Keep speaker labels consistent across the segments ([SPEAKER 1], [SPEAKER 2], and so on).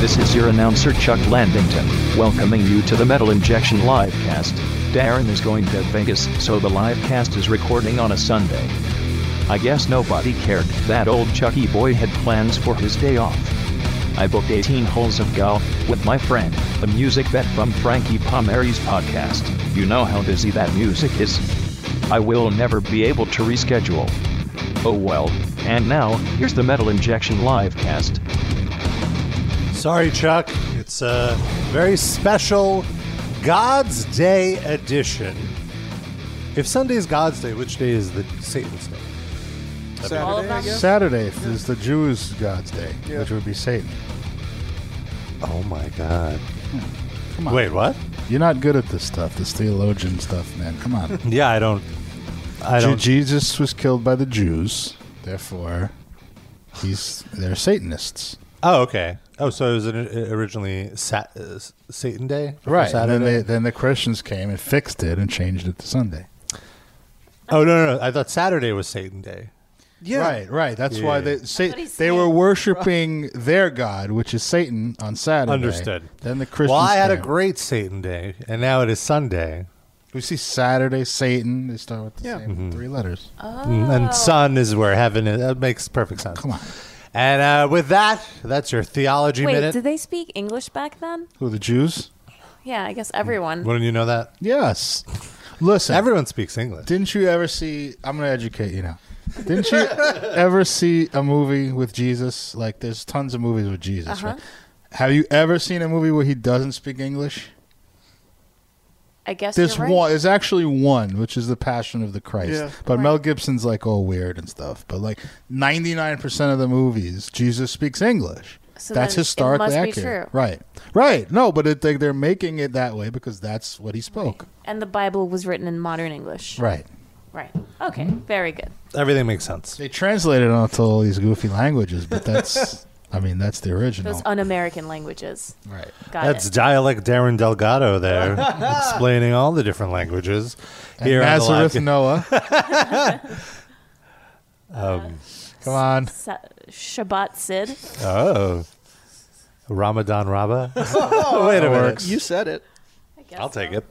[SPEAKER 1] This is your announcer Chuck Landington, welcoming you to the Metal Injection Livecast. Darren is going to Vegas, so the livecast is recording on a Sunday. I guess nobody cared that old Chucky boy had plans for his day off. I booked 18 holes of golf with my friend, the music vet from Frankie Pomeri's podcast. You know how busy that music is. I will never be able to reschedule. Oh well. And now, here's the Metal Injection Livecast.
[SPEAKER 2] Sorry, Chuck. It's a very special God's Day edition. If Sunday's God's Day, which day is the Satan's day?
[SPEAKER 3] Saturday, I guess.
[SPEAKER 4] Saturday is the Jews' God's Day, which would be Satan.
[SPEAKER 2] Oh my God!
[SPEAKER 4] Hmm.
[SPEAKER 2] Wait, what?
[SPEAKER 4] You're not good at this stuff, this theologian stuff, man. Come on.
[SPEAKER 2] Yeah, I don't. I
[SPEAKER 4] Je-
[SPEAKER 2] don't.
[SPEAKER 4] Jesus was killed by the Jews, therefore, he's they're Satanists,
[SPEAKER 2] Oh, okay. Oh, so it was an, originally Sat, uh, Satan Day, for
[SPEAKER 4] And then,
[SPEAKER 2] Saturday.
[SPEAKER 4] they, then the Christians came and fixed it and changed it to Sunday.
[SPEAKER 2] oh no, no, no! I thought Saturday was Satan Day.
[SPEAKER 3] Yeah.
[SPEAKER 4] Right, right. That's
[SPEAKER 2] Yeah.
[SPEAKER 4] why they say,
[SPEAKER 5] what he's
[SPEAKER 4] they
[SPEAKER 5] saying.
[SPEAKER 4] were worshiping their God, which is Satan, on Saturday.
[SPEAKER 2] Understood.
[SPEAKER 4] Then the Christians.
[SPEAKER 2] well, I had a
[SPEAKER 4] came.
[SPEAKER 2] great Satan Day, and now it is Sunday,
[SPEAKER 4] We see Saturday, Satan. They start with the
[SPEAKER 3] Yeah.
[SPEAKER 4] same
[SPEAKER 2] Mm-hmm.
[SPEAKER 4] three letters.
[SPEAKER 2] and Sun is where heaven is. That makes perfect sense.
[SPEAKER 4] Come on.
[SPEAKER 2] And uh, with that, that's your theology
[SPEAKER 5] Wait,
[SPEAKER 2] minute.
[SPEAKER 5] did they speak English back then?
[SPEAKER 4] Who the Jews?
[SPEAKER 5] Yeah, I guess everyone.
[SPEAKER 2] Wouldn't you know that?
[SPEAKER 4] Yes. Listen,
[SPEAKER 2] Everyone speaks English.
[SPEAKER 4] Didn't you ever see? I'm gonna educate you now. Didn't you ever see a movie with Jesus? Like, there's tons of movies with Jesus.
[SPEAKER 5] Uh-huh.
[SPEAKER 4] Right? Have you ever seen a movie where he doesn't speak English?
[SPEAKER 5] I guess
[SPEAKER 4] There's
[SPEAKER 5] you're right.
[SPEAKER 4] one. There's actually one, which is the Passion of the Christ.
[SPEAKER 3] Yeah.
[SPEAKER 4] But Mel Gibson's like all weird and stuff. But like 99% of the movies, Jesus speaks English.
[SPEAKER 5] So
[SPEAKER 4] that's
[SPEAKER 5] then it
[SPEAKER 4] historically
[SPEAKER 5] must be
[SPEAKER 4] accurate.
[SPEAKER 5] true.
[SPEAKER 4] Right. Right. No, but it, they, they're making it that way because that's what he spoke.
[SPEAKER 5] And the Bible was written in modern English.
[SPEAKER 4] Right.
[SPEAKER 5] Right. Okay. Very good.
[SPEAKER 2] Everything makes sense.
[SPEAKER 4] They translated it onto all these goofy languages, but that's I mean that's the original.
[SPEAKER 5] Those un-American languages.
[SPEAKER 4] right.
[SPEAKER 5] Got
[SPEAKER 2] That's
[SPEAKER 5] it.
[SPEAKER 2] dialect Darren Delgado there, explaining all the different languages here on the
[SPEAKER 4] Nazareth
[SPEAKER 2] live-
[SPEAKER 4] Noah. Um,
[SPEAKER 2] Um,
[SPEAKER 4] Come on.
[SPEAKER 5] Sa- Shabbat Sid.
[SPEAKER 2] Oh, Ramadan Rabba. Wait a minute,
[SPEAKER 3] You said it.
[SPEAKER 5] I guess
[SPEAKER 2] I'll take
[SPEAKER 5] so.
[SPEAKER 2] it.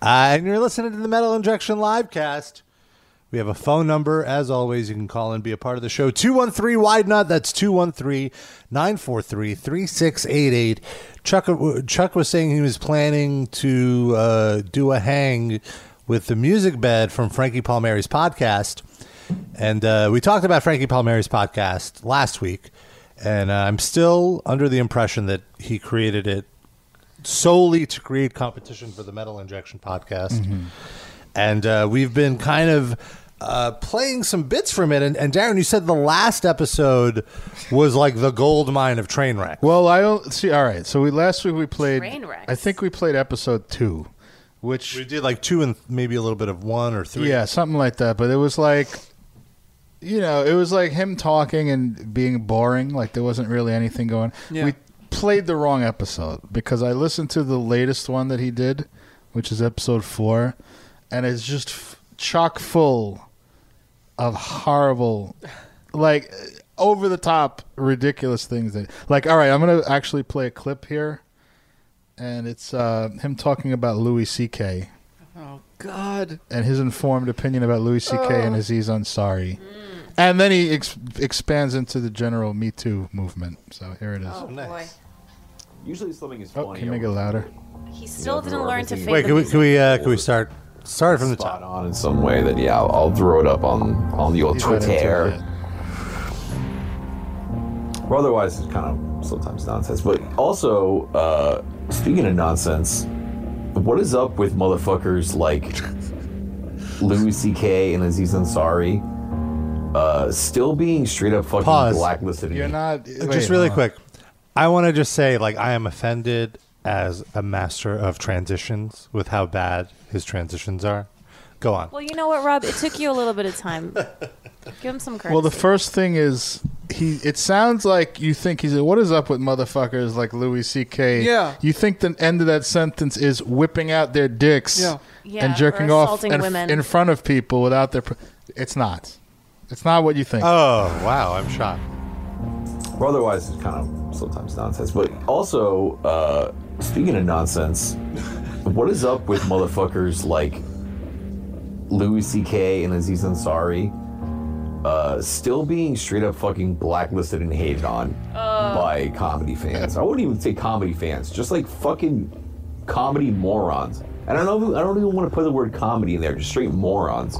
[SPEAKER 2] Uh, and you're listening to the Metal Injection Livecast. We have a phone number, as always. You can call and be a part of the show. 213 Wide Nut. That's 213 943 3688. Chuck, uh, Chuck was saying he was planning to uh, do a hang with the music bed from Frankie Palmieri's podcast. And uh, we talked about Frankie Palmieri's podcast last week. And uh, I'm still under the impression that he created it solely to create competition for the Metal Injection podcast.
[SPEAKER 4] Mm-hmm.
[SPEAKER 2] And uh, we've been kind of uh, playing some bits from it. And, and Darren, you said the last episode was like the gold mine of train wreck.
[SPEAKER 4] Well, I don't see. All right, so we last week we played.
[SPEAKER 5] Train wrecks.
[SPEAKER 4] I think we played episode two, which
[SPEAKER 2] We did like two and maybe a little bit of one or three.
[SPEAKER 4] yeah, something like that. But it was like, you know, it was like him talking and being boring. Like there wasn't really anything going.
[SPEAKER 3] Yeah.
[SPEAKER 4] We played the wrong episode because I listened to the latest one that he did, which is episode four, and it's just f- chock full of horrible, like over the top, ridiculous things that. Like, all right, I'm gonna actually play a clip here. And it's uh, him talking about Louis C.K
[SPEAKER 3] Oh God. Oh.
[SPEAKER 4] and his informed opinion about Louis C.K. and Aziz Ansari. And then he ex- expands into the general Me Too movement. So here it is.
[SPEAKER 5] Oh, boy.
[SPEAKER 2] nice.
[SPEAKER 6] Usually something is
[SPEAKER 4] Oh,
[SPEAKER 6] funny.
[SPEAKER 4] can you make it
[SPEAKER 6] or
[SPEAKER 4] louder?
[SPEAKER 5] He still didn't learn to fade
[SPEAKER 2] Wait,
[SPEAKER 5] the
[SPEAKER 2] can we
[SPEAKER 5] music.
[SPEAKER 2] can we, uh, can we start start from the
[SPEAKER 6] Spot
[SPEAKER 2] top?
[SPEAKER 6] on in some way that yeah, I'll, I'll throw it up on on the old
[SPEAKER 4] He's not into it yet.
[SPEAKER 6] Twitter. Or otherwise, it's kind of sometimes nonsense. But also, uh, speaking of nonsense, what is up with motherfuckers like Louis C.K. and Aziz Ansari uh, still being straight up fucking
[SPEAKER 2] Pause.
[SPEAKER 6] blacklisted? in
[SPEAKER 4] You're
[SPEAKER 6] the
[SPEAKER 4] not.
[SPEAKER 2] just really quick, I want to just say like I am offended as a master of transitions with how bad his transitions are. Go on.
[SPEAKER 5] Well, you know what, Rob? It took you a little bit of time. Give him some credit.
[SPEAKER 4] Well, the first thing is he. It sounds like you think he's. What is up with motherfuckers like Louis C.K.
[SPEAKER 3] Yeah.
[SPEAKER 4] You think the end of that sentence is whipping out their dicks
[SPEAKER 3] Yeah.
[SPEAKER 5] Yeah,
[SPEAKER 4] and
[SPEAKER 5] or
[SPEAKER 4] jerking off
[SPEAKER 5] assaulting
[SPEAKER 4] and,
[SPEAKER 5] women.
[SPEAKER 4] in front of people
[SPEAKER 3] Uh,
[SPEAKER 4] without their. pr- It's not. It's not what you think.
[SPEAKER 2] Oh wow, I'm shocked.
[SPEAKER 6] Or otherwise, it's kind of sometimes nonsense. But also, uh, speaking of nonsense, what is up with motherfuckers like Louis C.K. and Aziz Ansari uh, still being straight up fucking blacklisted and hated on by comedy fans? I wouldn't even say comedy fans, just like fucking comedy morons. And I don't know. I don't even want to put the word comedy in there. Just straight morons.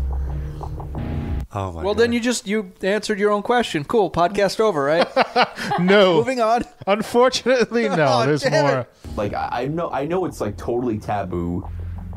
[SPEAKER 2] Oh my
[SPEAKER 3] Well, then you just you answered your own question. Cool. Podcast over, right?
[SPEAKER 4] No.
[SPEAKER 3] Moving on.
[SPEAKER 4] Unfortunately, no.
[SPEAKER 3] Oh,
[SPEAKER 4] There's
[SPEAKER 3] damn it.
[SPEAKER 4] more.
[SPEAKER 6] like I, I know I know it's like totally taboo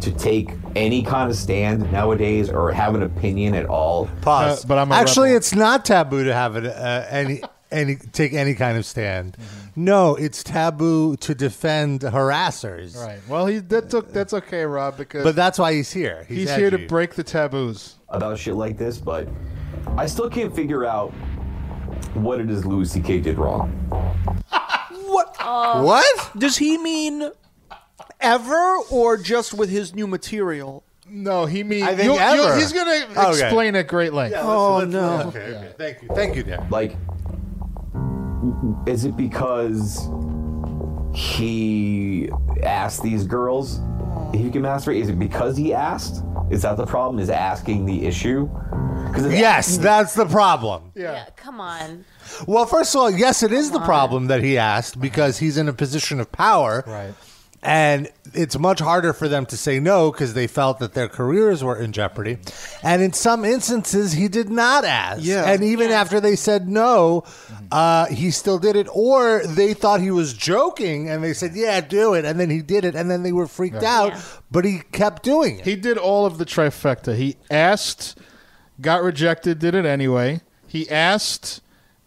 [SPEAKER 6] to take any kind of stand nowadays or have an opinion at all.
[SPEAKER 2] Pause.
[SPEAKER 4] Uh, but I'm a
[SPEAKER 2] actually,
[SPEAKER 4] rebel.
[SPEAKER 2] it's not taboo to have it, uh, any any take any kind of stand.
[SPEAKER 4] Mm-hmm.
[SPEAKER 2] No, it's taboo to defend harassers.
[SPEAKER 4] Right. Well, he that took that's okay, Rob, because
[SPEAKER 2] But that's why he's here. He's,
[SPEAKER 4] he's
[SPEAKER 2] at
[SPEAKER 4] here to
[SPEAKER 2] you.
[SPEAKER 4] break the taboos.
[SPEAKER 6] about shit like this, but I still can't figure out what it is Louis C.K. did wrong.
[SPEAKER 2] What?
[SPEAKER 3] Does he mean ever or just with his new material?
[SPEAKER 4] No, he means
[SPEAKER 2] I think ever.
[SPEAKER 4] he's gonna
[SPEAKER 2] Okay.
[SPEAKER 4] explain at great length.
[SPEAKER 2] Oh no. Okay, okay. Thank you. Thank you, Dan.
[SPEAKER 6] Like, is it because he asked these girls if you can masturbate? Is it because he asked? Is that the problem? Is asking the issue? Because
[SPEAKER 2] Yes, that's the problem.
[SPEAKER 5] Yeah, come on.
[SPEAKER 2] Well, first of all, yes, it is the problem that he asked because he's in a position of power.
[SPEAKER 4] Right.
[SPEAKER 2] And it's much harder for them to say no because they felt that their careers were in jeopardy. And in some instances, he did not ask.
[SPEAKER 3] Yeah.
[SPEAKER 2] And even after they said no, uh, he still did it. Or they thought he was joking and they said, yeah, do it. And then he did it. And then they were freaked out,
[SPEAKER 5] Yeah.
[SPEAKER 2] but he kept doing it.
[SPEAKER 4] He did all of the trifecta. He asked, got rejected, did it anyway. He asked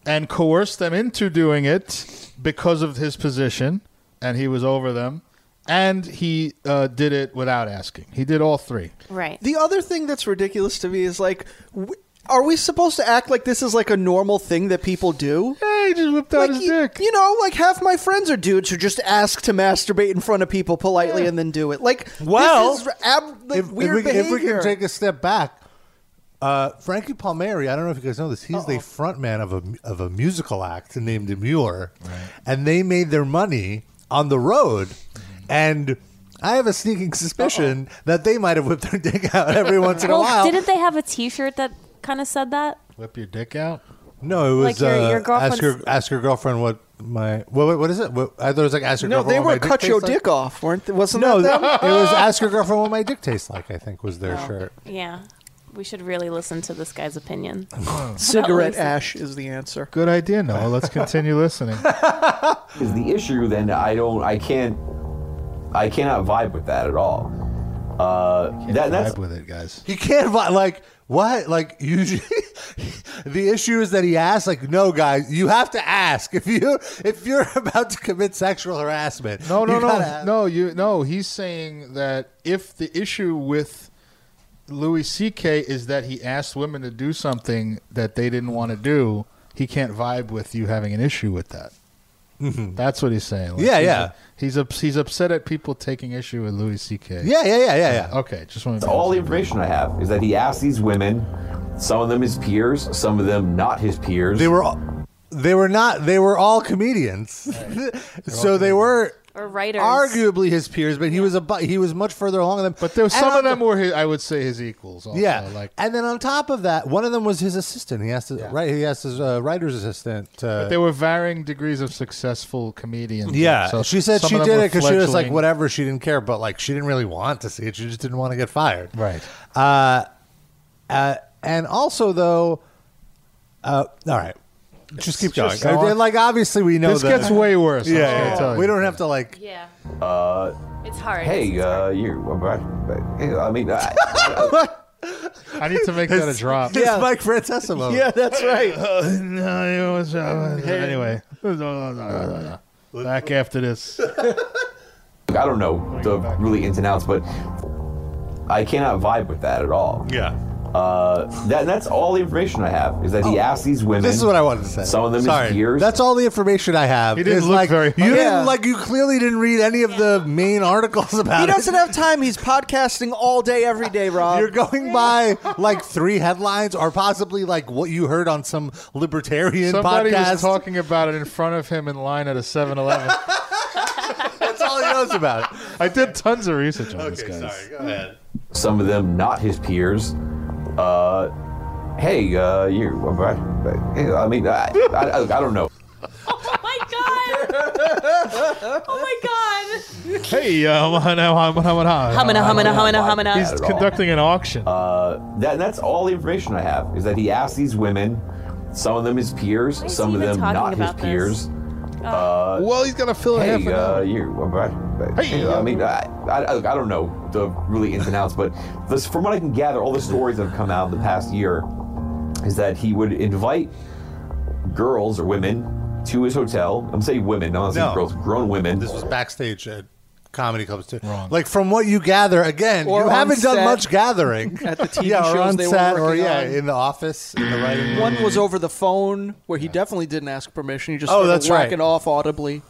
[SPEAKER 4] and coerced them into doing it because of his position, and he was over them. And he uh, did it without asking. He did all three.
[SPEAKER 5] Right.
[SPEAKER 3] The other thing that's ridiculous to me is like, w- are we supposed to act like this is like a normal thing that people do?
[SPEAKER 4] Yeah, he just whipped out
[SPEAKER 3] Like,
[SPEAKER 4] his
[SPEAKER 3] you,
[SPEAKER 4] dick.
[SPEAKER 3] you know, like half my friends are dudes who just ask to masturbate in front of people politely
[SPEAKER 4] Yeah.
[SPEAKER 3] and then do it. Like,
[SPEAKER 2] Well,
[SPEAKER 3] this is ab- like, weird
[SPEAKER 2] we,
[SPEAKER 3] behavior.
[SPEAKER 2] we can take a step back, uh, Frankie Palmieri, I don't know if you guys know this, he's the frontman of a of a musical act named Muir, and they made their money on the road,
[SPEAKER 3] Mm-hmm.
[SPEAKER 2] and. I have a sneaking suspicion that they might have whipped their dick out every once in a
[SPEAKER 5] well,
[SPEAKER 2] while.
[SPEAKER 5] didn't they have a T-shirt that kind of said that?
[SPEAKER 4] Whip your dick out.
[SPEAKER 2] no, it was
[SPEAKER 5] Like your-
[SPEAKER 2] uh,
[SPEAKER 5] your
[SPEAKER 2] ask your
[SPEAKER 5] girlfriend's-
[SPEAKER 2] ask your girlfriend what my what what- what is it? What, I thought it was like ask your
[SPEAKER 3] no, they
[SPEAKER 2] girlfriend. what
[SPEAKER 3] were
[SPEAKER 2] my
[SPEAKER 3] cut your
[SPEAKER 2] tastes like.
[SPEAKER 3] dick off, weren't? They? Wasn't
[SPEAKER 2] No,
[SPEAKER 3] that
[SPEAKER 2] it
[SPEAKER 3] them?
[SPEAKER 2] was ask your girlfriend what my dick tastes like. I think was their shirt.
[SPEAKER 5] Yeah. We should really listen to this guy's opinion.
[SPEAKER 3] Cigarette ash is the answer.
[SPEAKER 4] Good idea, Noah. Let's continue listening.
[SPEAKER 6] is the issue, then I don't, I can't, I cannot vibe with that at all. Uh, that, that's
[SPEAKER 4] Vibe with it, guys.
[SPEAKER 2] He can't vi- like what? Like you the issue is that he asked like no guys, you have to ask if you if you're about to commit sexual harassment.
[SPEAKER 4] No, no,
[SPEAKER 2] you gotta
[SPEAKER 4] no,
[SPEAKER 2] ask.
[SPEAKER 4] no. You no. He's saying that if the issue with Louis C.K. is that he asked women to do something that they didn't want to do, he can't vibe with you having an issue with that. That's what he's saying. Like,
[SPEAKER 2] Mm-hmm. Yeah,
[SPEAKER 4] he's-
[SPEAKER 2] yeah.
[SPEAKER 4] He's up, he's upset at people taking issue with Louis C.K.
[SPEAKER 2] Yeah, yeah, yeah, yeah, yeah.
[SPEAKER 4] Okay. Just want to
[SPEAKER 6] all the information I have is that he asked these women, some of them his peers, some of them not his peers.
[SPEAKER 2] They were all, they were not they were all comedians. so they were
[SPEAKER 5] Or writers.
[SPEAKER 2] arguably his peers, but he was a bu- he was much further along than them.
[SPEAKER 4] But there,
[SPEAKER 2] And
[SPEAKER 4] some
[SPEAKER 2] on
[SPEAKER 4] of them
[SPEAKER 2] the-
[SPEAKER 4] were, his, I would say, his equals. Also.
[SPEAKER 2] yeah,
[SPEAKER 4] Like
[SPEAKER 2] and then on top of that, one of them was his assistant. He asked, to right? He asked his uh, writer's assistant. To,
[SPEAKER 4] they were varying degrees of successful comedians.
[SPEAKER 2] Yeah,
[SPEAKER 4] So
[SPEAKER 2] she said
[SPEAKER 4] some
[SPEAKER 2] she
[SPEAKER 4] of
[SPEAKER 2] did
[SPEAKER 4] them were
[SPEAKER 2] it because she was like,
[SPEAKER 4] fledgling.
[SPEAKER 2] whatever, she didn't care, but like she didn't really want to see it. She just didn't want to get fired.
[SPEAKER 4] Right.
[SPEAKER 2] Uh, and also, though, uh, all right, just keep going.
[SPEAKER 4] just-
[SPEAKER 2] Uh, like obviously, we know
[SPEAKER 4] this
[SPEAKER 2] that-
[SPEAKER 4] gets way worse. I'm
[SPEAKER 2] Yeah,
[SPEAKER 4] just
[SPEAKER 2] yeah,
[SPEAKER 4] gonna
[SPEAKER 2] yeah.
[SPEAKER 4] tell you.
[SPEAKER 2] we don't have to like.
[SPEAKER 5] Yeah. Uh, it's hard.
[SPEAKER 6] hey,
[SPEAKER 5] It's-
[SPEAKER 6] uh, you, I mean, I,
[SPEAKER 4] I need to make that a drop.
[SPEAKER 2] It's Mike Francesa moment.
[SPEAKER 3] Yeah, that's right.
[SPEAKER 4] anyway, back after this.
[SPEAKER 6] I don't know the really ins and outs, but I cannot vibe with that at all.
[SPEAKER 2] yeah.
[SPEAKER 6] Uh, that, that's all the information I have is that he asked these women.
[SPEAKER 2] Oh. This is what I wanted to say.
[SPEAKER 6] Some of them is
[SPEAKER 2] Sorry.
[SPEAKER 6] years.
[SPEAKER 2] That's all the information I have.
[SPEAKER 4] He didn't
[SPEAKER 2] It's
[SPEAKER 4] look
[SPEAKER 2] like,
[SPEAKER 4] very-
[SPEAKER 2] You
[SPEAKER 3] Yeah.
[SPEAKER 2] didn't like. You clearly didn't read any of the main articles about
[SPEAKER 3] He
[SPEAKER 2] it.
[SPEAKER 3] doesn't have time. He's podcasting all day, every day, Rob.
[SPEAKER 2] You're going by like three headlines, or possibly like what you heard on some libertarian
[SPEAKER 4] Somebody
[SPEAKER 2] podcast.
[SPEAKER 4] was talking about it in front of him in line at a 7 Eleven.
[SPEAKER 2] That's all he knows about. it.
[SPEAKER 4] I did tons of research on this, guys.
[SPEAKER 2] Go ahead.
[SPEAKER 6] some of them not his peers. Uh, hey, uh, you. I mean, I, I, I don't know.
[SPEAKER 5] Oh my god! oh my god!
[SPEAKER 4] Hey, uh, now, humana, humana.
[SPEAKER 5] Humana, humana, humana, humana.
[SPEAKER 4] He's
[SPEAKER 6] Not at all.
[SPEAKER 4] conducting an auction.
[SPEAKER 6] Uh, that, that's all the information I have is that he asked these women, some of them his peers,
[SPEAKER 5] is
[SPEAKER 6] some
[SPEAKER 5] he
[SPEAKER 6] of
[SPEAKER 5] even
[SPEAKER 6] them
[SPEAKER 5] talking
[SPEAKER 6] not his
[SPEAKER 5] about this?
[SPEAKER 6] peers.
[SPEAKER 4] well, he's gonna fill it half
[SPEAKER 6] Hey,
[SPEAKER 4] an
[SPEAKER 6] uh,
[SPEAKER 4] hour.
[SPEAKER 6] you.
[SPEAKER 4] Hey,
[SPEAKER 6] I
[SPEAKER 4] uh,
[SPEAKER 6] mean, I, I, I don't know the really ins and outs, but this, from what I can gather, all the stories that have come out in the past year is that he would invite girls or women to his hotel. I'm saying women, I'm not saying
[SPEAKER 2] No.
[SPEAKER 6] girls, grown women.
[SPEAKER 2] This was backstage at comedy clubs too.
[SPEAKER 4] Wrong.
[SPEAKER 2] Like from what you gather, again,
[SPEAKER 3] Or
[SPEAKER 2] you
[SPEAKER 3] on
[SPEAKER 2] haven't done
[SPEAKER 3] set.
[SPEAKER 2] much gathering
[SPEAKER 3] At the TV
[SPEAKER 2] yeah, or
[SPEAKER 3] shows
[SPEAKER 2] on
[SPEAKER 3] they were
[SPEAKER 2] set, or
[SPEAKER 3] working
[SPEAKER 2] yeah,
[SPEAKER 3] on.
[SPEAKER 2] in the office, in the writing room.
[SPEAKER 3] One was over the phone, where he definitely didn't ask permission. He just
[SPEAKER 2] Oh,
[SPEAKER 3] started
[SPEAKER 2] that's
[SPEAKER 3] whacking
[SPEAKER 2] right.
[SPEAKER 3] off audibly,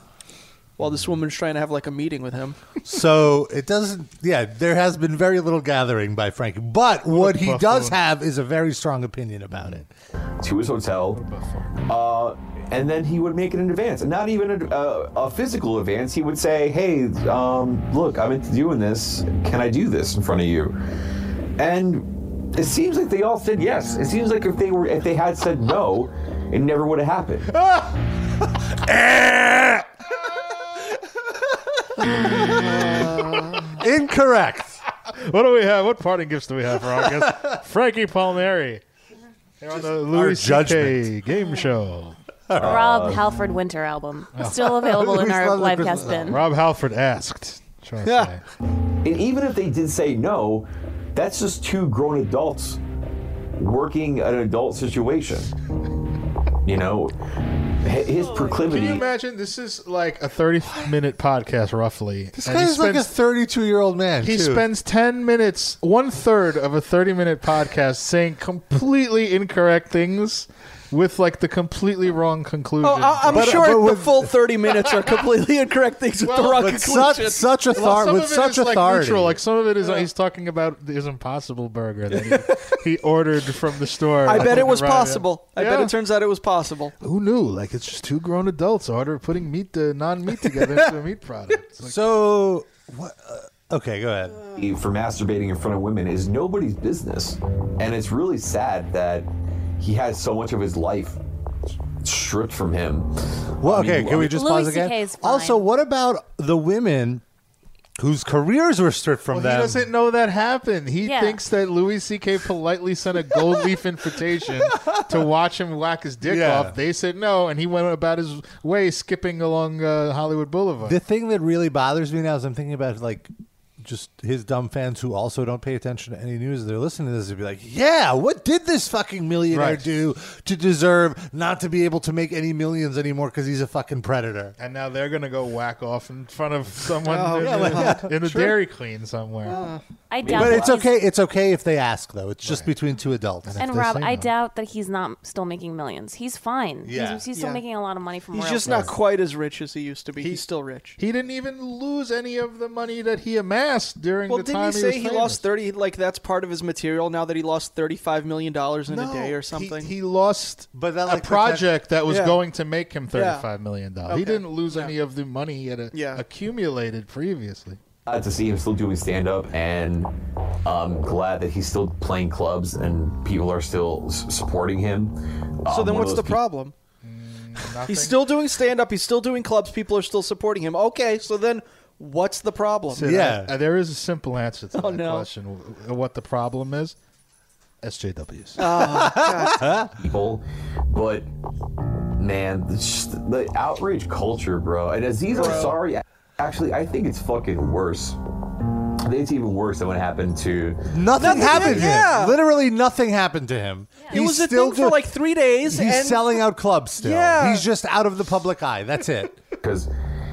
[SPEAKER 3] while this woman's trying to have like a meeting with him.
[SPEAKER 2] So it doesn't. Yeah, there has been very little gathering by Frankie, but what he does have is a very strong opinion about it.
[SPEAKER 6] to his hotel, uh, and then he would make it in advance, and not even a, a, a physical advance. He would say, "Hey, um, look, I'm into doing this. Can I do this in front of you?" And it seems like they all said yes. It seems like if they were, if they had said no, it never would have happened.
[SPEAKER 2] Incorrect.
[SPEAKER 4] What do we have? What parting gifts do we have for our guest? Frankie Palmieri. They're on the Louis C.K.
[SPEAKER 2] judgment.
[SPEAKER 4] game show.
[SPEAKER 5] Rob Halford Winter album. Still available in
[SPEAKER 2] We
[SPEAKER 5] our
[SPEAKER 2] love the
[SPEAKER 5] live
[SPEAKER 2] Christmas
[SPEAKER 5] cast bin.
[SPEAKER 4] Rob Halford asked. Trying to
[SPEAKER 3] Yeah.
[SPEAKER 4] say.
[SPEAKER 6] And even if they did say no, that's just two grown adults working an adult situation. You know, hi- his
[SPEAKER 4] Can
[SPEAKER 6] proclivity.
[SPEAKER 4] you imagine? This is like a 30 minute podcast, roughly.
[SPEAKER 2] This guy is like a 32 year old man.
[SPEAKER 4] He
[SPEAKER 2] too.
[SPEAKER 4] spends 10 minutes, one third of a 30 minute podcast saying completely incorrect things with like the completely wrong conclusion. uh,
[SPEAKER 3] Oh, I, I'm
[SPEAKER 2] But-
[SPEAKER 3] sure
[SPEAKER 2] but
[SPEAKER 3] the
[SPEAKER 2] with-
[SPEAKER 3] full 30 minutes are completely incorrect things with the wrong
[SPEAKER 2] But such
[SPEAKER 3] conclusion.
[SPEAKER 2] such
[SPEAKER 4] Well,
[SPEAKER 2] author-
[SPEAKER 4] some
[SPEAKER 2] with
[SPEAKER 4] of it
[SPEAKER 2] such
[SPEAKER 4] is, like,
[SPEAKER 2] authority.
[SPEAKER 4] neutral. Like some of it is he's talking about his Impossible Burger that he, he ordered from the store.
[SPEAKER 3] I bet it was
[SPEAKER 4] Arrived at-
[SPEAKER 3] possible. I bet
[SPEAKER 4] Yeah.
[SPEAKER 3] it turns out it was possible.
[SPEAKER 4] Who knew? Like it's just two grown adults order putting meat, to, non-meat together into a meat product. It's like-
[SPEAKER 2] so what? Uh, okay, go ahead.
[SPEAKER 6] for masturbating in front of women is nobody's business. And it's really sad that he has so much of his life stripped from him.
[SPEAKER 2] Well,
[SPEAKER 6] I mean,
[SPEAKER 2] okay,
[SPEAKER 6] I
[SPEAKER 2] can we
[SPEAKER 6] mean-
[SPEAKER 2] just
[SPEAKER 5] Louis
[SPEAKER 2] pause
[SPEAKER 5] CK
[SPEAKER 2] again?
[SPEAKER 5] is fine.
[SPEAKER 2] Also, what about the women whose careers were stripped from
[SPEAKER 4] Well,
[SPEAKER 2] them?
[SPEAKER 4] he doesn't know that happened. He
[SPEAKER 5] Yeah.
[SPEAKER 4] thinks that Louis C.K. politely sent a gold leaf invitation to watch him whack his dick
[SPEAKER 2] Yeah.
[SPEAKER 4] off. They said no, and he went about his way, skipping along uh, Hollywood Boulevard.
[SPEAKER 2] the thing that really bothers me now is I'm thinking about like just his dumb fans who also don't pay attention to any news. They're listening to this and be like, "Yeah, what did this fucking millionaire
[SPEAKER 4] Right.
[SPEAKER 2] do to deserve not to be able to make any millions anymore because he's a fucking predator?"
[SPEAKER 4] and now they're gonna go whack off in front of someone
[SPEAKER 3] Oh,
[SPEAKER 4] in,
[SPEAKER 2] yeah,
[SPEAKER 4] the-
[SPEAKER 2] like-
[SPEAKER 4] in the Dairy Queen somewhere.
[SPEAKER 3] Ah.
[SPEAKER 5] I doubt
[SPEAKER 2] But
[SPEAKER 5] that
[SPEAKER 2] it's
[SPEAKER 5] he's-
[SPEAKER 2] okay. It's okay if they ask though. It's just between two adults.
[SPEAKER 5] And
[SPEAKER 4] they
[SPEAKER 5] Rob,
[SPEAKER 4] say
[SPEAKER 5] I
[SPEAKER 4] no.
[SPEAKER 5] doubt that he's not still making millions. He's fine.
[SPEAKER 2] Yeah.
[SPEAKER 5] He's, he's still
[SPEAKER 3] Yeah.
[SPEAKER 5] making a lot of money from
[SPEAKER 3] He's
[SPEAKER 5] where
[SPEAKER 3] just
[SPEAKER 5] else.
[SPEAKER 3] not quite as rich as he used to be.
[SPEAKER 4] He-
[SPEAKER 3] He's still rich.
[SPEAKER 4] He didn't even lose any of the money that he amassed during
[SPEAKER 3] Well,
[SPEAKER 4] the
[SPEAKER 3] didn't he
[SPEAKER 4] time
[SPEAKER 3] say
[SPEAKER 4] was
[SPEAKER 3] he
[SPEAKER 4] famous.
[SPEAKER 3] lost 30? Like, that's part of his material now that he lost $35 million in
[SPEAKER 4] No,
[SPEAKER 3] a day or
[SPEAKER 4] he-
[SPEAKER 3] something?
[SPEAKER 4] He, lost
[SPEAKER 2] But that,
[SPEAKER 4] a
[SPEAKER 2] like,
[SPEAKER 4] project that was
[SPEAKER 3] Yeah.
[SPEAKER 4] going to make him thirty-five million dollars. He
[SPEAKER 3] Okay.
[SPEAKER 4] didn't lose any of the money he had uh,
[SPEAKER 3] Yeah.
[SPEAKER 4] accumulated previously.
[SPEAKER 6] Glad to see him still doing stand up, and I'm glad that he's still playing clubs and people are still s- supporting him.
[SPEAKER 3] so
[SPEAKER 6] Um, one
[SPEAKER 3] then
[SPEAKER 6] of
[SPEAKER 3] what's
[SPEAKER 6] those
[SPEAKER 3] the
[SPEAKER 6] people-
[SPEAKER 3] problem?
[SPEAKER 4] Nothing.
[SPEAKER 3] He's still doing stand up. He's still doing clubs. People are still supporting him. Okay, so then what's the problem?
[SPEAKER 4] Sid,
[SPEAKER 2] Yeah.
[SPEAKER 4] I- I- there is a simple answer to
[SPEAKER 3] Oh,
[SPEAKER 4] that
[SPEAKER 3] no.
[SPEAKER 4] question. w- uh, What the problem is? SJWs.
[SPEAKER 2] Uh,
[SPEAKER 6] people, but man, the, just the outrage culture, bro. And Aziz Ansari, actually, I think it's fucking worse. I think it's even worse than what happened to.
[SPEAKER 2] Nothing,
[SPEAKER 3] Nothing-
[SPEAKER 2] happened to
[SPEAKER 3] yeah.
[SPEAKER 2] him. Literally nothing happened to him.
[SPEAKER 5] It
[SPEAKER 3] it
[SPEAKER 2] He's
[SPEAKER 3] was a
[SPEAKER 2] still
[SPEAKER 3] thing for
[SPEAKER 2] do-
[SPEAKER 3] like three days.
[SPEAKER 2] He's
[SPEAKER 3] and
[SPEAKER 2] selling out clubs still.
[SPEAKER 3] Yeah.
[SPEAKER 2] He's just out of the public eye. That's it.
[SPEAKER 6] Because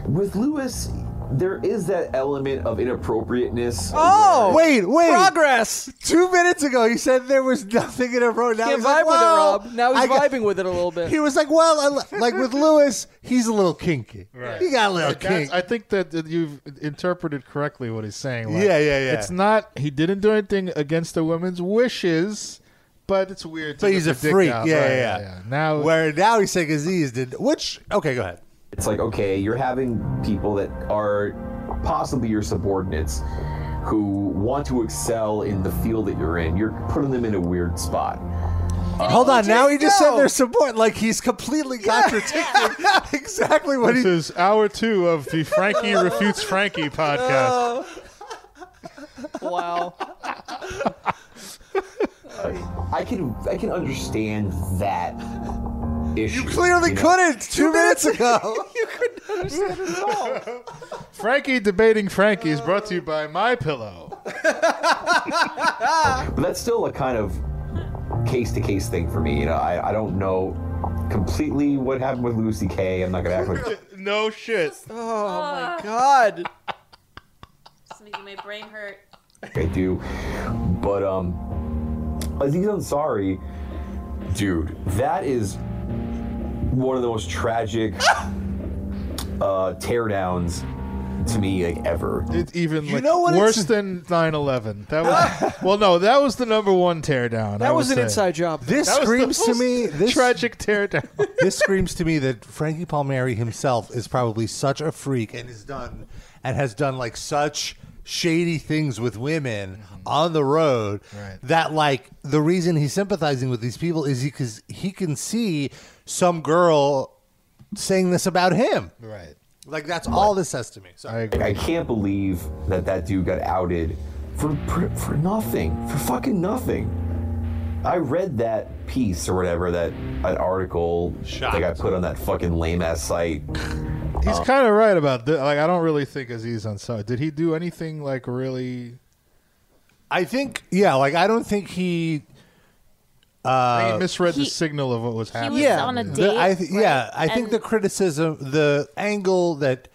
[SPEAKER 6] with Lewis, there is that element of inappropriateness.
[SPEAKER 3] Oh,
[SPEAKER 2] Wait, wait.
[SPEAKER 3] Progress.
[SPEAKER 2] Two minutes ago, he said there was nothing in a row. Now
[SPEAKER 3] Can't
[SPEAKER 2] he's
[SPEAKER 3] vibe
[SPEAKER 2] like,
[SPEAKER 3] with it,
[SPEAKER 2] well,
[SPEAKER 3] Rob. Now he's
[SPEAKER 2] I got-
[SPEAKER 3] vibing with it a little bit.
[SPEAKER 2] He was like, well, I li- like with Lewis, he's a little kinky.
[SPEAKER 4] Right.
[SPEAKER 2] He got a little
[SPEAKER 4] That's-
[SPEAKER 2] kinky.
[SPEAKER 4] I think that that you've interpreted correctly what he's saying. Like,
[SPEAKER 2] Yeah, yeah, yeah.
[SPEAKER 4] It's not he didn't do anything against a woman's wishes, but it's weird. to
[SPEAKER 2] but
[SPEAKER 4] get
[SPEAKER 2] he's a
[SPEAKER 4] the dick
[SPEAKER 2] freak. Yeah,
[SPEAKER 4] out.
[SPEAKER 2] yeah,
[SPEAKER 4] Right,
[SPEAKER 2] yeah,
[SPEAKER 4] Now,
[SPEAKER 2] where now he's saying Aziz did, which okay, go ahead.
[SPEAKER 6] It's like, okay, you're having people that are possibly your subordinates who want to excel in the field that you're in. You're putting them in a weird spot.
[SPEAKER 2] Hold on, now he just
[SPEAKER 3] no.
[SPEAKER 2] said their support. Like he's completely contradicting exactly what
[SPEAKER 4] this
[SPEAKER 2] he.
[SPEAKER 4] is hour two of the Frankie refutes Frankie podcast.
[SPEAKER 3] wow.
[SPEAKER 6] I can I can understand that issue. You
[SPEAKER 2] Clearly
[SPEAKER 6] know?
[SPEAKER 2] couldn't two minutes ago.
[SPEAKER 4] Frankie debating Frankie is brought to you by My Pillow.
[SPEAKER 6] But that's still a kind of case to case thing for me. You know, I, I don't know completely what happened with Lucy K. I'm not gonna act like
[SPEAKER 4] No shit.
[SPEAKER 3] Oh my god.
[SPEAKER 5] It's making my brain hurt.
[SPEAKER 6] I do. But um Aziz Ansari, dude, that is one of the most tragic uh teardowns to me like ever.
[SPEAKER 4] It's even like
[SPEAKER 2] know what
[SPEAKER 4] worse
[SPEAKER 2] it's-
[SPEAKER 4] than 9/11. That was well, no, that was the number one teardown. I
[SPEAKER 3] That
[SPEAKER 4] would
[SPEAKER 3] was an
[SPEAKER 4] say.
[SPEAKER 3] inside job.
[SPEAKER 2] This
[SPEAKER 4] That was the
[SPEAKER 2] screams to
[SPEAKER 4] most
[SPEAKER 2] me. This
[SPEAKER 4] tragic teardown.
[SPEAKER 2] this screams to me that Frankie Palmieri himself is probably such a freak and is done and has done like such shady things with women on the road
[SPEAKER 4] Right.
[SPEAKER 2] that like the reason he's sympathizing with these people is because he can see some girl saying this about him.
[SPEAKER 4] right.
[SPEAKER 2] Like that's all this says to me. So
[SPEAKER 4] I agree.
[SPEAKER 6] Like, I can't believe that that dude got outed for for, for nothing, for fucking nothing. I read that piece or whatever that an article that got put on that fucking lame ass site.
[SPEAKER 2] Oh.
[SPEAKER 4] He's kind of right about this. Like, I don't really think Aziz Ansari. Did he do anything like really?
[SPEAKER 2] I think yeah, like I don't think he
[SPEAKER 4] I think Uh, he misread
[SPEAKER 5] he-
[SPEAKER 4] the signal of what was
[SPEAKER 5] He
[SPEAKER 4] happening.
[SPEAKER 5] was on a date.
[SPEAKER 2] The- I th- Yeah,
[SPEAKER 5] right?
[SPEAKER 2] I think
[SPEAKER 5] And-
[SPEAKER 2] the criticism, the angle that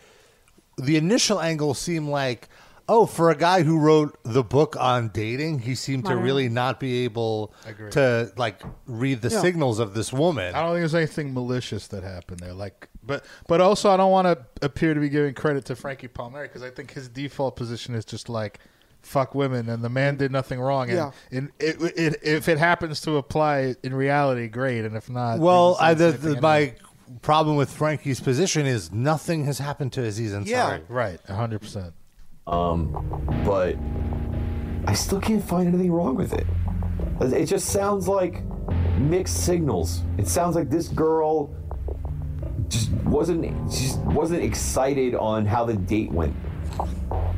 [SPEAKER 2] the initial angle seemed like, oh, for a guy who wrote the book on dating, he seemed to
[SPEAKER 5] Modern.
[SPEAKER 2] really not be able
[SPEAKER 4] Agree.
[SPEAKER 2] to like read the signals of this woman.
[SPEAKER 4] I don't think there's anything malicious that happened there. Like, but but also, I don't want to appear to be giving credit to Frankie Palmieri because I think his default position is just like fuck women, and the man did nothing wrong. And,
[SPEAKER 3] Yeah.
[SPEAKER 4] and it, it, if it happens to apply in reality, great. And if not,
[SPEAKER 2] Well,
[SPEAKER 4] then
[SPEAKER 2] I,
[SPEAKER 4] it's
[SPEAKER 2] the,
[SPEAKER 4] not
[SPEAKER 2] the,
[SPEAKER 4] anything
[SPEAKER 2] my
[SPEAKER 4] anyway.
[SPEAKER 2] problem with Frankie's position is nothing has happened to Aziz Ansari.
[SPEAKER 3] Yeah.
[SPEAKER 4] right, hundred percent.
[SPEAKER 6] but I still can't find anything wrong with it. It just sounds like mixed signals. It sounds like this girl just wasn't just wasn't excited on how the date went.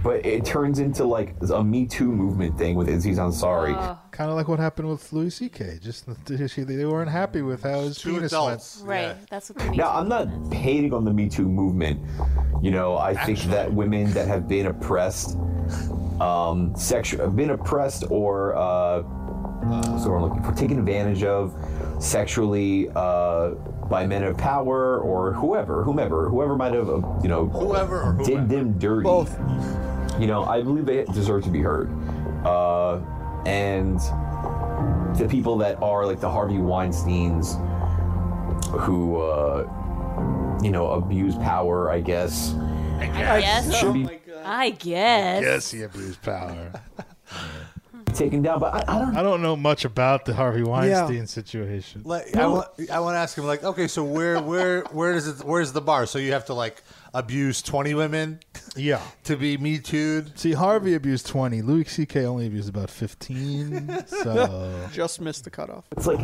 [SPEAKER 6] But it turns into like a Me Too movement thing with Izzy's Ansari.
[SPEAKER 4] Kind of like what happened with Louis C.K. Just they weren't happy with how his
[SPEAKER 2] Two
[SPEAKER 4] penis
[SPEAKER 2] adults.
[SPEAKER 4] went.
[SPEAKER 5] Right. That's what the
[SPEAKER 6] Now, I'm not hating on the Me Too movement. You know, I think that women that have been oppressed, um, sexual, been oppressed or uh, so we're looking for taken advantage of sexually uh, by men of power or whoever, whomever, whoever might have, uh, you know,
[SPEAKER 2] Whoever or
[SPEAKER 6] did them dirty.
[SPEAKER 3] Both.
[SPEAKER 6] You know, I believe they deserve to be heard. Uh, and the people that are like the Harvey Weinsteins who, uh, you know, abuse power, I guess.
[SPEAKER 5] I guess. Oh
[SPEAKER 6] Should be
[SPEAKER 5] I guess.
[SPEAKER 4] Yes, he abused power.
[SPEAKER 6] taken down, but I, I don't
[SPEAKER 4] I don't know much about the Harvey Weinstein situation.
[SPEAKER 2] Like, I want, I want to ask him, like, okay, so where, where, where does it, where's the bar? So you have to like abuse twenty women
[SPEAKER 4] yeah.
[SPEAKER 2] to be me too'd.
[SPEAKER 4] See, Harvey abused 20. Louis C.K. only abused about 15. So.
[SPEAKER 3] Just missed the cutoff.
[SPEAKER 6] It's like,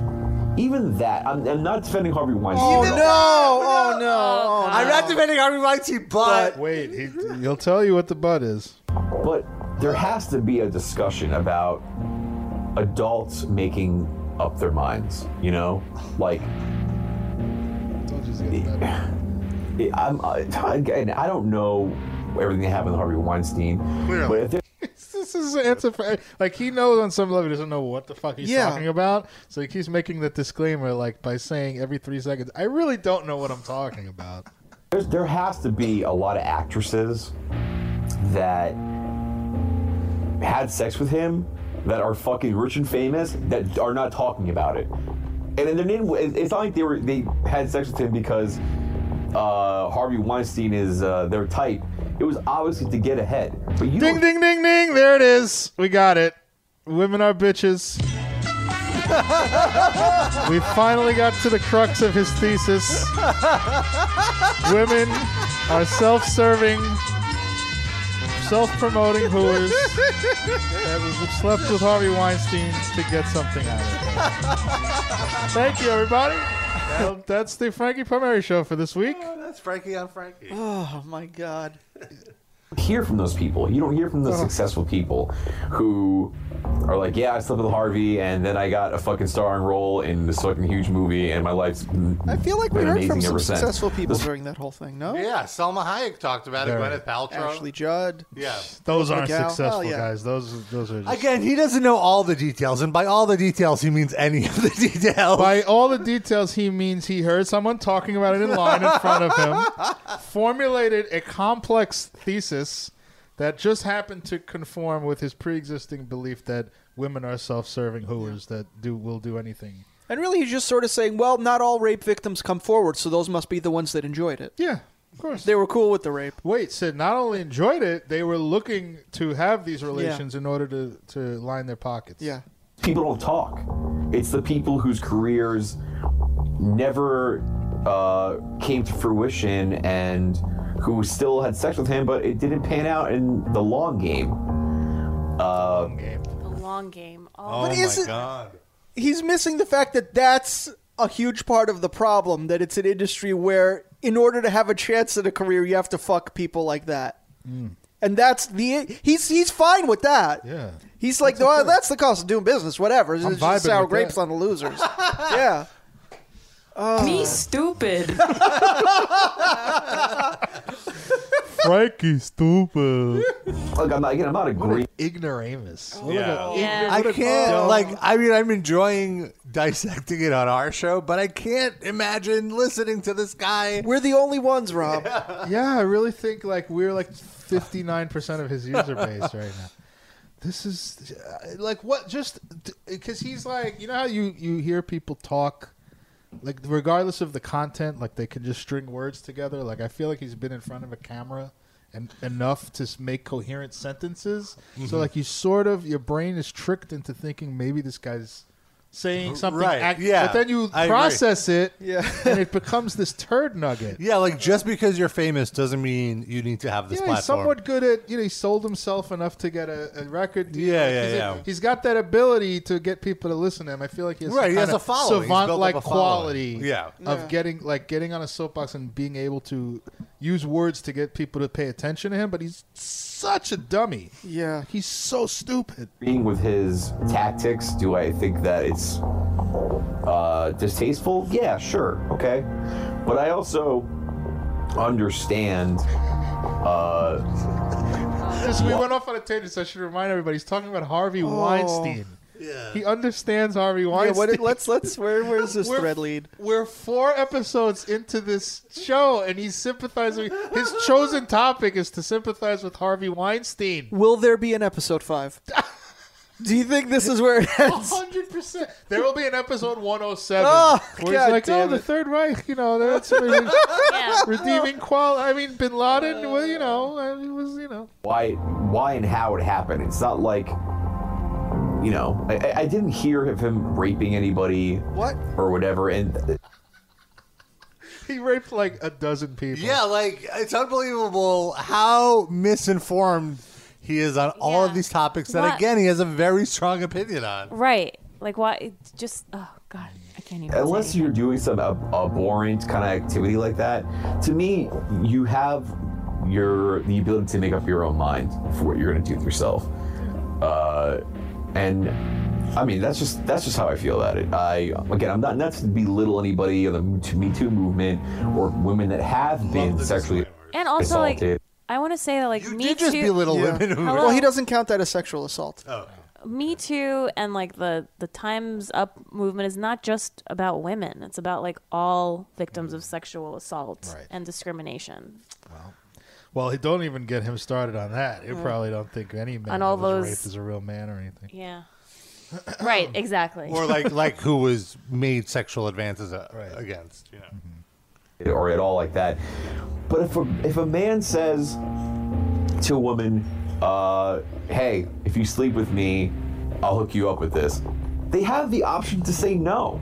[SPEAKER 6] even that, I'm, I'm not defending Harvey
[SPEAKER 3] Oh
[SPEAKER 6] Weinstein.
[SPEAKER 3] no!
[SPEAKER 6] at all.
[SPEAKER 3] Oh no!
[SPEAKER 2] I'm not defending Harvey Weinstein, but,
[SPEAKER 4] Wait, he, he'll tell you what the butt is.
[SPEAKER 6] But there has to be a discussion about adults making up their minds, you know? Like,
[SPEAKER 4] Told you it's getting better.
[SPEAKER 6] it- I'm, I, again, I don't know everything that happened with Harvey Weinstein, but if there-
[SPEAKER 4] This is an answer for like he knows on some level he doesn't know what the fuck he's
[SPEAKER 3] Yeah.
[SPEAKER 4] talking about, so he keeps making the disclaimer like by saying every three seconds, "I really don't know what I'm talking about."
[SPEAKER 6] there's, there has to be a lot of actresses that had sex with him that are fucking rich and famous that are not talking about it. And then their name, it- it's not like they were they had sex with him because uh, Harvey Weinstein is uh, their type. It was obviously to get ahead. But you
[SPEAKER 4] Ding,
[SPEAKER 6] don't-
[SPEAKER 4] ding, ding, ding. There it is. We got it. Women are bitches. we finally got to the crux of his thesis. Women are self serving, self promoting whores that was slept with Harvey Weinstein to get something out of it. Thank you, everybody. Well, That's the Frankie Palmieri show for this week.
[SPEAKER 2] That's Frankie on Frankie.
[SPEAKER 3] Oh my god.
[SPEAKER 6] hear from those people. You don't hear from the
[SPEAKER 3] Uh-huh.
[SPEAKER 6] successful people who are like, yeah, I slept with Harvey, and then I got a fucking starring role in this fucking huge movie, and my life's.
[SPEAKER 3] I feel like we heard from some
[SPEAKER 6] ever since.
[SPEAKER 3] successful people during that whole thing. No,
[SPEAKER 2] Yeah, Selma Hayek talked about it. Gwyneth Paltrow.
[SPEAKER 3] Ashley Judd.
[SPEAKER 2] Yeah.
[SPEAKER 4] Those aren't
[SPEAKER 3] Miguel.
[SPEAKER 4] successful,
[SPEAKER 3] Oh, yeah.
[SPEAKER 4] guys. Those, those are just.
[SPEAKER 2] Again, he doesn't know all the details, and by all the details, he means any of the details.
[SPEAKER 4] By all the details, he means he heard someone talking about it in line in front of him, formulated a complex thesis that just happened to conform with his pre-existing belief that women are self-serving hooers that do will do anything.
[SPEAKER 3] And really, he's just sort of saying, well, not all rape victims come forward, so those must be the ones that enjoyed it.
[SPEAKER 4] Yeah, of course.
[SPEAKER 3] They were cool with the rape.
[SPEAKER 4] Wait, Sid not only enjoyed it, they were looking to have these relations in order to, to line their pockets.
[SPEAKER 3] Yeah.
[SPEAKER 6] people don't talk. It's the people whose careers never uh, came to fruition and who still had sex with him, but it didn't pan out in the long game. Uh,
[SPEAKER 5] The long game.
[SPEAKER 2] oh
[SPEAKER 5] Oh,
[SPEAKER 2] my
[SPEAKER 3] is it-
[SPEAKER 2] god!
[SPEAKER 3] He's missing the fact that that's a huge part of the problem, that it's an industry where, in order to have a chance at a career, you have to fuck people like that. And that's the. He's he's fine with that.
[SPEAKER 4] Yeah.
[SPEAKER 3] He's like, well, that's the cost of doing business, whatever. It's
[SPEAKER 4] vibing
[SPEAKER 3] just sour
[SPEAKER 4] with
[SPEAKER 3] grapes
[SPEAKER 4] that.
[SPEAKER 3] on the losers. yeah.
[SPEAKER 5] me stupid.
[SPEAKER 4] Frankie, stupid.
[SPEAKER 6] look, I'm not, again, I'm not agreeing.
[SPEAKER 4] Ignoramus.
[SPEAKER 2] Yeah.
[SPEAKER 5] yeah.
[SPEAKER 2] I can't like. I mean, I'm enjoying dissecting it on our show, but I can't imagine listening to this guy.
[SPEAKER 3] We're the only ones, Rob.
[SPEAKER 4] Yeah, I really think like we're like fifty nine percent of his user base right now. This is uh, like what just because he's like you know how you you hear people talk like regardless of the content like they can just string words together like I feel like he's been in front of a camera and enough to s- make coherent sentences
[SPEAKER 2] Mm-hmm.
[SPEAKER 4] so like you sort of your brain is tricked into thinking maybe this guy's saying something
[SPEAKER 2] Right,
[SPEAKER 4] act-
[SPEAKER 2] yeah.
[SPEAKER 4] but then you
[SPEAKER 2] I agree.
[SPEAKER 4] process it
[SPEAKER 3] Yeah.
[SPEAKER 4] and it becomes this turd nugget
[SPEAKER 2] Yeah, like just because you're famous doesn't mean you need to have this
[SPEAKER 4] yeah, he's
[SPEAKER 2] platform.
[SPEAKER 4] somewhat good at you know he sold himself enough to get a, a record. deal.
[SPEAKER 2] Yeah,
[SPEAKER 4] Like,
[SPEAKER 2] yeah,
[SPEAKER 4] he's a-
[SPEAKER 2] yeah.
[SPEAKER 4] he's got that ability to get people to listen to him. I feel like he has some
[SPEAKER 2] Right, he
[SPEAKER 4] kind
[SPEAKER 2] has
[SPEAKER 4] of
[SPEAKER 2] a following. He's built up
[SPEAKER 4] savant like
[SPEAKER 2] a following.
[SPEAKER 4] quality.
[SPEAKER 2] Yeah.
[SPEAKER 4] of getting like getting on a soapbox and being able to use words to get people to pay attention to him. But he's such a dummy.
[SPEAKER 3] Yeah.
[SPEAKER 4] he's so stupid.
[SPEAKER 6] agreeing with his tactics. Do I think that it's uh, distasteful? Yeah, sure, okay. But I also understand. Uh,
[SPEAKER 4] Just, we went off on a tangent, so I should remind everybody. He's talking about Harvey Weinstein. Yeah, Oh. he understands Harvey
[SPEAKER 3] Yeah,
[SPEAKER 4] Weinstein.
[SPEAKER 3] what, let's let's where where's this thread lead?
[SPEAKER 4] We're four episodes into this show, and he's sympathizing. His chosen topic is to sympathize with Harvey Weinstein.
[SPEAKER 3] Will there be an episode five? Do you think this is where it ends?
[SPEAKER 4] Hundred percent. There will be an episode one oh seven
[SPEAKER 3] Oh,
[SPEAKER 4] where it's
[SPEAKER 3] God
[SPEAKER 4] like, oh,
[SPEAKER 3] damn
[SPEAKER 4] the
[SPEAKER 3] it."
[SPEAKER 4] Third Reich. You know, that's really
[SPEAKER 5] yeah.
[SPEAKER 4] redeeming qual. I mean, Bin Laden. Well, you know, I- it was you know.
[SPEAKER 6] why why and how it happened. It's not like you know, I- I, I didn't hear of him raping anybody
[SPEAKER 3] What?
[SPEAKER 6] or whatever. And
[SPEAKER 4] He raped like a dozen people.
[SPEAKER 2] Yeah, like it's unbelievable how misinformed he is on all of
[SPEAKER 5] Yeah.
[SPEAKER 2] these topics that
[SPEAKER 5] What-
[SPEAKER 2] again he has a very strong opinion on.
[SPEAKER 5] Right. Like why? it Just oh god, I can't even.
[SPEAKER 6] unless
[SPEAKER 5] say.
[SPEAKER 6] you're doing some ab- abhorrent kind of activity like that, to me, you have your the ability to make up your own mind for what you're going to do with yourself. Uh, and I mean, that's just that's just how I feel about it. I again, I'm not not to belittle anybody or the Me Too movement or women that have been sexually.
[SPEAKER 5] and also like,
[SPEAKER 6] assaulted.
[SPEAKER 5] I want to say that like
[SPEAKER 2] You
[SPEAKER 5] me
[SPEAKER 2] did just
[SPEAKER 5] too.
[SPEAKER 2] belittle
[SPEAKER 3] Yeah.
[SPEAKER 2] women who
[SPEAKER 5] Hello?
[SPEAKER 3] Well, he doesn't count that as sexual assault.
[SPEAKER 5] Me Too and like the the Times Up movement is not just about women. It's about like all victims of sexual assault
[SPEAKER 4] Right.
[SPEAKER 5] and discrimination.
[SPEAKER 4] Well, don't even get him started on that. You probably don't think any man
[SPEAKER 5] On
[SPEAKER 4] that
[SPEAKER 5] all
[SPEAKER 4] was
[SPEAKER 5] those-
[SPEAKER 4] raped is a real man or anything.
[SPEAKER 5] Yeah. right. Exactly.
[SPEAKER 2] or like like who was made sexual advances uh,
[SPEAKER 4] Right.
[SPEAKER 2] against. You know.
[SPEAKER 6] or at all like that. But if a, if a man says to a woman, uh, "Hey, if you sleep with me, I'll hook you up with this," they have the option to say no.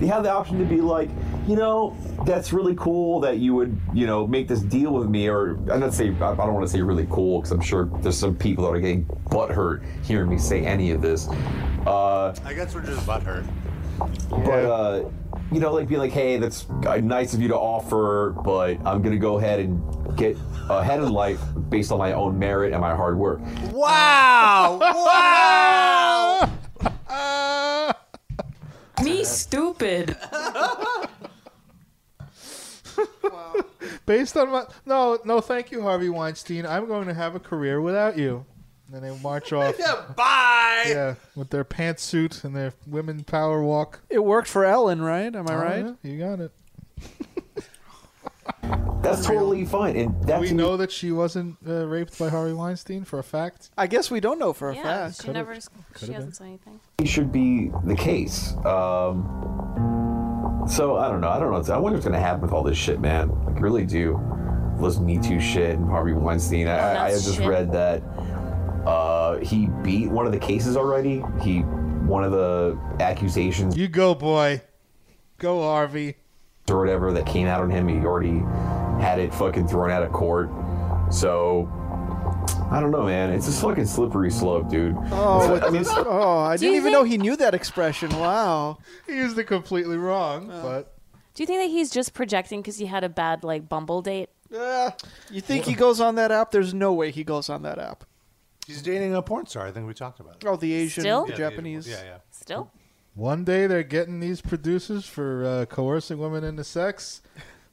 [SPEAKER 6] They have the option to be like, you know, that's really cool that you would, you know, make this deal with me. Or I'm not say I I don't want to say really cool because I'm sure there's some people that are getting butt hurt hearing me say any of this. Uh,
[SPEAKER 2] I guess we're just butthurt.
[SPEAKER 6] but uh, you know, like being like, "Hey, that's uh, nice of you to offer, but I'm gonna go ahead and get ahead in life based on my own merit and my hard work."
[SPEAKER 2] Wow! wow!
[SPEAKER 7] Me stupid.
[SPEAKER 4] Based on my no, no, thank you, Harvey Weinstein. I'm going to have a career without you. And then they march off.
[SPEAKER 2] Bye.
[SPEAKER 4] yeah, with their pantsuit and their women power walk.
[SPEAKER 3] It worked for Ellen, right? Am I right?
[SPEAKER 4] Yeah, you got it.
[SPEAKER 6] That's totally fine, and that's
[SPEAKER 4] we know that she wasn't uh, raped by Harvey Weinstein for a fact.
[SPEAKER 3] I guess we don't know for a
[SPEAKER 5] yeah.
[SPEAKER 3] fact.
[SPEAKER 5] She
[SPEAKER 4] could've-
[SPEAKER 5] never. She
[SPEAKER 4] could've
[SPEAKER 5] hasn't said
[SPEAKER 4] been.
[SPEAKER 5] anything.
[SPEAKER 6] should be the case. Um, so I don't know. I don't know. What's, I wonder what's gonna happen with all this shit, man. Like, really do. Those Me Too shit and Harvey Weinstein. I, I, I
[SPEAKER 5] Oh, that's
[SPEAKER 6] just
[SPEAKER 5] shit.
[SPEAKER 6] read that uh, he beat one of the cases already. He one of the accusations
[SPEAKER 4] You go, boy. Go, Harvey.
[SPEAKER 6] or whatever that came out on him. He already had it fucking thrown out of court. So I don't know, man. It's a fucking slippery slope, dude.
[SPEAKER 3] Oh,
[SPEAKER 6] I mean, it's-
[SPEAKER 3] oh, I
[SPEAKER 5] you
[SPEAKER 3] didn't even
[SPEAKER 5] think-
[SPEAKER 3] know he knew that expression. Wow.
[SPEAKER 4] He used it completely wrong, but
[SPEAKER 5] Do you think that he's just projecting because he had a bad like Bumble date?
[SPEAKER 3] You think he goes on that app? There's no way he goes on that app.
[SPEAKER 2] He's dating a porn star. I think we talked about it.
[SPEAKER 3] Oh, the Asian,
[SPEAKER 5] Still?
[SPEAKER 3] the
[SPEAKER 2] Yeah, the
[SPEAKER 3] Japanese.
[SPEAKER 2] Asian- Yeah,
[SPEAKER 5] Still.
[SPEAKER 4] one day they're getting these producers for uh, coercing women into sex.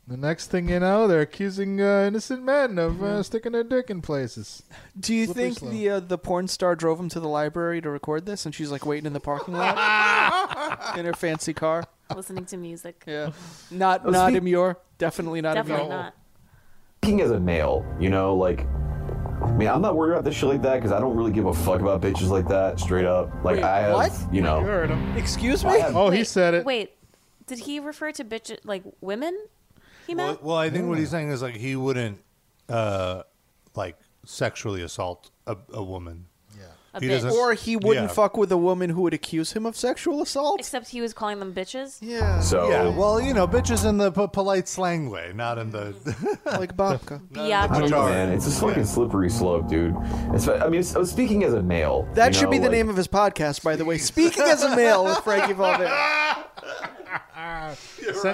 [SPEAKER 4] The next thing you know, they're accusing uh, innocent men of uh, sticking their dick in places.
[SPEAKER 3] Do you
[SPEAKER 4] Slippery
[SPEAKER 3] think
[SPEAKER 4] slope.
[SPEAKER 3] the uh, the porn star drove him to the library to record this, and she's like waiting in the parking lot in her fancy car?
[SPEAKER 5] Listening to music.
[SPEAKER 3] Yeah, not
[SPEAKER 6] Oh,
[SPEAKER 3] not
[SPEAKER 6] speak-
[SPEAKER 3] Imure. Definitely not
[SPEAKER 5] Definitely
[SPEAKER 3] Imure.
[SPEAKER 5] not.
[SPEAKER 6] speaking as a male, you know, like, I mean, I'm not worried about this shit like that because I don't really give a fuck about bitches like that. Straight up, like
[SPEAKER 3] Wait,
[SPEAKER 6] I have,
[SPEAKER 3] what?
[SPEAKER 6] you
[SPEAKER 4] You
[SPEAKER 6] know,
[SPEAKER 4] heard him.
[SPEAKER 3] Excuse me.
[SPEAKER 6] I have-
[SPEAKER 4] Oh, he
[SPEAKER 5] Wait,
[SPEAKER 4] said it.
[SPEAKER 5] Wait. Did he refer to bitch like women? He
[SPEAKER 2] Well,
[SPEAKER 5] meant.
[SPEAKER 2] well, I think what he's saying is like he wouldn't, uh, like sexually assault a, a woman.
[SPEAKER 5] A
[SPEAKER 2] he
[SPEAKER 5] bitch.
[SPEAKER 2] doesn't-
[SPEAKER 3] Or he wouldn't
[SPEAKER 2] Yeah.
[SPEAKER 3] fuck with a woman who would accuse him of sexual assault.
[SPEAKER 5] Except he was calling them bitches.
[SPEAKER 3] Yeah,
[SPEAKER 6] so
[SPEAKER 2] Yeah, well, you know, bitches in the po- polite slang way, not in the.
[SPEAKER 3] like babka.
[SPEAKER 5] Biatch.
[SPEAKER 6] I don't know,
[SPEAKER 2] Majority.
[SPEAKER 6] man. It's a fucking slippery slope, dude. It's, I mean, it's, I was speaking as a male.
[SPEAKER 3] That
[SPEAKER 6] you
[SPEAKER 3] should
[SPEAKER 6] know,
[SPEAKER 3] be the
[SPEAKER 6] like-
[SPEAKER 3] name of his podcast, by the way. Speaking as a male with Frankie Valverde.
[SPEAKER 4] Send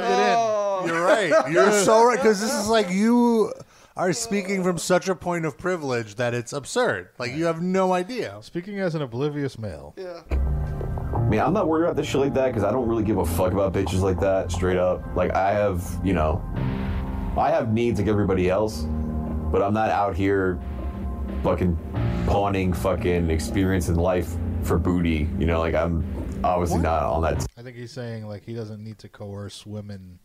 [SPEAKER 4] it
[SPEAKER 2] You're right. You're so right because this is like you are speaking from such a point of privilege that it's absurd. Like you have no idea.
[SPEAKER 4] in. Speaking as an oblivious male.
[SPEAKER 6] I mean, I'm not worried about this shit like that because I don't really give a fuck about bitches like that, straight up. Like, I have, you know, I have needs like everybody else, but I'm not out here fucking pawning fucking experience in life for booty. You know, like, I'm obviously not on that.
[SPEAKER 4] I think he's saying like he doesn't need to coerce women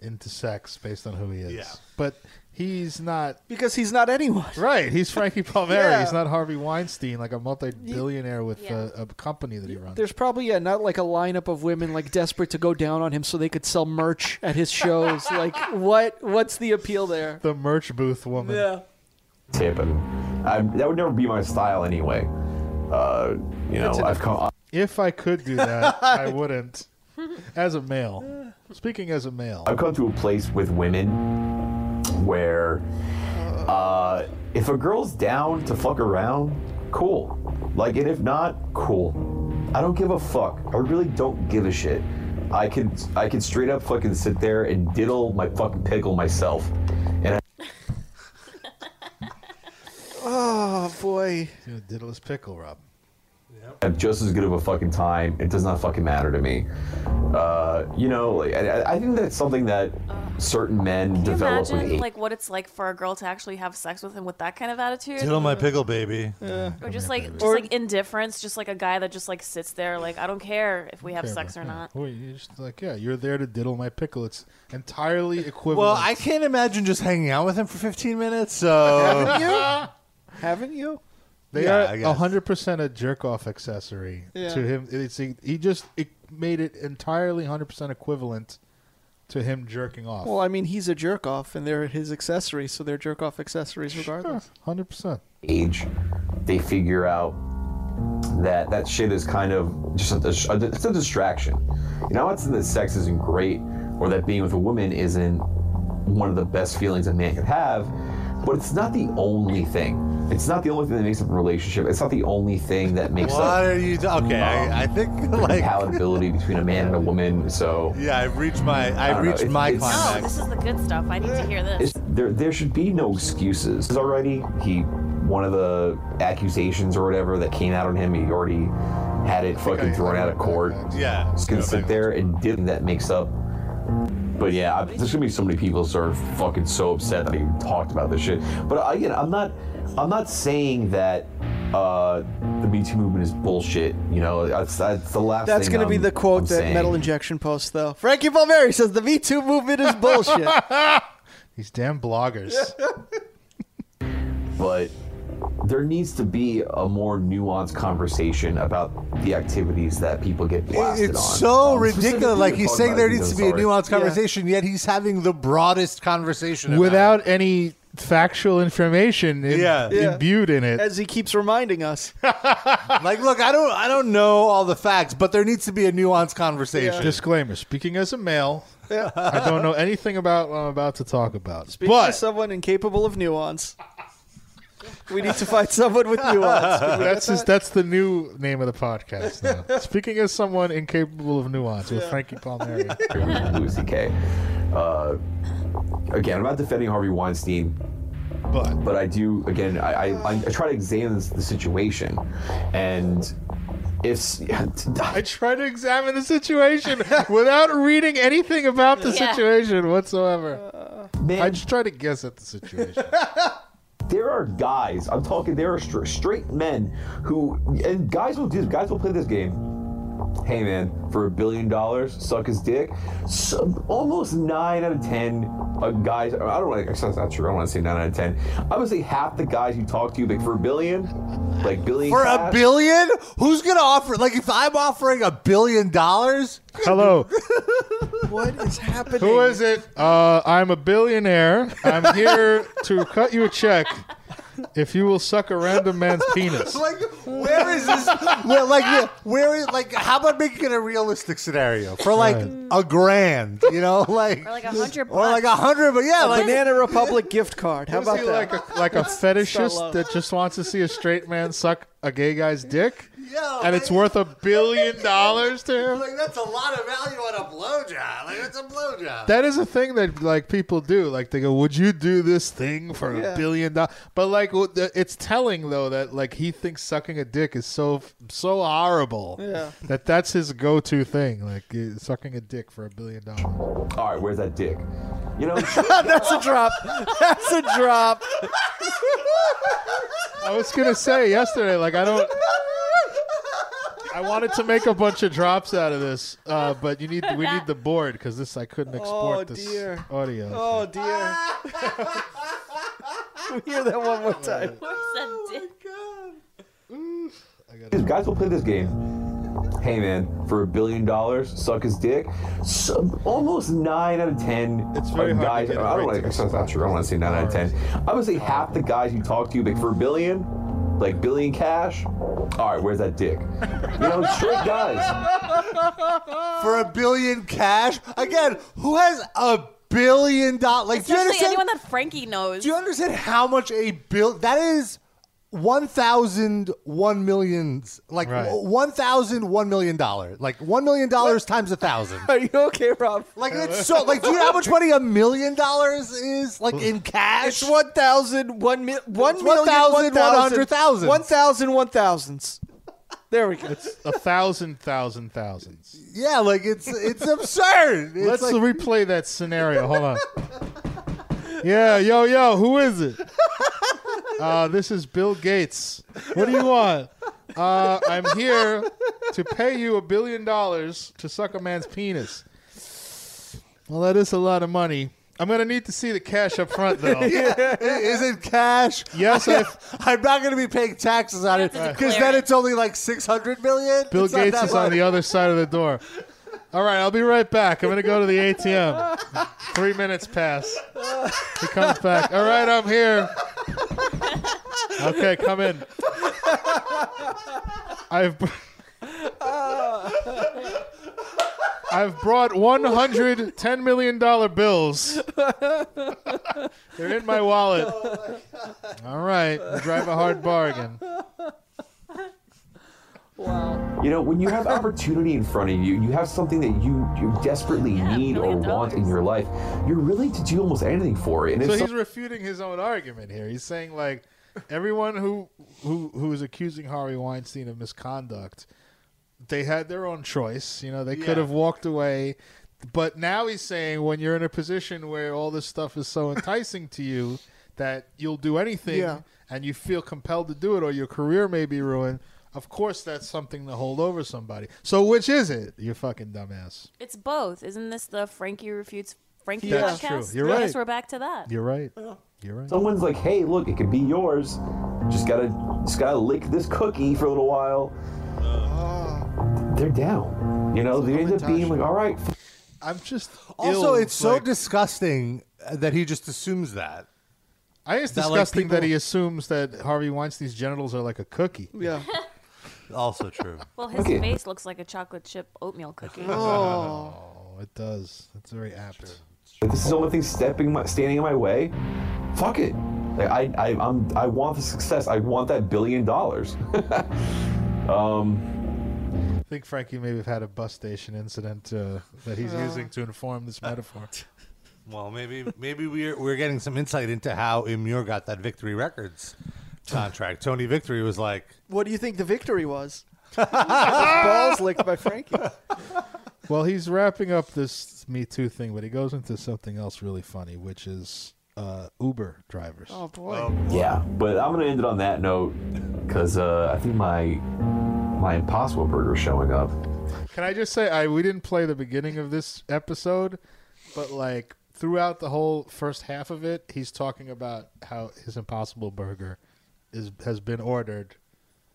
[SPEAKER 4] into sex based on who he is.
[SPEAKER 2] Yeah.
[SPEAKER 4] But he's not
[SPEAKER 3] Because he's not anyone.
[SPEAKER 4] right. He's Frankie Palmieri.
[SPEAKER 3] Yeah.
[SPEAKER 4] He's not Harvey Weinstein, like a multi-billionaire with
[SPEAKER 5] Yeah.
[SPEAKER 4] a, a company that he runs.
[SPEAKER 3] There's probably yeah, not like a lineup of women like desperate to go down on him so they could sell merch at his shows. like what? What's the appeal there?
[SPEAKER 4] the merch booth woman.
[SPEAKER 3] Yeah.
[SPEAKER 6] tip, and I, that would never be my style anyway. Uh, you know, I've come.
[SPEAKER 4] If I could do that, I wouldn't. As a male, speaking as a male,
[SPEAKER 6] I've come to a place with women where uh, if a girl's down to fuck around, cool. Like, and if not, cool. I don't give a fuck. I really don't give a shit. I can I can straight up fucking sit there and diddle my fucking pickle myself. And I,
[SPEAKER 3] Oh boy.
[SPEAKER 2] Oh,
[SPEAKER 4] you know, diddle his pickle, Rob.
[SPEAKER 6] I have just as good of a fucking time. It does not fucking matter to me. Uh, you know, like I, I- I think that's something that certain men
[SPEAKER 5] Can you
[SPEAKER 6] develop with
[SPEAKER 5] imagine
[SPEAKER 6] age.
[SPEAKER 5] like what it's like for a girl to actually have sex with him with that kind of attitude?
[SPEAKER 2] Diddle my pickle, baby.
[SPEAKER 5] Or just like just like indifference, just like a guy that just like sits there like I don't care if we have sex or not.
[SPEAKER 4] Wait, you're just like, yeah, you're there to diddle my pickle. It's entirely equivalent.
[SPEAKER 2] Well, I can't imagine just hanging out with him for 15 minutes. So
[SPEAKER 3] Haven't you?
[SPEAKER 4] They
[SPEAKER 2] Yeah, I
[SPEAKER 4] are
[SPEAKER 2] guess.
[SPEAKER 4] hundred percent a jerk off accessory
[SPEAKER 3] Yeah.
[SPEAKER 4] to him. It's he just it made it entirely hundred percent equivalent to him jerking off.
[SPEAKER 3] Well, I mean, he's a jerk off, and they're his accessories, so they're jerk off accessories regardless.
[SPEAKER 4] hundred percent.
[SPEAKER 6] age, they figure out that that shit is kind of just a, dis- a, it's a distraction. You know, I'm not saying that sex isn't great or that being with a woman isn't one of the best feelings a man could have, but it's not the only thing. It's not the only thing that makes up a relationship. It's not the only thing that makes
[SPEAKER 2] what
[SPEAKER 6] up
[SPEAKER 2] are you? do- Okay, I, I think like
[SPEAKER 6] compatibility between a man and a woman. So
[SPEAKER 2] yeah, I've reached my I,
[SPEAKER 6] don't know,
[SPEAKER 2] reached
[SPEAKER 6] it's-
[SPEAKER 2] my
[SPEAKER 6] it's-
[SPEAKER 5] Oh,
[SPEAKER 2] climax.
[SPEAKER 5] this is the good stuff. I need to hear this.
[SPEAKER 6] It's- there there should be no excuses. Because Already, E? he one of the accusations or whatever that came out on him, he already had it fucking
[SPEAKER 4] I-
[SPEAKER 6] thrown
[SPEAKER 4] I
[SPEAKER 6] out of
[SPEAKER 4] read
[SPEAKER 6] court.
[SPEAKER 4] that.
[SPEAKER 2] yeah,
[SPEAKER 6] Just gonna
[SPEAKER 2] go
[SPEAKER 6] sit
[SPEAKER 2] back.
[SPEAKER 6] there and dip that makes up. But yeah, I- there's gonna be so many people that are fucking so upset that he talked about this shit. But again, I'm not, I'm not saying that uh, the Me Too movement is bullshit. You know, that's, that's the last.
[SPEAKER 3] That's
[SPEAKER 6] thing
[SPEAKER 3] going to be
[SPEAKER 6] I'm-
[SPEAKER 3] the quote
[SPEAKER 6] I'm
[SPEAKER 3] that
[SPEAKER 6] saying.
[SPEAKER 3] Metal Injection posts, though. Frankie Valveri says the V2 movement is bullshit.
[SPEAKER 4] These damn bloggers.
[SPEAKER 6] but there needs to be a more nuanced conversation about the activities that people get blasted
[SPEAKER 2] It's
[SPEAKER 6] on.
[SPEAKER 2] so
[SPEAKER 6] Um,
[SPEAKER 2] ridiculous.
[SPEAKER 6] specifically
[SPEAKER 2] Like he's
[SPEAKER 6] talking
[SPEAKER 2] saying
[SPEAKER 6] about
[SPEAKER 2] there
[SPEAKER 6] these
[SPEAKER 2] needs to be
[SPEAKER 6] other
[SPEAKER 2] a nuanced
[SPEAKER 3] Yeah.
[SPEAKER 2] conversation, yet he's having the broadest conversation about it.
[SPEAKER 4] without any factual information im-
[SPEAKER 2] Yeah.
[SPEAKER 3] Yeah.
[SPEAKER 4] imbued in it.
[SPEAKER 3] As he keeps reminding us.
[SPEAKER 2] Like, look, I don't, I don't know all the facts, but there needs to be a nuanced conversation.
[SPEAKER 4] Disclaimer: Speaking as a male, I don't know anything about what I'm about to talk about.
[SPEAKER 3] Speaking
[SPEAKER 4] but
[SPEAKER 3] of someone incapable of nuance, we need to find someone with nuance. Can we get
[SPEAKER 4] that's just, that's the new name of the podcast now. Speaking as someone incapable of nuance with Frankie Palmieri.
[SPEAKER 6] Louis C.K. Uh, again, I'm not defending Harvey Weinstein,
[SPEAKER 4] But
[SPEAKER 6] but I do. Again, I, I, I try to examine the situation, and if s-
[SPEAKER 4] I try to examine the situation without reading anything about the
[SPEAKER 5] Yeah.
[SPEAKER 4] situation whatsoever. I
[SPEAKER 6] man,
[SPEAKER 4] just try to guess at the situation.
[SPEAKER 6] there are guys. I'm talking. There are str- straight men who and guys will do. Guys will play this game. Hey man, for a billion dollars, suck his dick. So, almost nine out of ten uh, guys. I don't want. to That's not true. I don't want to say nine out of ten. I would say half the guys you talk to, like for a billion, like billion
[SPEAKER 2] For a
[SPEAKER 6] cash,
[SPEAKER 2] billion, who's gonna offer? Like, if I'm offering a billion dollars,
[SPEAKER 4] Hello,
[SPEAKER 3] What is happening?
[SPEAKER 4] who is it? Uh, I'm a billionaire. I'm here to cut you a check if you will suck a random man's penis.
[SPEAKER 2] like, where is this? Where, like, where is? Like, how about making it a realistic scenario for like a grand? You know, like,
[SPEAKER 5] Or like a hundred
[SPEAKER 2] or like a
[SPEAKER 5] bucks.
[SPEAKER 2] hundred, but yeah, like
[SPEAKER 3] Banana Republic gift card. How
[SPEAKER 4] Is
[SPEAKER 3] about
[SPEAKER 4] he like
[SPEAKER 3] that?
[SPEAKER 4] a, like a
[SPEAKER 3] low.
[SPEAKER 4] fetishist that just wants to see a straight man suck a gay guy's dick,
[SPEAKER 2] Yo,
[SPEAKER 4] and it's
[SPEAKER 2] man.
[SPEAKER 4] worth a billion dollars to him?
[SPEAKER 2] Like that's a lot of value on a blowjob. Like that's a blowjob.
[SPEAKER 4] that is a thing that like people do. Like they go, "Would you do this thing for
[SPEAKER 3] Yeah.
[SPEAKER 4] a billion dollars?" But like, w- the- it's telling though that like he thinks sucking a dick is so so horrible
[SPEAKER 3] Yeah.
[SPEAKER 4] that that's his go-to thing. Like uh, sucking a dick for a billion dollars.
[SPEAKER 6] All right, where's that dick? You know,
[SPEAKER 3] That's a drop. That's a drop.
[SPEAKER 4] I was gonna say yesterday, like I don't. I wanted to make a bunch of drops out of this, uh, but you need we need the board because this I couldn't export
[SPEAKER 3] Oh,
[SPEAKER 4] this
[SPEAKER 3] dear.
[SPEAKER 4] audio.
[SPEAKER 3] Oh dear. Can we hear that one more time?
[SPEAKER 6] These guys will play this game. Hey man, for a billion dollars, suck his dick. So, almost nine out of ten
[SPEAKER 4] It's very
[SPEAKER 6] of
[SPEAKER 4] hard to
[SPEAKER 6] guys.
[SPEAKER 4] get it
[SPEAKER 6] I don't
[SPEAKER 4] right
[SPEAKER 6] want
[SPEAKER 4] to
[SPEAKER 6] to. That's not true. I don't want to say nine out of ten. I would say half the guys you talk to, like for a billion, like billion cash. All right, where's that dick? You know, straight guys.
[SPEAKER 2] for a billion cash. Again, who has a billion dollars? Like, do you understand?
[SPEAKER 5] Especially anyone that Frankie knows.
[SPEAKER 2] do you understand how much a bill? That is one thousand one millions. Like
[SPEAKER 4] Right.
[SPEAKER 2] w- one thousand one million dollar. Like one million dollars times a thousand.
[SPEAKER 3] Are you okay, Rob?
[SPEAKER 2] Like it's so. Like, do you know how much money a million dollars is? Like in cash.
[SPEAKER 3] It's 1,000, 1 mi- 1
[SPEAKER 2] It's
[SPEAKER 3] million,
[SPEAKER 2] 1,000,
[SPEAKER 3] 1,000,
[SPEAKER 2] 100,000s.
[SPEAKER 3] 1,000, 1,000s. There we go.
[SPEAKER 4] A thousand, thousand, thousands.
[SPEAKER 2] Yeah, like it's it's absurd. It's
[SPEAKER 4] Let's
[SPEAKER 2] like,
[SPEAKER 4] replay that scenario. Hold on. Yeah, yo, yo, who is it? Uh, this is Bill Gates. What do you want? Uh, I'm here to pay you a billion dollars to suck a man's penis. Well, that is a lot of money. I'm going to need to see the cash up front, though.
[SPEAKER 2] is it cash?
[SPEAKER 4] Yes, I've,
[SPEAKER 2] I'm not going to be paying taxes on it
[SPEAKER 5] have to
[SPEAKER 2] because
[SPEAKER 5] declare
[SPEAKER 2] then
[SPEAKER 5] it.
[SPEAKER 2] it's only like 600 million.
[SPEAKER 4] Bill
[SPEAKER 2] It's not
[SPEAKER 4] Gates
[SPEAKER 2] that
[SPEAKER 4] is on
[SPEAKER 2] much.
[SPEAKER 4] the other side of the door. All right, I'll be right back. I'm going to go to the ATM. Three minutes pass. He comes back. All right, I'm here. Okay, come in. I've. br- I've brought 100 $10 million bills. They're in my wallet. All right. Drive a hard bargain.
[SPEAKER 6] You know, when you have opportunity in front of you, you have something that you, you desperately
[SPEAKER 5] Yeah,
[SPEAKER 6] need or
[SPEAKER 5] million
[SPEAKER 6] want in
[SPEAKER 5] dollars.
[SPEAKER 6] your life, you're willing to do almost anything for it. And
[SPEAKER 4] So
[SPEAKER 6] if
[SPEAKER 4] he's refuting his own argument here. He's saying like everyone who who who is accusing Harvey Weinstein of misconduct, they had their own choice. You know, they could have walked away. But now he's saying when you're in a position where all this stuff is so enticing to you that you'll do anything
[SPEAKER 3] Yeah.
[SPEAKER 4] and you feel compelled to do it or your career may be ruined, of course that's something to hold over somebody. So which is it? You fucking dumbass.
[SPEAKER 5] It's both. Isn't this the Frankie refutes Frankie
[SPEAKER 4] That's
[SPEAKER 5] podcast?
[SPEAKER 4] true. You're
[SPEAKER 5] I
[SPEAKER 4] right.
[SPEAKER 5] guess we're back to that.
[SPEAKER 4] You're right. You're right.
[SPEAKER 6] someone's like, "Hey, look, it could be yours. Just gotta, just gotta lick this cookie for a little while." They're down. You know, they end up being like, "All right, f-
[SPEAKER 4] I'm just
[SPEAKER 2] Also,
[SPEAKER 4] ill,
[SPEAKER 2] it's so
[SPEAKER 4] like-
[SPEAKER 2] disgusting uh, that he just assumes that.
[SPEAKER 4] I think it's
[SPEAKER 2] That, like,
[SPEAKER 4] disgusting that
[SPEAKER 2] people-
[SPEAKER 4] he assumes that Harvey Weinstein's genitals are like a cookie.
[SPEAKER 3] Yeah.
[SPEAKER 2] Also true.
[SPEAKER 5] Well, his
[SPEAKER 6] Okay.
[SPEAKER 5] face looks like a chocolate chip oatmeal cookie.
[SPEAKER 4] Oh, it does. That's very apt.
[SPEAKER 6] if this is the only thing stepping, my, standing in my way. Fuck it. Like, I, I, I'm, I want the success. I want that billion dollars."
[SPEAKER 4] I think Frankie may have had a bus station incident uh, that he's using to inform this metaphor.
[SPEAKER 2] Well, maybe maybe we're we're getting some insight into how Imur got that Victory Records contract. Tony Victory was like,
[SPEAKER 3] What do you think the victory was? balls licked by Frankie.
[SPEAKER 4] well, he's wrapping up this Me Too thing, but he goes into something else really funny, which is uh, Uber drivers.
[SPEAKER 3] Oh boy.
[SPEAKER 6] Yeah, but I'm gonna end it on that note because uh, I think my my Impossible Burger is showing up.
[SPEAKER 4] Can I just say I we didn't play the beginning of this episode, but like throughout the whole first half of it, he's talking about how his Impossible Burger is has been ordered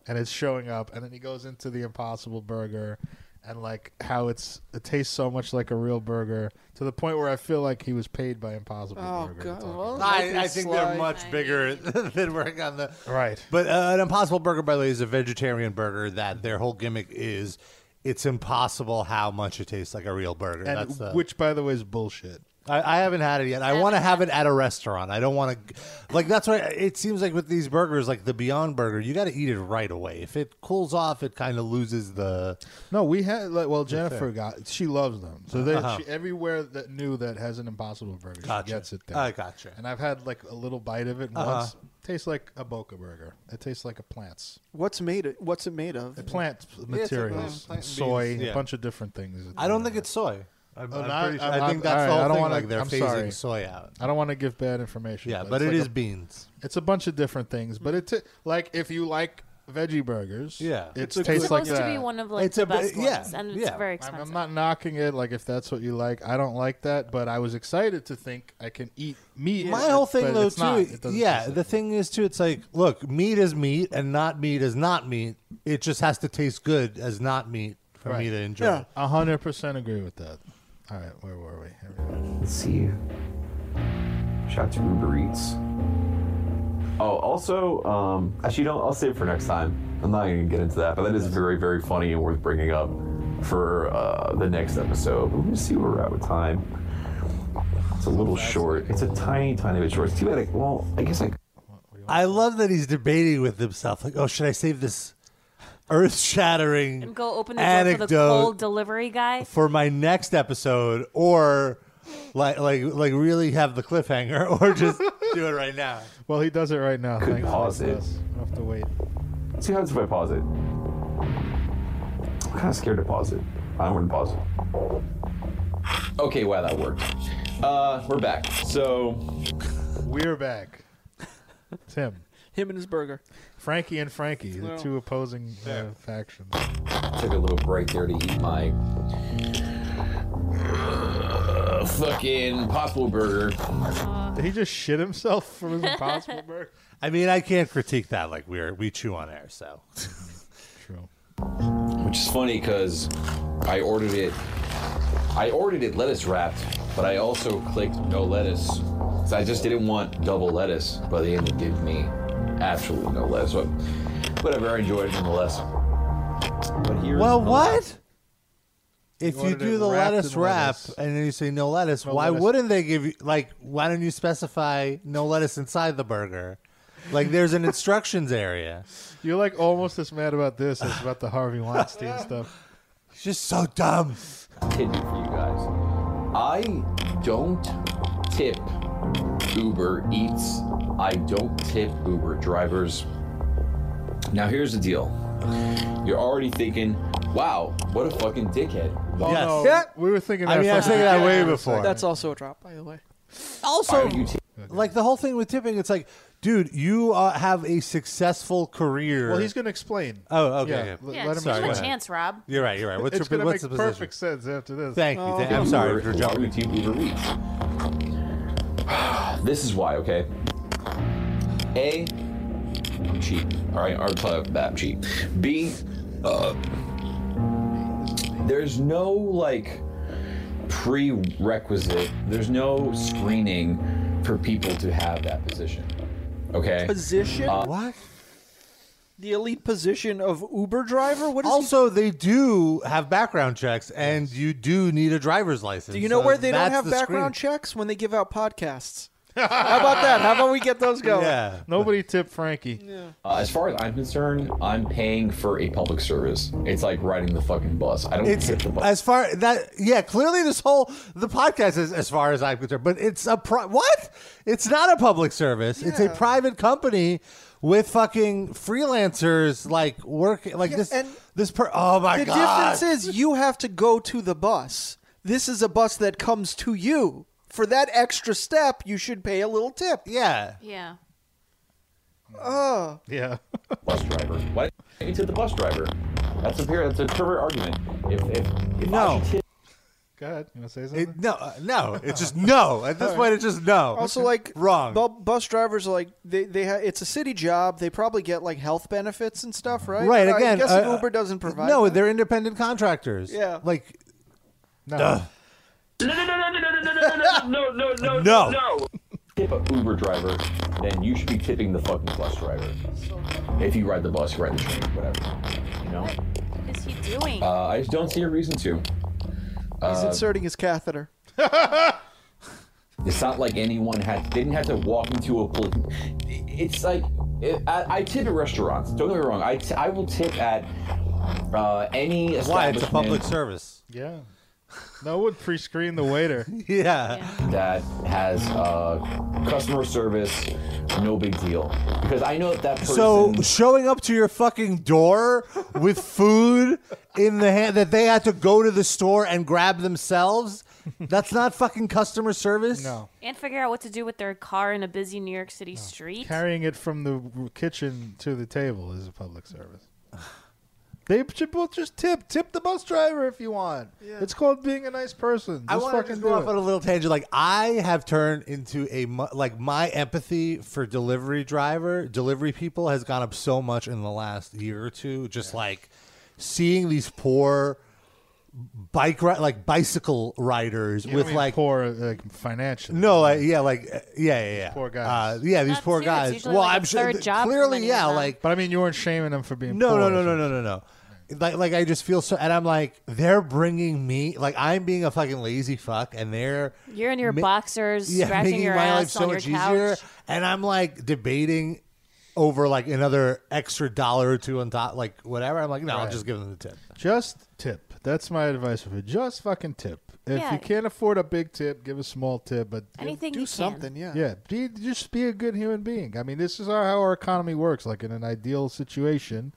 [SPEAKER 4] and it's showing up and then he goes into the Impossible Burger and like how it's it tastes so much like a real burger to the point where I feel like he was paid by Impossible
[SPEAKER 3] Oh
[SPEAKER 4] Burger. to
[SPEAKER 3] god.
[SPEAKER 4] talk
[SPEAKER 3] Well,
[SPEAKER 2] I, I think they're
[SPEAKER 3] slide.
[SPEAKER 2] much bigger than working on the
[SPEAKER 4] about- Right.
[SPEAKER 2] But uh, an Impossible Burger, by the way, is a vegetarian burger that their whole gimmick is it's impossible how much it tastes like a real burger.
[SPEAKER 4] And
[SPEAKER 2] That's the,
[SPEAKER 4] which by the way is bullshit.
[SPEAKER 2] I, I haven't had it yet. I want to have it at a restaurant. I don't want to, like that's why it seems like with these burgers, like the Beyond Burger, you got to eat it right away. If it cools off, it kind of loses the.
[SPEAKER 4] No, we had like well Jennifer got she loves them. So they she, everywhere that new that has an impossible burger
[SPEAKER 2] Uh-huh. Gotcha.
[SPEAKER 4] she gets it there.
[SPEAKER 2] I gotcha. Uh-huh.
[SPEAKER 4] And I've had like a little bite of it once. Tastes like a boca burger. It tastes like a plant's
[SPEAKER 3] What's made it? What's it made of?
[SPEAKER 4] plant materials,
[SPEAKER 2] plant- plant and
[SPEAKER 4] soy,
[SPEAKER 2] beans, yeah.
[SPEAKER 4] a bunch of different things.
[SPEAKER 2] I don't think it's soy. I'm,
[SPEAKER 4] Oh,
[SPEAKER 2] I'm
[SPEAKER 4] no, I-
[SPEAKER 2] pretty sure-
[SPEAKER 4] I'm-
[SPEAKER 2] I
[SPEAKER 4] I'm-
[SPEAKER 2] think that's
[SPEAKER 4] all
[SPEAKER 2] the
[SPEAKER 4] right,
[SPEAKER 2] whole
[SPEAKER 4] I don't
[SPEAKER 2] thing.
[SPEAKER 4] wanna-
[SPEAKER 2] like they're
[SPEAKER 4] I'm
[SPEAKER 2] phasing
[SPEAKER 4] sorry.
[SPEAKER 2] soy out.
[SPEAKER 4] I don't want to give bad information.
[SPEAKER 2] Yeah, but
[SPEAKER 4] it's
[SPEAKER 2] it
[SPEAKER 4] like
[SPEAKER 2] is
[SPEAKER 4] a,
[SPEAKER 2] beans.
[SPEAKER 4] it's a bunch of different things. But it t- like if you like veggie burgers,
[SPEAKER 2] Yeah.
[SPEAKER 4] it
[SPEAKER 2] It's a
[SPEAKER 5] It's
[SPEAKER 4] tastes like
[SPEAKER 5] supposed
[SPEAKER 4] that.
[SPEAKER 5] to be one of like
[SPEAKER 2] It's
[SPEAKER 5] the
[SPEAKER 2] a bit-
[SPEAKER 5] best
[SPEAKER 2] yeah,
[SPEAKER 5] ones, and it's
[SPEAKER 2] yeah.
[SPEAKER 5] very
[SPEAKER 4] I'm,
[SPEAKER 5] expensive.
[SPEAKER 4] I'm not knocking it. Like if that's what you like, I don't like that, but I was excited to think I can eat meat.
[SPEAKER 2] My whole thing
[SPEAKER 4] but
[SPEAKER 2] though
[SPEAKER 4] it's
[SPEAKER 2] too,
[SPEAKER 4] not. It doesn't
[SPEAKER 2] yeah.
[SPEAKER 4] taste
[SPEAKER 2] The
[SPEAKER 4] like
[SPEAKER 2] thing is too, it's like, look, meat is meat, and not meat is not meat. It just has to taste good as not meat for me
[SPEAKER 4] Right.
[SPEAKER 2] to enjoy.
[SPEAKER 3] Yeah.
[SPEAKER 2] it.
[SPEAKER 4] a hundred percent agree with that. All right, where were we? Here we go.
[SPEAKER 6] Let's see. Shout out to Uber Eats. Oh, also, um, actually, you know, I'll save it for next time. I'm not going to get into that, but that is very, very funny and worth bringing up for uh, the next episode. But let me see where we're at with time. It's a little short. It's a tiny, tiny bit short. It's too bad. I, well, I guess I.
[SPEAKER 2] I love that he's debating with himself. Like, oh, should I save this earth-shattering
[SPEAKER 5] and go open the door
[SPEAKER 2] anecdote
[SPEAKER 5] for the cold delivery guy.
[SPEAKER 2] for my next episode, or like, like, like, really have the cliffhanger, or just do it right now?
[SPEAKER 4] Well, he does it right now.
[SPEAKER 6] Could
[SPEAKER 4] Thanks.
[SPEAKER 6] pause it.
[SPEAKER 4] I have to wait.
[SPEAKER 6] See how happens if I pause it. kind of scared to pause it. I wouldn't pause it. Okay, wow, that worked. Uh, we're back. So
[SPEAKER 4] We're back. Tim,
[SPEAKER 3] Him and his burger.
[SPEAKER 4] Frankie, and Frankie, the two opposing uh, factions.
[SPEAKER 6] took a little break there to eat my uh, fucking possible burger.
[SPEAKER 4] Did he just shit himself from his impossible burger?
[SPEAKER 2] I mean, I can't critique that like we're we chew on air, so
[SPEAKER 4] True.
[SPEAKER 6] which is funny because I ordered it. I ordered it lettuce wrapped, but I also clicked no lettuce. So I just didn't want double lettuce, but they ended up giving me absolutely no lettuce. But whatever, I enjoyed it nonetheless. But here's
[SPEAKER 2] Well,
[SPEAKER 6] the
[SPEAKER 2] what? If
[SPEAKER 4] You
[SPEAKER 2] you
[SPEAKER 4] ordered
[SPEAKER 2] do
[SPEAKER 4] it
[SPEAKER 2] the
[SPEAKER 4] wrapped
[SPEAKER 2] lettuce
[SPEAKER 4] in
[SPEAKER 2] wrap
[SPEAKER 4] lettuce.
[SPEAKER 2] and then you say no lettuce,
[SPEAKER 4] No
[SPEAKER 2] why
[SPEAKER 4] lettuce.
[SPEAKER 2] wouldn't they give you like why don't you specify no lettuce inside the burger? Like there's an instructions area.
[SPEAKER 4] You're like almost as mad about this as about the Harvey Weinstein stuff.
[SPEAKER 2] It's just so dumb.
[SPEAKER 6] tidbit for you guys. I don't tip Uber Eats. I don't tip Uber drivers. Now here's the deal. You're already thinking, wow, what a fucking dickhead.
[SPEAKER 4] Oh,
[SPEAKER 6] Why
[SPEAKER 2] Yes.
[SPEAKER 4] no,
[SPEAKER 3] Yeah.
[SPEAKER 4] we were thinking.
[SPEAKER 2] I
[SPEAKER 4] that
[SPEAKER 2] mean, I was
[SPEAKER 4] fucking-
[SPEAKER 2] thinking that way before.
[SPEAKER 3] That's also a drop, by the way.
[SPEAKER 2] also
[SPEAKER 6] are you tipping?
[SPEAKER 2] like the whole thing with tipping. It's like, dude, you uh, have a successful career.
[SPEAKER 4] Well, he's going to explain.
[SPEAKER 2] Oh, okay, yeah.
[SPEAKER 4] Yeah, l-
[SPEAKER 5] Yeah,
[SPEAKER 4] let him
[SPEAKER 5] just give
[SPEAKER 2] go
[SPEAKER 5] him a
[SPEAKER 2] ahead.
[SPEAKER 5] chance, Rob.
[SPEAKER 2] You're right. You're right. What's
[SPEAKER 4] It's
[SPEAKER 2] your
[SPEAKER 4] going to make
[SPEAKER 2] what's the position?
[SPEAKER 4] perfect sense after this. Oh,
[SPEAKER 2] Thank you. Dan. I'm sorry for jumping.
[SPEAKER 6] Why would you Uber Eats? This is why, okay? A, I'm cheap. All right, I'll tell you that I'm cheap. B, uh, there's no like prerequisite. There's no screening for people to have that position. Okay.
[SPEAKER 3] Position?
[SPEAKER 2] What?
[SPEAKER 3] the elite position of Uber driver? What is he-
[SPEAKER 2] Also, they do have background checks, and you do need a driver's license.
[SPEAKER 3] Do you know
[SPEAKER 2] so
[SPEAKER 3] where they don't
[SPEAKER 2] that's
[SPEAKER 3] have
[SPEAKER 2] the
[SPEAKER 3] background
[SPEAKER 2] screen.
[SPEAKER 3] checks when they give out podcasts? How about that? How about we get those going?
[SPEAKER 2] Yeah.
[SPEAKER 4] Nobody tipped Frankie.
[SPEAKER 6] Uh, as far as I'm concerned, I'm paying for a public service. It's like riding the fucking bus. I don't
[SPEAKER 2] It's
[SPEAKER 6] tip the bus.
[SPEAKER 2] as far that yeah. Clearly, this whole the podcast is as far as I'm concerned, but it's a pri- what? It's not a public service. It's a private company with fucking freelancers like working like
[SPEAKER 3] Yeah,
[SPEAKER 2] this.
[SPEAKER 3] and
[SPEAKER 2] this per oh my
[SPEAKER 3] The
[SPEAKER 2] god!
[SPEAKER 3] difference is you have to go to the bus. This is a bus that comes to you. For that extra step, you should pay a little tip.
[SPEAKER 2] yeah,
[SPEAKER 5] Yeah.
[SPEAKER 3] Oh,
[SPEAKER 4] Yeah.
[SPEAKER 6] bus driver. Why didn't you tip the bus driver? That's a pure, that's a pervert argument. If if, if
[SPEAKER 2] No.
[SPEAKER 6] I should tip,
[SPEAKER 4] Go ahead. You want to say something?
[SPEAKER 2] It- no, uh, no. It's just no. At this point, it's just no.
[SPEAKER 3] also like
[SPEAKER 2] Wrong.
[SPEAKER 3] bu- bus drivers are like they they ha- it's a city job. They probably get like health benefits and stuff, right?
[SPEAKER 2] right
[SPEAKER 3] I
[SPEAKER 2] again.
[SPEAKER 3] guess
[SPEAKER 2] uh,
[SPEAKER 3] Uber doesn't provide.
[SPEAKER 2] No,
[SPEAKER 3] that.
[SPEAKER 2] they're independent contractors.
[SPEAKER 3] Yeah.
[SPEAKER 2] like
[SPEAKER 4] no.
[SPEAKER 8] No, no, no, no, no, no, no, no, no, no,
[SPEAKER 2] No.
[SPEAKER 8] no, no.
[SPEAKER 6] tip a Uber driver, then you should be tipping the fucking bus driver. If you ride the bus, you ride the train, whatever. You know.
[SPEAKER 5] What is he doing?
[SPEAKER 6] Uh, I just don't see a reason to.
[SPEAKER 3] he's inserting his catheter.
[SPEAKER 6] It's not like anyone had didn't have to walk into a. Poli- it's like it, I, I tip at restaurants. Don't get me wrong. I, t- I will tip at uh, any
[SPEAKER 2] why? It's a
[SPEAKER 6] establishment
[SPEAKER 2] public service.
[SPEAKER 4] Yeah. No one pre-screened the waiter.
[SPEAKER 2] Yeah.
[SPEAKER 6] that has uh, customer service. No big deal because I know that that person.
[SPEAKER 2] So showing up to your fucking door with food in the hand that they had to go to the store and grab themselves, that's not fucking customer service.
[SPEAKER 4] No.
[SPEAKER 5] and figure out what to do with their car in a busy New York
[SPEAKER 2] Oh,
[SPEAKER 5] City street.
[SPEAKER 4] Carrying it from the w- kitchen to the table is a public service. They should both just tip. Tip the bus driver if you want. It's called being a nice person. Just
[SPEAKER 2] I want to
[SPEAKER 4] fucking
[SPEAKER 2] go off
[SPEAKER 4] do
[SPEAKER 2] on
[SPEAKER 4] it.
[SPEAKER 2] a little tangent. Like I have turned into a mu- like my empathy for delivery driver, delivery people has gone up so much in the last year or two. Just like seeing these poor bike ri- like bicycle riders
[SPEAKER 4] You know what
[SPEAKER 2] with
[SPEAKER 4] I mean?
[SPEAKER 2] like
[SPEAKER 4] poor like financially.
[SPEAKER 2] No, I, yeah, like uh, yeah, yeah, yeah.
[SPEAKER 4] Poor guys.
[SPEAKER 2] Uh, yeah, these
[SPEAKER 5] That's
[SPEAKER 2] poor
[SPEAKER 5] it. It's
[SPEAKER 2] guys.
[SPEAKER 5] usually
[SPEAKER 2] Well,
[SPEAKER 5] like a
[SPEAKER 2] I'm sure
[SPEAKER 5] third
[SPEAKER 2] th-
[SPEAKER 5] job for
[SPEAKER 2] clearly,
[SPEAKER 5] many
[SPEAKER 2] yeah,
[SPEAKER 5] of them.
[SPEAKER 2] like
[SPEAKER 4] But I mean, you weren't shaming them for being
[SPEAKER 2] no,
[SPEAKER 4] poor.
[SPEAKER 2] no, no, no, no, no, no. Like, like I just feel so, and I'm like, they're bringing me, like I'm being a fucking lazy fuck, and they're
[SPEAKER 5] You're in your
[SPEAKER 2] ma-
[SPEAKER 5] boxers,
[SPEAKER 2] yeah,
[SPEAKER 5] scratching
[SPEAKER 2] making
[SPEAKER 5] your
[SPEAKER 2] my
[SPEAKER 5] ass
[SPEAKER 2] life so
[SPEAKER 5] on your
[SPEAKER 2] much
[SPEAKER 5] couch.
[SPEAKER 2] easier, and I'm like debating over like another extra dollar or two on top, like whatever. I'm like, no, I'll
[SPEAKER 4] Right.
[SPEAKER 2] just give them the tip.
[SPEAKER 4] Just tip. That's my advice for you. Just fucking tip. If
[SPEAKER 5] Yeah.
[SPEAKER 4] you can't afford a big tip, give a small tip. But
[SPEAKER 5] Anything
[SPEAKER 3] Do
[SPEAKER 5] you
[SPEAKER 3] something,
[SPEAKER 5] can.
[SPEAKER 3] yeah.
[SPEAKER 4] Yeah, be, just be a good human being. I mean, this is our, how our economy works. Like in an ideal situation,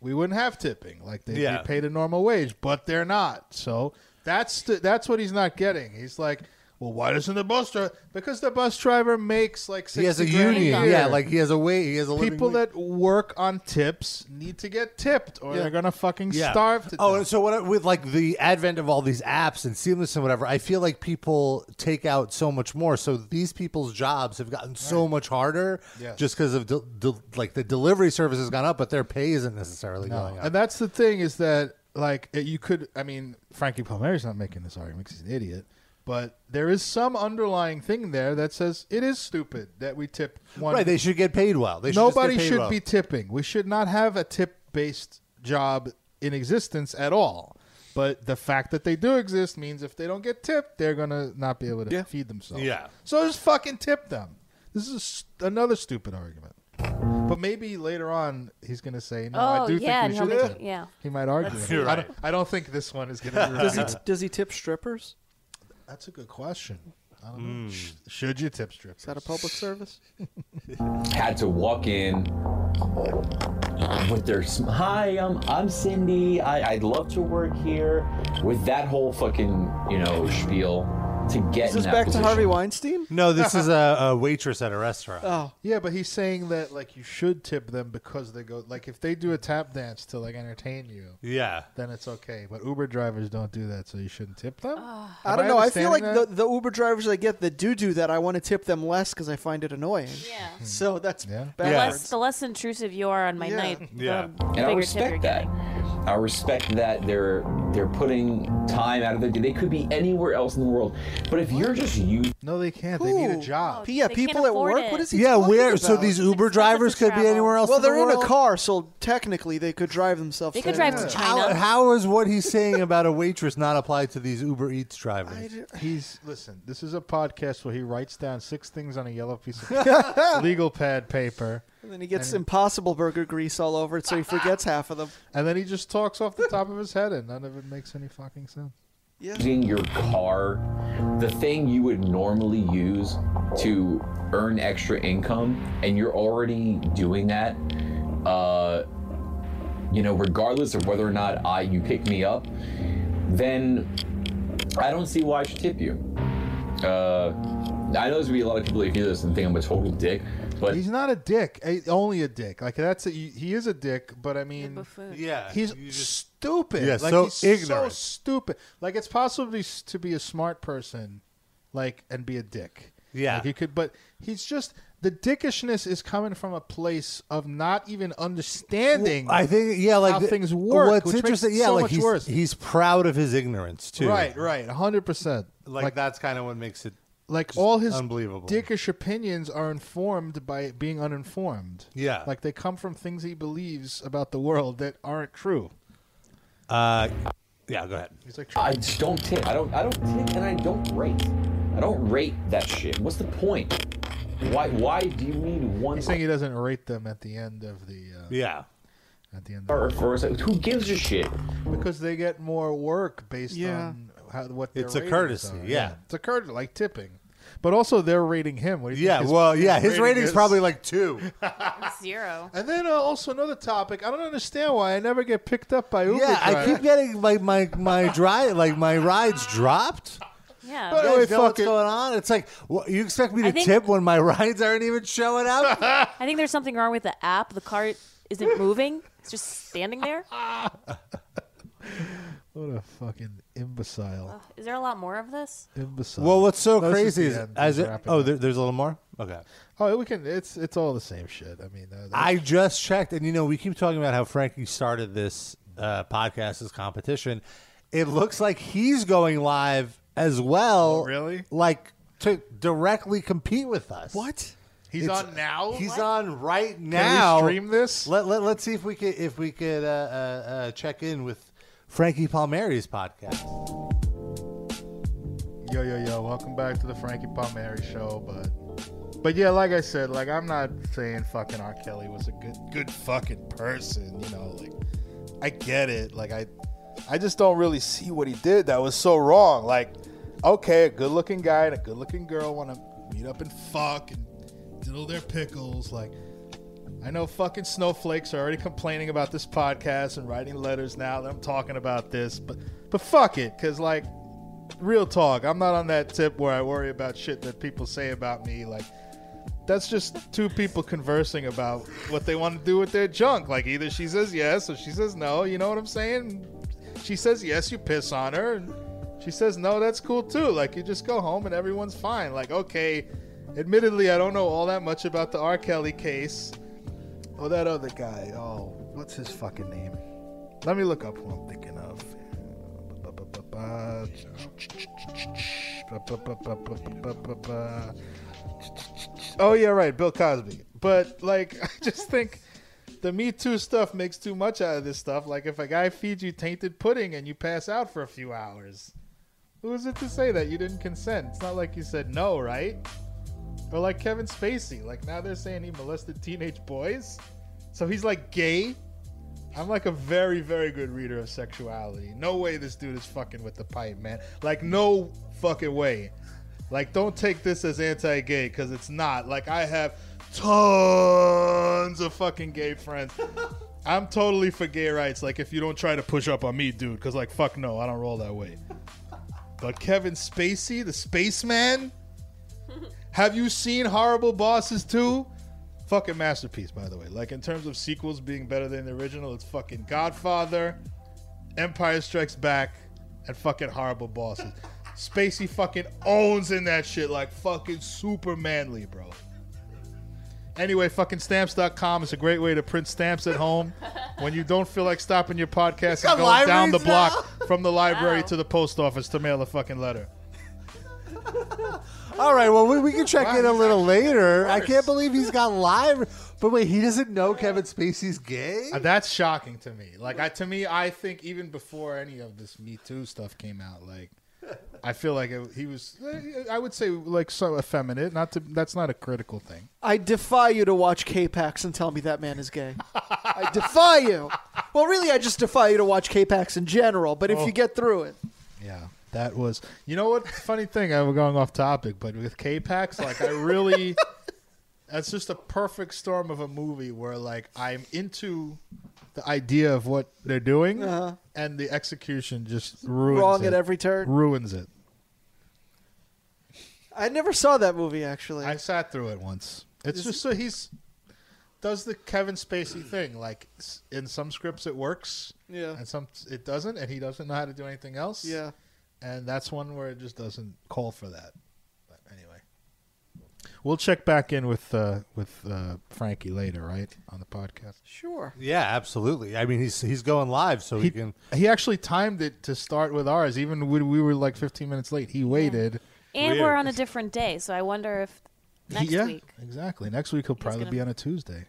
[SPEAKER 4] we wouldn't have tipping. Like they'd
[SPEAKER 2] Yeah.
[SPEAKER 4] be paid a normal wage, but they're not. So that's the, that's what he's not getting. He's like, well, why doesn't the bus driver? Because the bus driver makes like 60
[SPEAKER 2] He has a
[SPEAKER 4] grand
[SPEAKER 2] union.
[SPEAKER 4] year.
[SPEAKER 2] Yeah, like he has a way. He has a living
[SPEAKER 4] people
[SPEAKER 2] wage.
[SPEAKER 4] that work on tips need to get tipped, or
[SPEAKER 2] Yeah.
[SPEAKER 4] they're gonna fucking
[SPEAKER 2] Yeah.
[SPEAKER 4] starve to
[SPEAKER 2] oh,
[SPEAKER 4] death.
[SPEAKER 2] and so what, with like the advent of all these apps and seamless and whatever, I feel like people take out so much more. So these people's jobs have gotten so much harder
[SPEAKER 4] Yes.
[SPEAKER 2] just because of del- del- like the delivery service has gone up, but their pay isn't necessarily going up.
[SPEAKER 4] And that's the thing is that like it- you could I mean Frankie Palmieri's not making this argument 'cause he's an idiot, but there is some underlying thing there that says it is stupid that we tip one.
[SPEAKER 2] right, they should get paid well. They should just
[SPEAKER 4] Nobody
[SPEAKER 2] get paid
[SPEAKER 4] should
[SPEAKER 2] well.
[SPEAKER 4] be tipping. We should not have a tip based job in existence at all. But the fact that they do exist means if they don't get tipped, they're gonna not be able to feed themselves.
[SPEAKER 2] Yeah.
[SPEAKER 4] So just fucking tip them. This is s- another stupid argument. But maybe later on he's gonna say no. I
[SPEAKER 5] Oh,
[SPEAKER 4] do
[SPEAKER 5] yeah,
[SPEAKER 4] think
[SPEAKER 5] and
[SPEAKER 4] we
[SPEAKER 5] he'll
[SPEAKER 4] should.
[SPEAKER 5] make-
[SPEAKER 4] tip."
[SPEAKER 5] yeah.
[SPEAKER 4] He might argue. it.
[SPEAKER 2] You're
[SPEAKER 4] I,
[SPEAKER 2] right.
[SPEAKER 4] don't, I don't think this one is gonna. Be
[SPEAKER 3] Does
[SPEAKER 4] right.
[SPEAKER 3] he does he tip strippers?
[SPEAKER 4] That's a good question. I
[SPEAKER 2] Hmm.
[SPEAKER 4] don't know. Sh- Should you tip strippers?
[SPEAKER 3] Is that a public service?
[SPEAKER 6] had to walk in with their sm- hi i'm i'm cindy I, i'd love to work here with that whole fucking you know spiel to get
[SPEAKER 3] Is this
[SPEAKER 6] in that
[SPEAKER 3] back to
[SPEAKER 6] position.
[SPEAKER 3] Harvey Weinstein?
[SPEAKER 2] no, this is a, a waitress at a restaurant.
[SPEAKER 3] Oh,
[SPEAKER 4] Yeah, but he's saying that like you should tip them because they go like if they do a tap dance to like entertain you,
[SPEAKER 2] yeah.
[SPEAKER 4] then it's okay. But Uber drivers don't do that, so you shouldn't tip them.
[SPEAKER 3] I
[SPEAKER 4] Am
[SPEAKER 3] don't know. I feel like
[SPEAKER 4] understanding
[SPEAKER 3] the,
[SPEAKER 4] that?
[SPEAKER 3] the Uber drivers I get that do do that, I want to tip them less because I find it annoying.
[SPEAKER 5] Yeah.
[SPEAKER 3] So that's
[SPEAKER 4] Yeah.
[SPEAKER 5] The
[SPEAKER 2] Yeah.
[SPEAKER 5] less
[SPEAKER 3] backwards.
[SPEAKER 5] the less intrusive you are on my
[SPEAKER 3] Yeah.
[SPEAKER 5] night,
[SPEAKER 2] Yeah.
[SPEAKER 5] the
[SPEAKER 6] and
[SPEAKER 5] bigger
[SPEAKER 6] i
[SPEAKER 5] tip you're
[SPEAKER 6] respect that
[SPEAKER 5] getting.
[SPEAKER 6] i respect that they're they're putting time out of their day they could be anywhere else in the world but if you're just using
[SPEAKER 4] no, they can't. They need a
[SPEAKER 3] Ooh.
[SPEAKER 4] job.
[SPEAKER 3] Yeah,
[SPEAKER 5] They can't
[SPEAKER 3] people at
[SPEAKER 5] afford
[SPEAKER 3] work.
[SPEAKER 5] it.
[SPEAKER 3] What is he?
[SPEAKER 2] Yeah,
[SPEAKER 3] talking
[SPEAKER 2] where? So
[SPEAKER 3] about?
[SPEAKER 2] these Uber
[SPEAKER 5] expensive
[SPEAKER 2] drivers
[SPEAKER 5] to
[SPEAKER 2] could be
[SPEAKER 5] travel.
[SPEAKER 2] anywhere else.
[SPEAKER 3] Well,
[SPEAKER 2] in the
[SPEAKER 3] they're in a
[SPEAKER 2] world?
[SPEAKER 3] car, so technically they could drive themselves.
[SPEAKER 5] They could
[SPEAKER 3] there.
[SPEAKER 5] drive to
[SPEAKER 2] How,
[SPEAKER 5] China.
[SPEAKER 2] how is what he's saying about a waitress not apply to these Uber Eats drivers?
[SPEAKER 3] I d-
[SPEAKER 4] He's listen. This is a podcast where he writes down six things on a yellow piece of legal pad paper,
[SPEAKER 3] And then he gets
[SPEAKER 4] And-
[SPEAKER 3] Impossible Burger grease all over it, so he forgets half of them.
[SPEAKER 4] and then he just talks off the top of his head, and none of it makes any fucking sense.
[SPEAKER 3] Yeah.
[SPEAKER 6] using your car, the thing you would normally use to earn extra income, and you're already doing that, uh, you know, regardless of whether or not I you pick me up, then I don't see why I should tip you. Uh, I know there's gonna be a lot of people that hear this and think I'm a total dick, but
[SPEAKER 4] He's not a dick. eh, Only a dick. Like that's a, he is a dick, but I mean,
[SPEAKER 5] Buffoon.
[SPEAKER 2] yeah,
[SPEAKER 4] he's
[SPEAKER 2] you
[SPEAKER 4] stupid.
[SPEAKER 2] Yeah,
[SPEAKER 4] like,
[SPEAKER 2] so
[SPEAKER 4] he's
[SPEAKER 2] ignorant.
[SPEAKER 4] So stupid. Like it's possible to be, to be a smart person, like and be a dick.
[SPEAKER 2] Yeah.
[SPEAKER 4] like, you could. But he's just the dickishness is coming from a place of not even understanding.
[SPEAKER 2] I think yeah, like
[SPEAKER 4] how
[SPEAKER 2] the-
[SPEAKER 4] things work,
[SPEAKER 2] What's
[SPEAKER 4] which makes
[SPEAKER 2] interesting,
[SPEAKER 4] it
[SPEAKER 2] yeah,
[SPEAKER 4] so
[SPEAKER 2] like
[SPEAKER 4] much
[SPEAKER 2] he's
[SPEAKER 4] worse.
[SPEAKER 2] he's proud of his ignorance too.
[SPEAKER 4] right, right, hundred percent.
[SPEAKER 2] like, that's kind of what makes it.
[SPEAKER 4] like
[SPEAKER 2] Just
[SPEAKER 4] all his
[SPEAKER 2] unbelievable.
[SPEAKER 4] dickish opinions are informed by being uninformed.
[SPEAKER 2] Yeah.
[SPEAKER 4] like they come from things he believes about the world that aren't true.
[SPEAKER 2] uh, Yeah, go ahead.
[SPEAKER 4] He's like,
[SPEAKER 6] I just don't tip. I don't. I don't tip, and I don't rate. I don't rate that shit. What's the point? Why? Why do you need one?
[SPEAKER 4] he's saying he doesn't rate them at the end of the uh,
[SPEAKER 2] Yeah,
[SPEAKER 4] at the end of
[SPEAKER 6] or for a sec- Who gives a shit?
[SPEAKER 4] because they get more work based
[SPEAKER 3] Yeah.
[SPEAKER 4] on how what their
[SPEAKER 2] It's a
[SPEAKER 4] ratings
[SPEAKER 2] courtesy,
[SPEAKER 4] are.
[SPEAKER 2] yeah.
[SPEAKER 4] it's a courtesy like tipping, but also they're rating him. What do you
[SPEAKER 2] yeah.
[SPEAKER 4] think? his-
[SPEAKER 2] well, yeah, his,
[SPEAKER 4] rating
[SPEAKER 2] rating's
[SPEAKER 4] is?
[SPEAKER 2] probably like two.
[SPEAKER 5] Zero.
[SPEAKER 4] And then uh, also another topic. I don't understand why I never get picked up by Uber.
[SPEAKER 2] yeah, I
[SPEAKER 4] drivers.
[SPEAKER 2] keep getting like my my dry like my rides dropped.
[SPEAKER 5] Yeah.
[SPEAKER 4] By the
[SPEAKER 2] You
[SPEAKER 4] way,
[SPEAKER 2] guys know
[SPEAKER 4] fuck
[SPEAKER 2] what's
[SPEAKER 4] it.
[SPEAKER 2] going on? It's like what, you expect me to
[SPEAKER 5] I think-
[SPEAKER 2] tip when my rides aren't even showing up.
[SPEAKER 5] I think there's something wrong with the app. The cart isn't moving. It's just standing there.
[SPEAKER 4] What a fucking imbecile!
[SPEAKER 5] Is there a lot more of this?
[SPEAKER 4] Imbecile.
[SPEAKER 2] well, what's so
[SPEAKER 4] No, this
[SPEAKER 2] crazy
[SPEAKER 4] the
[SPEAKER 2] is
[SPEAKER 4] end.
[SPEAKER 2] as
[SPEAKER 4] He's
[SPEAKER 2] it,
[SPEAKER 4] wrapping
[SPEAKER 2] oh,
[SPEAKER 4] up.
[SPEAKER 2] there, there's a little more. Okay.
[SPEAKER 4] oh, we can. It's it's all the same shit. I mean, uh,
[SPEAKER 2] I just checked, and you know, we keep talking about how Frankie started this uh, podcast as competition. It looks like he's going live as well.
[SPEAKER 4] Oh, really?
[SPEAKER 2] Like to directly compete with us.
[SPEAKER 3] What?
[SPEAKER 4] he's
[SPEAKER 2] It's-
[SPEAKER 4] on now.
[SPEAKER 2] He's on right now.
[SPEAKER 4] Can we stream this?
[SPEAKER 2] Let, let, let's see if we could if we could uh, uh, uh, check in with Frankie Palmieri's podcast.
[SPEAKER 4] Yo, yo, yo, welcome back to the Frankie Palmieri show, but but yeah, like I said, like I'm not saying fucking R. Kelly was a good good fucking person, you know, like I get it. Like I I just don't really see what he did that was so wrong. Like, okay, a good looking guy and a good looking girl wanna meet up and fuck and diddle their pickles, like I know fucking snowflakes are already complaining about this podcast and writing letters now that I'm talking about this, but but fuck it, cause like real talk, I'm not on that tip where I worry about shit that people say about me. Like that's just two people conversing about what they want to do with their junk. Like either she says yes or she says no. You know what I'm saying? She says yes, you piss on her. And she says no, that's cool too. Like you just go home and everyone's fine. Like okay, admittedly, I don't know all that much about the R. Kelly case. Oh, that other guy. Oh, what's his fucking name? Let me look up who I'm thinking of. Oh yeah, right, Bill Cosby. But like, I just think the Me Too stuff makes too much out of this stuff. Like, if a guy feeds you tainted pudding and you pass out for a few hours, who is it to say that you didn't consent? It's not like you said no, right? Or like Kevin Spacey. Like now they're saying he molested teenage boys, so he's like gay. I'm like a very, very good reader of sexuality. No way this dude is fucking with the pipe, man. Like no fucking way. Like don't take this as anti-gay because it's not. Like I have tons of fucking gay friends. I'm totally for gay rights. Like if you don't try to push up on me, dude, because like fuck no, I don't roll that way. But Kevin Spacey, the spaceman. Have you seen Horrible Bosses 2? Fucking masterpiece, by the way. Like in terms of sequels being better than the original, it's fucking Godfather, Empire Strikes Back, and fucking Horrible Bosses. Spacey fucking owns in that shit like fucking super manly, bro. Anyway, fucking stamps.com is a great way to print stamps at home when you don't feel like stopping your podcast
[SPEAKER 2] got
[SPEAKER 4] and going down the
[SPEAKER 2] libraries now?
[SPEAKER 4] block from the library
[SPEAKER 5] Wow.
[SPEAKER 4] to the post office to mail a fucking letter.
[SPEAKER 2] All right, well, we, we can check
[SPEAKER 4] Wow,
[SPEAKER 2] in a
[SPEAKER 4] he's
[SPEAKER 2] little later. I can't
[SPEAKER 4] worse.
[SPEAKER 2] believe he's got live. But wait, he doesn't know Kevin Spacey's gay?
[SPEAKER 4] Uh, That's shocking to me. Like I, to me, I think even before any of this Me Too stuff came out, like I feel like it, he was. I would say like so effeminate. Not to. That's not a critical thing.
[SPEAKER 3] I defy you to watch K-Pax and tell me that man is gay. I defy you. Well, really, I just defy you to watch K-Pax in general. But if
[SPEAKER 2] Oh.
[SPEAKER 3] you get through it,
[SPEAKER 4] Yeah, that was. You know what? Funny thing. I was going off topic, but with K Pax, like I really. That's just a perfect storm of a movie where like I'm into the idea of what they're doing,
[SPEAKER 3] Uh-huh.
[SPEAKER 4] and the execution just ruins
[SPEAKER 3] wrong
[SPEAKER 4] it.
[SPEAKER 3] at every turn.
[SPEAKER 4] ruins it.
[SPEAKER 3] I never saw that movie actually.
[SPEAKER 4] I sat through it once. It's just so he's does the Kevin Spacey thing. Like s- in some scripts it works,
[SPEAKER 3] yeah,
[SPEAKER 4] and some it doesn't, and he doesn't know how to do anything else.
[SPEAKER 3] yeah.
[SPEAKER 4] and that's one where it just doesn't call for that. But anyway, we'll check back in with uh, with uh, Frankie later, right, on the podcast.
[SPEAKER 3] Sure.
[SPEAKER 2] Yeah, absolutely. I mean, he's he's going live, so he,
[SPEAKER 4] He,
[SPEAKER 2] can.
[SPEAKER 4] he actually timed it to start with ours, even when we were like 15 minutes late. He waited.
[SPEAKER 5] And
[SPEAKER 2] Weird.
[SPEAKER 5] we're on a different day, so I wonder if next
[SPEAKER 4] He- yeah,
[SPEAKER 5] week.
[SPEAKER 4] exactly. Next week he'll probably
[SPEAKER 5] gonna-
[SPEAKER 4] be on a Tuesday.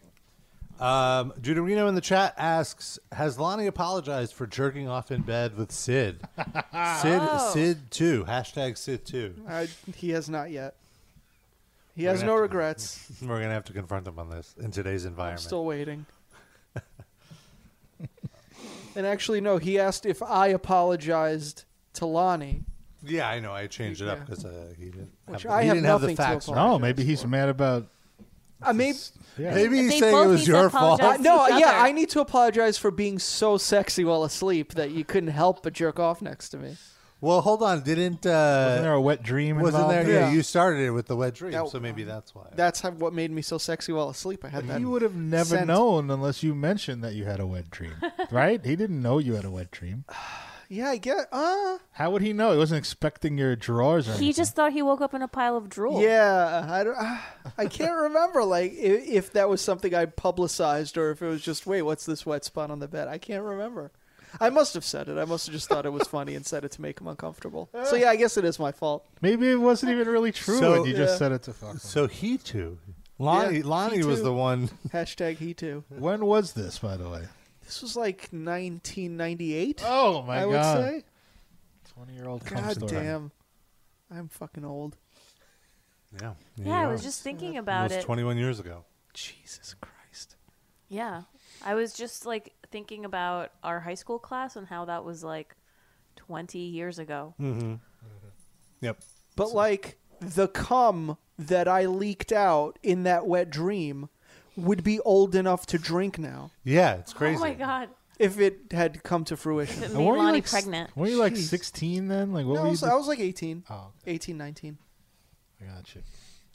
[SPEAKER 2] Um, Judarino in the chat asks, "Has Lonnie apologized for jerking off in bed with Sid? Sid,
[SPEAKER 5] Oh.
[SPEAKER 2] Sid too. Hashtag Sid too.
[SPEAKER 3] I, he has not yet. He
[SPEAKER 2] We're
[SPEAKER 3] has
[SPEAKER 2] gonna
[SPEAKER 3] no
[SPEAKER 2] have to-
[SPEAKER 3] regrets.
[SPEAKER 2] We're gonna have to confront him on this in today's
[SPEAKER 3] I'm
[SPEAKER 2] environment.
[SPEAKER 3] still waiting. and actually, no. He asked if I apologized to Lonnie.
[SPEAKER 2] yeah, I know. I changed it up
[SPEAKER 3] Yeah.
[SPEAKER 2] because uh, he didn't.
[SPEAKER 3] Which
[SPEAKER 2] have,
[SPEAKER 3] I
[SPEAKER 2] he
[SPEAKER 3] have
[SPEAKER 2] didn't have the
[SPEAKER 3] nothing to
[SPEAKER 2] facts.
[SPEAKER 3] apologize.
[SPEAKER 2] right.
[SPEAKER 4] Oh, maybe he's mad about.
[SPEAKER 3] I mean,
[SPEAKER 4] Yeah.
[SPEAKER 2] Maybe
[SPEAKER 5] They
[SPEAKER 2] he's saying it
[SPEAKER 5] both
[SPEAKER 2] was
[SPEAKER 5] need to
[SPEAKER 2] your fault.
[SPEAKER 5] apologize.
[SPEAKER 3] I, no,
[SPEAKER 5] each
[SPEAKER 3] yeah,
[SPEAKER 5] other.
[SPEAKER 3] I need to apologize for being so sexy while asleep that you couldn't help but jerk off next to me.
[SPEAKER 2] Well, hold on. Didn't
[SPEAKER 4] Wasn't there
[SPEAKER 2] uh,
[SPEAKER 4] a wet dream?
[SPEAKER 2] wasn't
[SPEAKER 4] involved
[SPEAKER 2] there?
[SPEAKER 4] in
[SPEAKER 2] Yeah,
[SPEAKER 3] Yeah.
[SPEAKER 2] you started it with the wet dream,
[SPEAKER 3] That-
[SPEAKER 2] so maybe that's why.
[SPEAKER 3] That's how, what made me so sexy while asleep. I had
[SPEAKER 4] it?
[SPEAKER 3] that.
[SPEAKER 4] You would have never
[SPEAKER 3] Sent.
[SPEAKER 4] known unless you mentioned that you had a wet dream, right? He didn't know you had a wet dream.
[SPEAKER 3] Yeah, I get. Uh,
[SPEAKER 4] How would he know? He wasn't expecting your drawers or
[SPEAKER 5] He
[SPEAKER 4] anything.
[SPEAKER 5] just thought he woke up in a pile of drool.
[SPEAKER 3] yeah, I don't. Uh, I can't remember like if, if that was something I publicized or if it was just wait, what's this wet spot on the bed? I can't remember. I must have said it. I must have just thought it was funny and said it to make him uncomfortable. So yeah, I guess it is my fault.
[SPEAKER 4] Maybe it wasn't even really true,
[SPEAKER 2] So-
[SPEAKER 4] and you just
[SPEAKER 3] Yeah.
[SPEAKER 4] said it to fuck. him.
[SPEAKER 2] so he too. Lonnie,
[SPEAKER 3] Yeah,
[SPEAKER 2] Lonnie
[SPEAKER 3] he
[SPEAKER 2] was
[SPEAKER 3] too.
[SPEAKER 2] the one.
[SPEAKER 3] Hashtag he too.
[SPEAKER 4] when was this, by the way?
[SPEAKER 3] This was like 1998.
[SPEAKER 4] Oh my
[SPEAKER 3] I would
[SPEAKER 4] god!
[SPEAKER 3] say.
[SPEAKER 4] Twenty-year-old cum
[SPEAKER 3] God
[SPEAKER 4] story.
[SPEAKER 3] damn, I'm fucking old.
[SPEAKER 2] Yeah,
[SPEAKER 5] Yeah, I was just thinking about
[SPEAKER 2] it was
[SPEAKER 5] it.
[SPEAKER 2] 21 years ago.
[SPEAKER 3] Jesus Christ.
[SPEAKER 5] Yeah. I was just like thinking about our high school class and how that was like 20 years ago.
[SPEAKER 2] Yep.
[SPEAKER 3] But like the cum that I leaked out in that wet dream would be old enough to drink now
[SPEAKER 2] Yeah, it's crazy.
[SPEAKER 5] Oh my god.
[SPEAKER 3] if it had come to fruition.
[SPEAKER 5] It
[SPEAKER 4] And
[SPEAKER 5] made
[SPEAKER 4] weren't you,
[SPEAKER 5] Lonnie
[SPEAKER 4] like, s-
[SPEAKER 5] pregnant.
[SPEAKER 4] Weren't you like
[SPEAKER 3] Jeez.
[SPEAKER 4] 16 then? Like what
[SPEAKER 3] No, I,
[SPEAKER 4] were you?
[SPEAKER 3] was, I was like 18,
[SPEAKER 4] oh,
[SPEAKER 3] 18, 19.
[SPEAKER 4] I got you.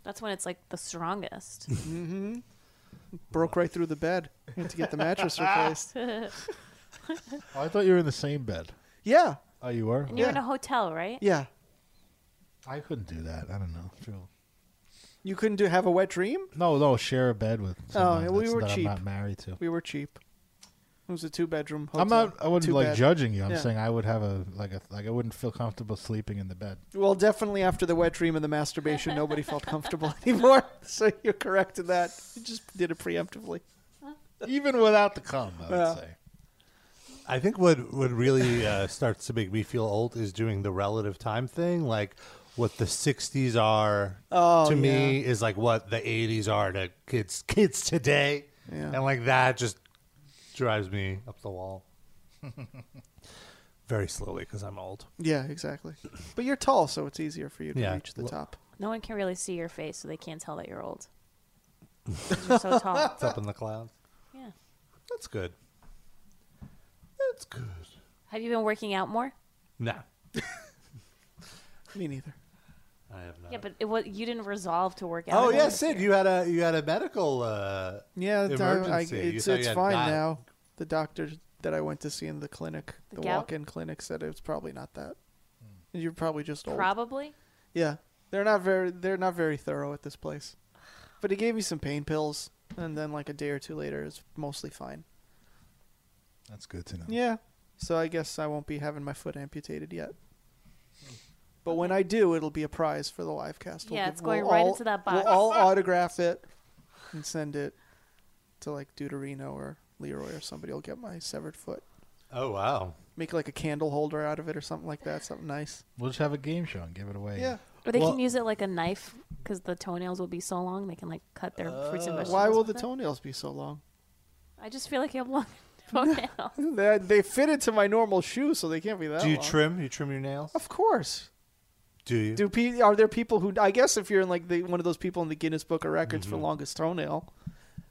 [SPEAKER 5] That's when it's like the strongest.
[SPEAKER 3] Broke right through the bed. Had to get the mattress replaced.
[SPEAKER 4] Oh, I thought you were in the same bed.
[SPEAKER 3] Yeah,
[SPEAKER 4] Oh, you were.
[SPEAKER 5] And you're in
[SPEAKER 3] Yeah.
[SPEAKER 5] a hotel, right?
[SPEAKER 3] yeah.
[SPEAKER 4] I couldn't do that. I don't know.
[SPEAKER 3] You couldn't do have a wet dream?
[SPEAKER 4] No, no, share a bed with. Someone
[SPEAKER 3] we
[SPEAKER 4] that's-
[SPEAKER 3] were
[SPEAKER 4] that
[SPEAKER 3] cheap.
[SPEAKER 4] I'm not married to.
[SPEAKER 3] We were cheap. It was a two bedroom hotel.
[SPEAKER 4] I'm not. I wouldn't
[SPEAKER 3] Two
[SPEAKER 4] like
[SPEAKER 3] bed.
[SPEAKER 4] judging you. I'm
[SPEAKER 3] Yeah.
[SPEAKER 4] saying I would have a like a like I wouldn't feel comfortable sleeping in the bed.
[SPEAKER 3] Well, definitely after the wet dream and the masturbation, nobody felt comfortable anymore. So you corrected that. You just did it preemptively.
[SPEAKER 4] even without the cum, I would
[SPEAKER 3] Yeah.
[SPEAKER 4] say.
[SPEAKER 2] I think what would really uh, starts to make me feel old is doing the relative time thing, like what the '60s are
[SPEAKER 3] Oh,
[SPEAKER 2] to me is like what the '80s are to kids kids today,
[SPEAKER 3] Yeah.
[SPEAKER 2] and like that just drives me up the wall. Very slowly because I'm old.
[SPEAKER 3] Yeah, exactly. But you're tall, so it's easier for you to
[SPEAKER 2] Yeah.
[SPEAKER 3] reach the
[SPEAKER 2] Well-
[SPEAKER 3] top.
[SPEAKER 5] No one can really see your face, so they can't tell that you're old. 'Cause You're so tall.
[SPEAKER 2] It's up in the clouds.
[SPEAKER 5] Yeah.
[SPEAKER 2] That's good. That's good.
[SPEAKER 5] Have you been working out more?
[SPEAKER 2] Nah,
[SPEAKER 3] Me neither.
[SPEAKER 2] I have not.
[SPEAKER 5] Yeah, but it was you didn't resolve to work out.
[SPEAKER 2] oh
[SPEAKER 5] more
[SPEAKER 2] yeah,
[SPEAKER 5] this
[SPEAKER 2] Sid,
[SPEAKER 5] year.
[SPEAKER 2] you had a you had a medical. Uh,
[SPEAKER 3] Yeah, the doc- I,
[SPEAKER 2] Emergency. You
[SPEAKER 3] it's,
[SPEAKER 2] thought you
[SPEAKER 3] it's
[SPEAKER 2] had
[SPEAKER 3] fine
[SPEAKER 2] gout.
[SPEAKER 3] now. The doctor that I went to see in the clinic,
[SPEAKER 5] The
[SPEAKER 3] the
[SPEAKER 5] gout?
[SPEAKER 3] walk-in clinic, said it was probably not that.
[SPEAKER 2] Hmm.
[SPEAKER 3] You're probably just old.
[SPEAKER 5] Probably.
[SPEAKER 3] Yeah, they're not very they're not very thorough at this place. But he gave me some pain pills, and then like a day or two later, it's mostly fine.
[SPEAKER 4] That's good to know.
[SPEAKER 3] Yeah, so I guess I won't be having my foot amputated yet.
[SPEAKER 2] Hmm.
[SPEAKER 3] But when I do, it'll be a prize for the live cast.
[SPEAKER 5] Yeah, it's going right into that box.
[SPEAKER 3] We'll all autograph it and send it to like Deuterino or Leroy or somebody. will get my severed foot.
[SPEAKER 2] oh wow.
[SPEAKER 3] Make like a candle holder out of it or something like that. Something nice.
[SPEAKER 4] We'll just have a game show and give it away.
[SPEAKER 3] Yeah.
[SPEAKER 5] Or they
[SPEAKER 2] Well-
[SPEAKER 5] can use it like a knife because the toenails will be so long they can like cut their fruits and vegetables.
[SPEAKER 3] Uh, Why will the
[SPEAKER 5] with it.
[SPEAKER 3] toenails be so long?
[SPEAKER 5] I just feel like you have long toenails.
[SPEAKER 3] They, they fit into my normal shoe, so they can't be that
[SPEAKER 2] Do you
[SPEAKER 3] long.
[SPEAKER 2] trim? You trim your nails?
[SPEAKER 3] Of course.
[SPEAKER 2] Do you?
[SPEAKER 3] Do pe- are there people who I guess if you're in like the, one of those people in the Guinness Book of Records
[SPEAKER 2] Mm-hmm.
[SPEAKER 3] for longest toenail,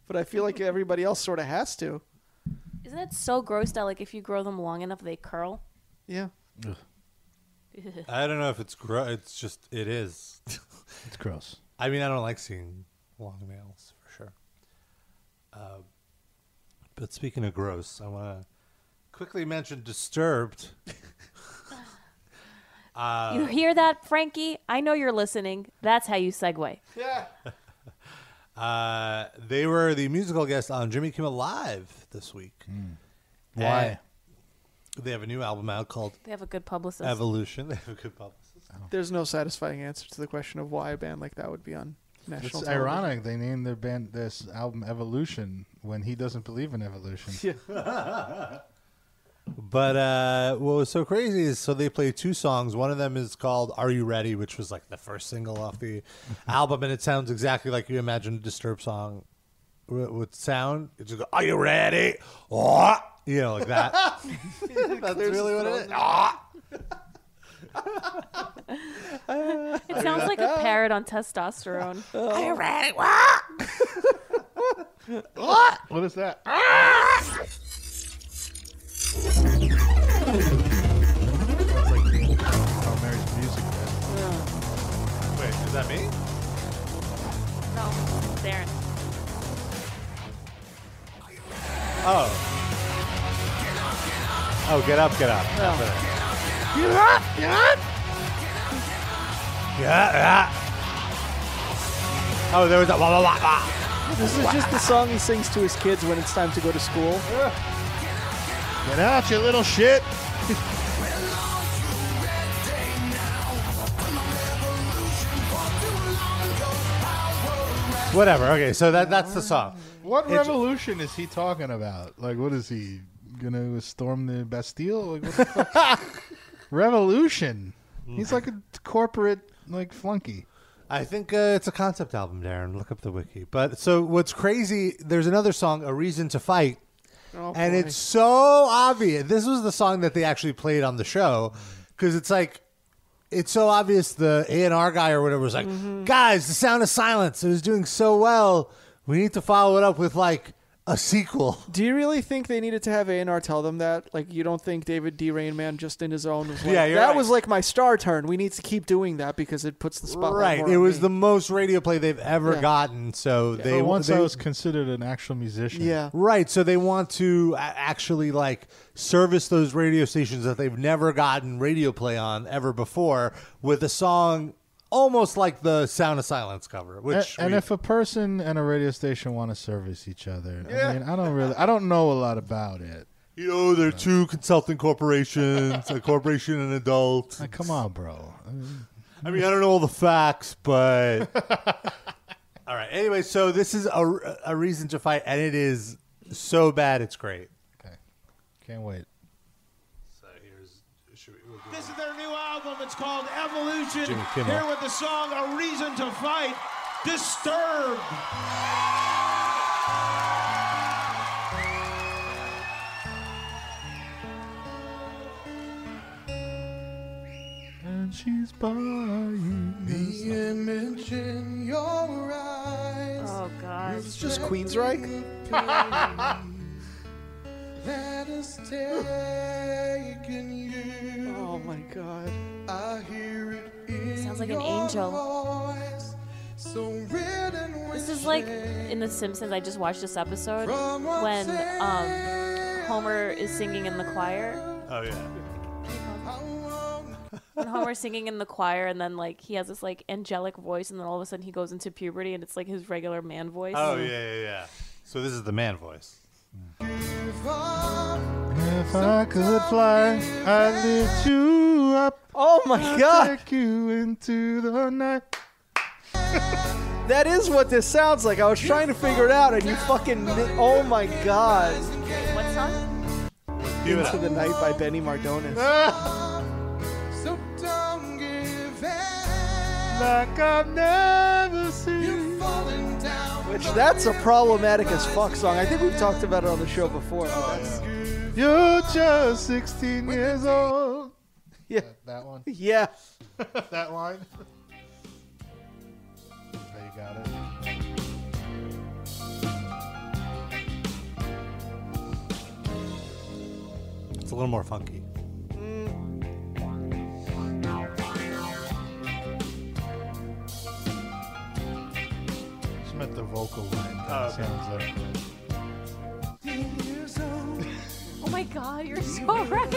[SPEAKER 3] but I feel like everybody else sort of has to.
[SPEAKER 5] Isn't it so gross that like if you grow them long enough they curl?
[SPEAKER 3] Yeah.
[SPEAKER 2] I don't know if it's gross. It's just it is.
[SPEAKER 4] It's gross.
[SPEAKER 2] I mean, I don't like seeing long nails for sure. Uh, but speaking of gross, I want to quickly mention Disturbed.
[SPEAKER 3] Uh,
[SPEAKER 5] you hear that, Frankie? I know you're listening. That's how you segue.
[SPEAKER 3] Yeah.
[SPEAKER 2] Uh, they were the musical guest on Jimmy Kimmel Live this week.
[SPEAKER 4] Why?
[SPEAKER 2] And they have a new album out called
[SPEAKER 5] They have a good publicist.
[SPEAKER 2] Evolution. They have a good publicist.
[SPEAKER 3] There's no satisfying answer to the question of why a band like that would be on
[SPEAKER 4] It's
[SPEAKER 3] national. television.
[SPEAKER 4] ironic they named their band this album Evolution when he doesn't believe in evolution.
[SPEAKER 2] But uh, what was so crazy is so they play two songs. One of them is called "Are You Ready," which was like the first single off the album, and it sounds exactly like you imagine a Disturbed song w- would sound. It just go, "Are you ready?" Oh, you know, like that. That's really what it is. Ah!
[SPEAKER 5] It sounds like a parrot on testosterone.
[SPEAKER 4] What is that? Sounds like Hail Mary's music.
[SPEAKER 2] Wait, is that me?
[SPEAKER 5] no, it's Darren.
[SPEAKER 2] Oh. Oh, get up, get up. Get up, get up. Yeah, yeah. Oh, there was that. Wah, wah, wah, wah.
[SPEAKER 3] This is just the song he sings to his kids when it's time to go to school.
[SPEAKER 4] Get out, you little shit!
[SPEAKER 2] Whatever. Okay, so that that's the song.
[SPEAKER 4] What
[SPEAKER 2] It's-
[SPEAKER 4] revolution is he talking about? Like, what is he gonna storm the Bastille? Like, what the fuck? revolution. He's like a corporate like flunky.
[SPEAKER 2] I think uh, it's a concept album, Darren. Look up the wiki. But so what's crazy? There's another song, "A Reason to Fight,"
[SPEAKER 3] Oh,
[SPEAKER 2] and
[SPEAKER 3] boy.
[SPEAKER 2] it's so obvious. This was the song that they actually played on the show
[SPEAKER 3] Mm-hmm.
[SPEAKER 2] because it's like it's so
[SPEAKER 3] Mm-hmm.
[SPEAKER 2] obvious. The A and R guy or whatever was like, "Guys, the sound of silence. It was doing so well. We need to follow it up with like a sequel.
[SPEAKER 3] Do you really think they needed to have A&R tell them that? Like, you don't think David D. Rain Man just in his own was like,
[SPEAKER 2] Yeah, you're
[SPEAKER 3] that
[SPEAKER 2] right.
[SPEAKER 3] was like my star turn. We need to keep doing that because it puts the spotlight.
[SPEAKER 2] Right.
[SPEAKER 3] more
[SPEAKER 2] It
[SPEAKER 3] on
[SPEAKER 2] was
[SPEAKER 3] me."
[SPEAKER 2] the most radio play they've ever
[SPEAKER 3] Yeah.
[SPEAKER 2] gotten. So they
[SPEAKER 4] But once
[SPEAKER 2] Oh, they,
[SPEAKER 4] I was considered an actual musician.
[SPEAKER 3] yeah.
[SPEAKER 2] Right, so they want to a- actually like service those radio stations that they've never gotten radio play on ever before with a song almost like the Sound of Silence cover,
[SPEAKER 4] A-
[SPEAKER 2] which
[SPEAKER 4] and
[SPEAKER 2] we-
[SPEAKER 4] if a person and a radio station want to service each other, I mean, I don't really, I don't know a lot about it.
[SPEAKER 2] you know there are two consulting corporations, a corporation and adult.
[SPEAKER 4] Like, come on, bro. I mean,
[SPEAKER 2] I mean, I don't know all the facts, but all right. Anyway, so this is a, a reason to fight, and it is so bad, it's great.
[SPEAKER 4] okay, can't wait.
[SPEAKER 9] This is their new album. It's called Evolution.
[SPEAKER 2] Jimmy Kimmel.
[SPEAKER 9] Here with the song A Reason to Fight Disturbed.
[SPEAKER 4] And she's by you.
[SPEAKER 9] image in your eyes.
[SPEAKER 5] Oh god.
[SPEAKER 3] It's just Queensryche.
[SPEAKER 9] That is taking you.
[SPEAKER 3] Oh my god.
[SPEAKER 9] I hear it
[SPEAKER 5] Sounds like an angel.
[SPEAKER 9] voice. So red and
[SPEAKER 5] This is like in The Simpsons. I just watched this episode when um, Homer is singing in the choir.
[SPEAKER 2] Oh yeah.
[SPEAKER 5] When Homer's singing in the choir, and then like he has this like angelic voice, and then all of a sudden he goes into puberty, and it's like his regular man voice.
[SPEAKER 2] Oh yeah, yeah, yeah. So this is the man voice.
[SPEAKER 4] If I could fly, I'd lift you up,
[SPEAKER 3] Oh my god.
[SPEAKER 4] take you into the night.
[SPEAKER 3] That is what this sounds like. I was trying to figure it out, and you fucking. Oh my god.
[SPEAKER 5] What song?
[SPEAKER 2] Give it
[SPEAKER 3] Into
[SPEAKER 2] up.
[SPEAKER 3] the Night by Benny Mardones.
[SPEAKER 9] So don't give in.
[SPEAKER 4] Like I've never seen.
[SPEAKER 9] You're falling down.
[SPEAKER 3] Which that's a problematic as fuck song. I think we've talked about it on the show before. but that's-
[SPEAKER 4] You're just 16 years old.
[SPEAKER 3] Yeah.
[SPEAKER 4] That one.
[SPEAKER 3] yeah.
[SPEAKER 4] that line. They got it.
[SPEAKER 2] It's a little more funky.
[SPEAKER 4] She meant the vocal line. That sounds uh, like.
[SPEAKER 5] Oh my god, you're so right.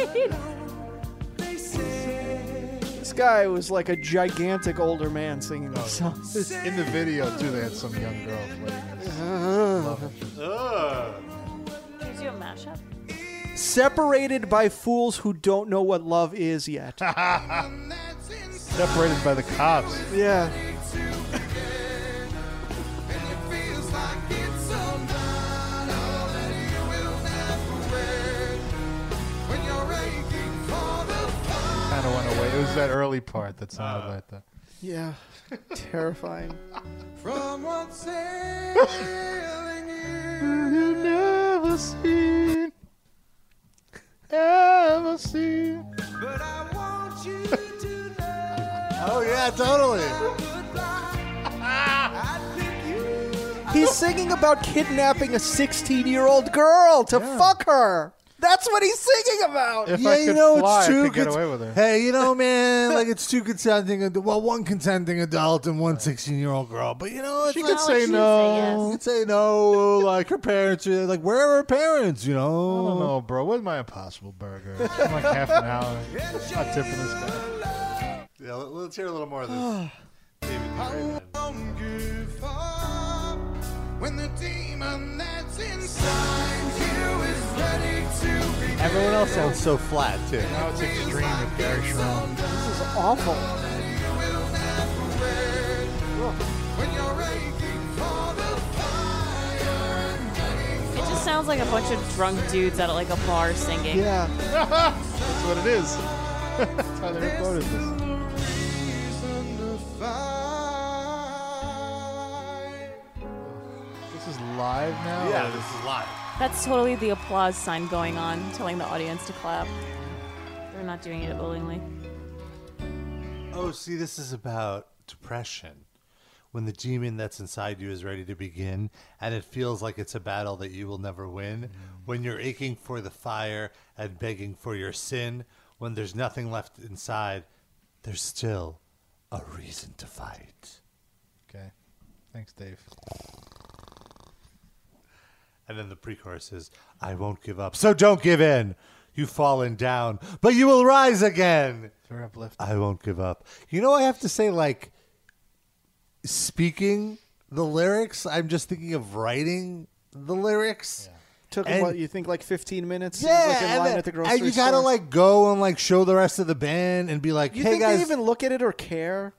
[SPEAKER 3] This guy was like a gigantic older man singing this song.
[SPEAKER 4] In the video too, they had some young girl playing this.
[SPEAKER 5] Gives you a mashup.
[SPEAKER 3] Separated by fools who don't know what love is yet.
[SPEAKER 4] Separated by the cops.
[SPEAKER 3] yeah.
[SPEAKER 4] Kind of went away. It was that early part that sounded like that.
[SPEAKER 3] Yeah. Terrifying.
[SPEAKER 2] Oh,
[SPEAKER 4] You never seen, ever seen.
[SPEAKER 2] Oh yeah, totally.
[SPEAKER 3] He's singing about kidnapping a 16 year old girl to fuck her. That's what he's singing about.
[SPEAKER 4] If
[SPEAKER 2] yeah,
[SPEAKER 4] I
[SPEAKER 2] you
[SPEAKER 4] could
[SPEAKER 2] know
[SPEAKER 4] fly,
[SPEAKER 2] it's two
[SPEAKER 4] I could get
[SPEAKER 2] cons-
[SPEAKER 4] away with her.
[SPEAKER 2] Hey, you know, man, like it's two consenting, ad- well, one consenting adult and one 16 year old girl. But you know, it's
[SPEAKER 5] She
[SPEAKER 2] like,
[SPEAKER 5] could say She would say no. yes.
[SPEAKER 2] You could say no. Like her parents, are like where are her parents? You
[SPEAKER 4] I
[SPEAKER 2] know.
[SPEAKER 4] don't know, bro. Where's my Impossible Burger? It's been like half an hour. I'm tipping this guy.
[SPEAKER 2] Yeah, let- let's hear a little more of this. David Duran.
[SPEAKER 9] Don't give up when the demon that's inside you is ready to be
[SPEAKER 2] Everyone else sounds so flat too.
[SPEAKER 4] Now it's extreme with Gary Sherman.
[SPEAKER 3] This is awful.
[SPEAKER 9] when you're aching for the
[SPEAKER 5] It just sounds like a bunch of drunk dudes at like a bar singing.
[SPEAKER 3] Yeah.
[SPEAKER 4] That's what it is. That's how they recorded this.
[SPEAKER 9] reason to fight.
[SPEAKER 4] This is live now.
[SPEAKER 2] Yeah, this is live.
[SPEAKER 5] That's totally the applause sign going on, telling the audience to clap. They're not doing it willingly.
[SPEAKER 2] Oh, see, this is about depression. when the demon that's inside you is ready to begin, and it feels like it's a battle that you will never win, when you're aching for the fire and begging for your sin, when there's nothing left inside, there's still a reason to fight.
[SPEAKER 4] Okay. Thanks, Dave.
[SPEAKER 2] And then the pre-chorus is, I won't give up, so don't give in. You've fallen down, but you will rise again.
[SPEAKER 4] They're uplifted.
[SPEAKER 2] I won't give up. You know, I have to say, like, speaking the lyrics, I'm just thinking of writing the lyrics.
[SPEAKER 3] Took
[SPEAKER 2] And-
[SPEAKER 3] what you think like 15 minutes. He was,
[SPEAKER 2] Yeah,
[SPEAKER 3] like, in
[SPEAKER 2] and,
[SPEAKER 3] line
[SPEAKER 2] then-
[SPEAKER 3] at the
[SPEAKER 2] and
[SPEAKER 3] grocery
[SPEAKER 2] you gotta
[SPEAKER 3] store.
[SPEAKER 2] like go and like show the rest of the band and be like,
[SPEAKER 3] You
[SPEAKER 2] "Hey
[SPEAKER 3] think
[SPEAKER 2] guys,
[SPEAKER 3] they even look at it or care?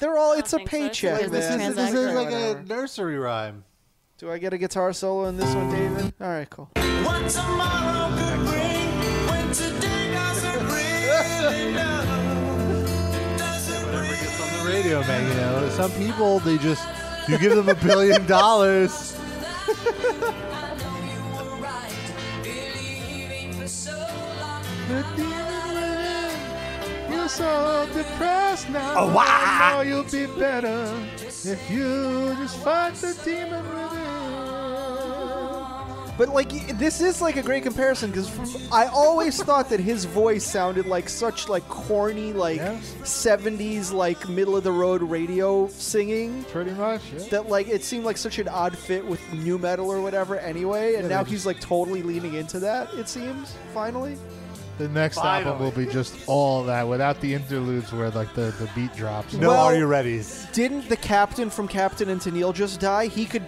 [SPEAKER 3] They're all. It's a
[SPEAKER 5] think so. It's a
[SPEAKER 3] paycheck.
[SPEAKER 5] business
[SPEAKER 2] this,
[SPEAKER 3] man.
[SPEAKER 2] is, this is
[SPEAKER 5] transaction.
[SPEAKER 2] like
[SPEAKER 3] Whatever.
[SPEAKER 2] a nursery rhyme."
[SPEAKER 3] Do I get a guitar solo in this one, David? All right, cool.
[SPEAKER 9] What tomorrow could bring when today doesn't really know. Doesn't really
[SPEAKER 2] It's on the radio, man. You know, some people they just you give them a billion dollars.
[SPEAKER 4] You're so depressed now.
[SPEAKER 2] Oh, why?
[SPEAKER 4] I know you'll be better if you just fight the demon within.
[SPEAKER 3] But like, y- this is like a great comparison because I always thought that his voice sounded like such like corny like
[SPEAKER 4] Yeah.
[SPEAKER 3] 70s like middle of the road radio singing.
[SPEAKER 4] Pretty much, yeah.
[SPEAKER 3] That like it seemed like such an odd fit with new metal or whatever anyway, and now he's like totally leaning into that. It seems finally.
[SPEAKER 4] The next album will be just all that without the interludes where like the, the beat drops.
[SPEAKER 2] No,
[SPEAKER 3] Well-
[SPEAKER 2] are you ready's?
[SPEAKER 3] Didn't the captain from Captain and Tennille just die? He could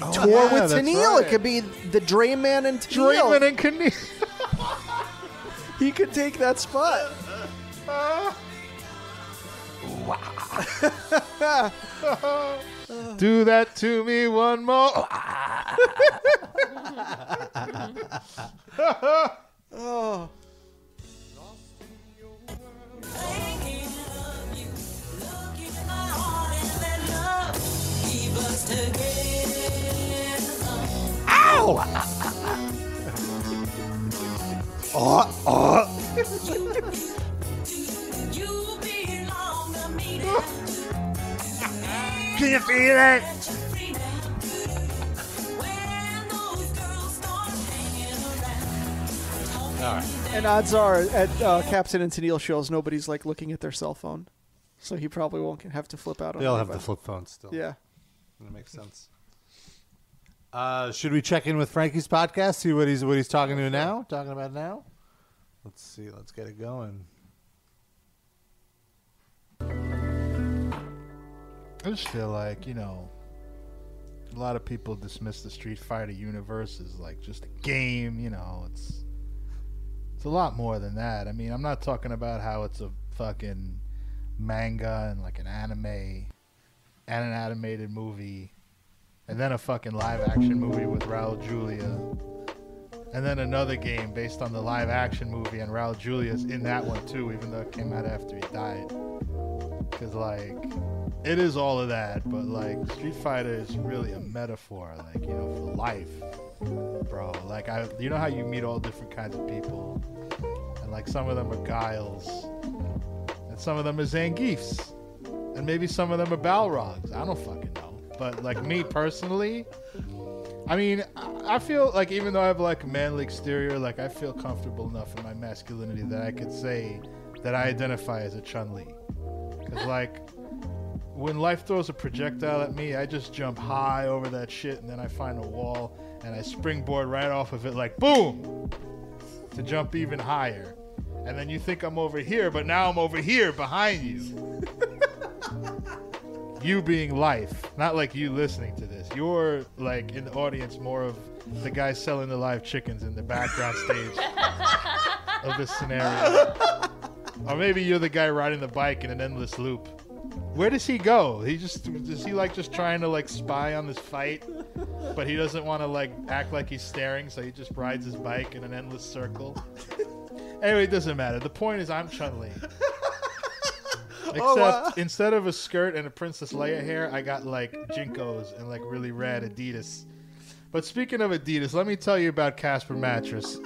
[SPEAKER 3] tour
[SPEAKER 4] Oh, yeah,
[SPEAKER 3] with
[SPEAKER 4] that's
[SPEAKER 3] Tennille.
[SPEAKER 4] right.
[SPEAKER 3] It could be the Drayman and Tennille.
[SPEAKER 4] Draymond and Kanye.
[SPEAKER 3] He could take that spot.
[SPEAKER 4] Do that to me one more.
[SPEAKER 3] Oh,
[SPEAKER 2] Can you feel it?
[SPEAKER 3] And odds are, at uh, Captain and Tennille shows, nobody's like looking at their cell phone, so he probably won't have to flip out. on
[SPEAKER 2] They all have the
[SPEAKER 3] anybody.
[SPEAKER 2] flip phones still.
[SPEAKER 3] Yeah.
[SPEAKER 2] That makes sense. Uh, should we check in with Frankie's podcast? See what he's what he's talking to now, talking about now. Let's see. Let's get it going.
[SPEAKER 4] I just feel like, you know, a lot of people dismiss the Street Fighter universe as like just a game, you know, it's it's a lot more than that. I mean, I'm not talking about how it's a fucking manga and like an anime and an animated movie and then a fucking live action movie with Raul Julia and then another game based on the live action movie and Raul Julia's in that one too, even though it came out after he died. Cause like it is all of that, but like Street Fighter is really a metaphor, like you know, for life, bro. Like I, you know how you meet all different kinds of people, and like some of them are Guiles, and some of them are Zangiefs, and maybe some of them are Balrogs. I don't fucking know. But like me personally, I mean, I I feel like even though I have like a manly exterior, like I feel comfortable enough in my masculinity that I could say that I identify as a Chun Li, cause like when life throws a projectile at me, I just jump high over that shit and then I find a wall and I springboard right off of it like boom to jump even higher. And then you think I'm over here, but now I'm over here behind you. you being life, not like you listening to this. You're like in the audience more of the guy selling the live chickens in the background stage of this scenario. Or maybe you're the guy riding the bike in an endless loop. Where does he go? He just is he like just trying to like spy on this fight, but he doesn't want to like act like he's staring, so he just rides his bike in an endless circle. anyway, it doesn't matter. The point is, I'm Chun Li.
[SPEAKER 2] Oh,
[SPEAKER 4] Except instead of a skirt and a Princess Leia hair, I got like jinkos and like really rad Adidas. But speaking of Adidas, let me tell you about Casper Mattress.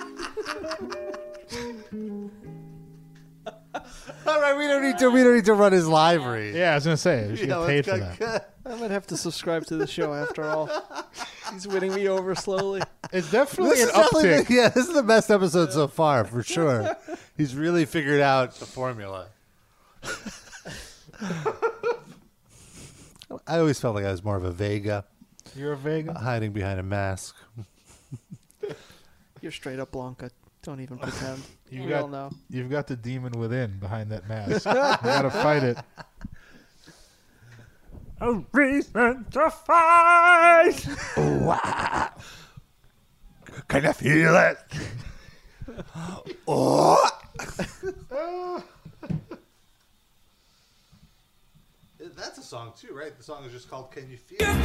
[SPEAKER 2] All right, we don't need to. We don't need to run his library.
[SPEAKER 4] Yeah, I was gonna say you should get paid for that.
[SPEAKER 3] I might have to subscribe to the show after all. He's winning me over slowly.
[SPEAKER 4] It's definitely
[SPEAKER 2] This
[SPEAKER 4] an
[SPEAKER 2] is definitely
[SPEAKER 4] uptick.
[SPEAKER 2] the- yeah, this is the best episode so far for sure. He's really figured out the formula. I always felt like I was more of a Vega,
[SPEAKER 4] You're a vegan.
[SPEAKER 2] hiding behind a mask.
[SPEAKER 3] You're straight up Blanca. Don't even pretend.
[SPEAKER 4] You
[SPEAKER 3] we
[SPEAKER 4] got-
[SPEAKER 3] all know.
[SPEAKER 4] You've got the demon within behind that mask. you gotta fight it.
[SPEAKER 2] A reason to fight. Can you feel it? That's a song too, right? The song is just called "Can You Feel It."
[SPEAKER 4] We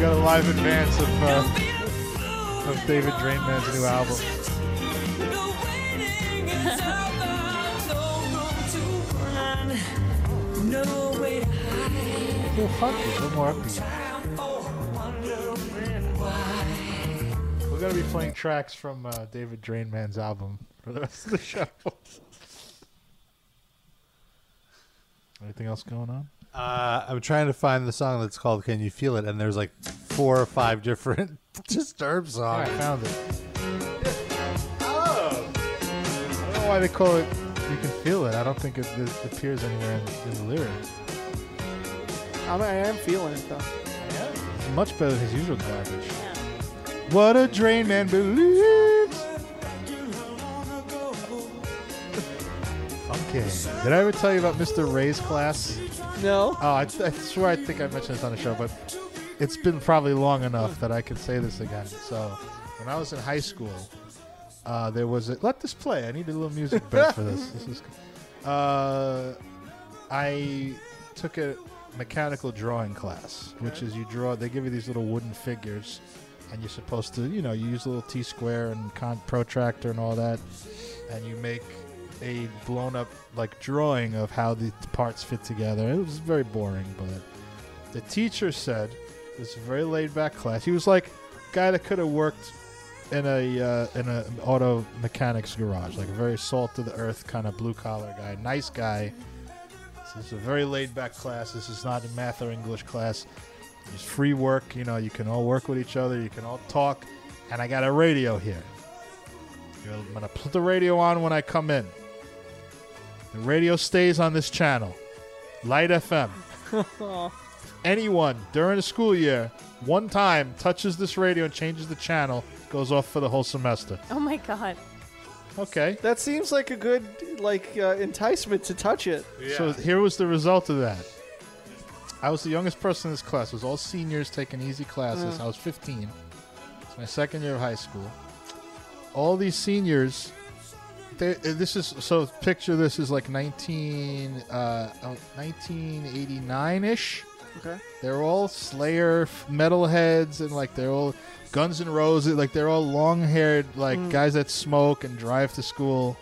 [SPEAKER 4] got a live advance of uh, of David Drainman's new album. Well, fuck it, we're more upbeat. We're gonna be playing tracks from uh, David Drainman's album for the rest of the show. Anything else going on?
[SPEAKER 2] Uh, I'm trying to find the song that's called "Can You Feel It," and there's like four or five different Disturbed
[SPEAKER 4] I
[SPEAKER 2] songs.
[SPEAKER 4] found it. I don't know why they call it. You can feel it. I don't think it, it appears anywhere in, in the lyrics.
[SPEAKER 3] I'm, I am feeling it though.
[SPEAKER 4] It's much better than his usual garbage. What a drain man believes. Okay. Did I ever tell you about Mr. Ray's class?
[SPEAKER 3] No.
[SPEAKER 2] Uh,
[SPEAKER 4] Oh, I, I swear I think I mentioned this on the show, but it's been probably long enough that I can say this again. So, when I was in high school, uh, there was a. Let this play. I need a little music bed for this. This is. Uh, I took a mechanical drawing class, which is you draw. They give you these little wooden figures, and you're supposed to, you know, you use a little T square and con- protractor and all that, and you make a blown up like drawing of how the parts fit together. It was very boring, but the teacher said this very laid back class. He was like guy that could have worked in a uh, in a auto mechanics garage, like a very salt of the earth kind of blue collar guy, nice guy. So This is a very laid back class. This is not a math or English class. It's free work. You know, you can all work with each other. You can all talk. And I got a radio here. You're- I'm gonna put the radio on when I come in. The radio stays on this channel, Light FM. Anyone during the school year, one time touches this radio and changes the channel, goes off for the whole semester.
[SPEAKER 5] Oh my god.
[SPEAKER 4] Okay.
[SPEAKER 3] That seems like a good like uh, enticement to touch it.
[SPEAKER 4] So here was the result of that. I was the youngest person in this class. It was all seniors taking easy classes. I was 15. It's my second year of high school. All these seniors. They, uh, this is so. Picture this is like 19, uh, oh, 1989 ish.
[SPEAKER 3] Okay.
[SPEAKER 4] They're all Slayer f- metalheads and like they're all Guns N' Roses. Like they're all long-haired like
[SPEAKER 3] Mm.
[SPEAKER 4] guys that smoke and drive to school,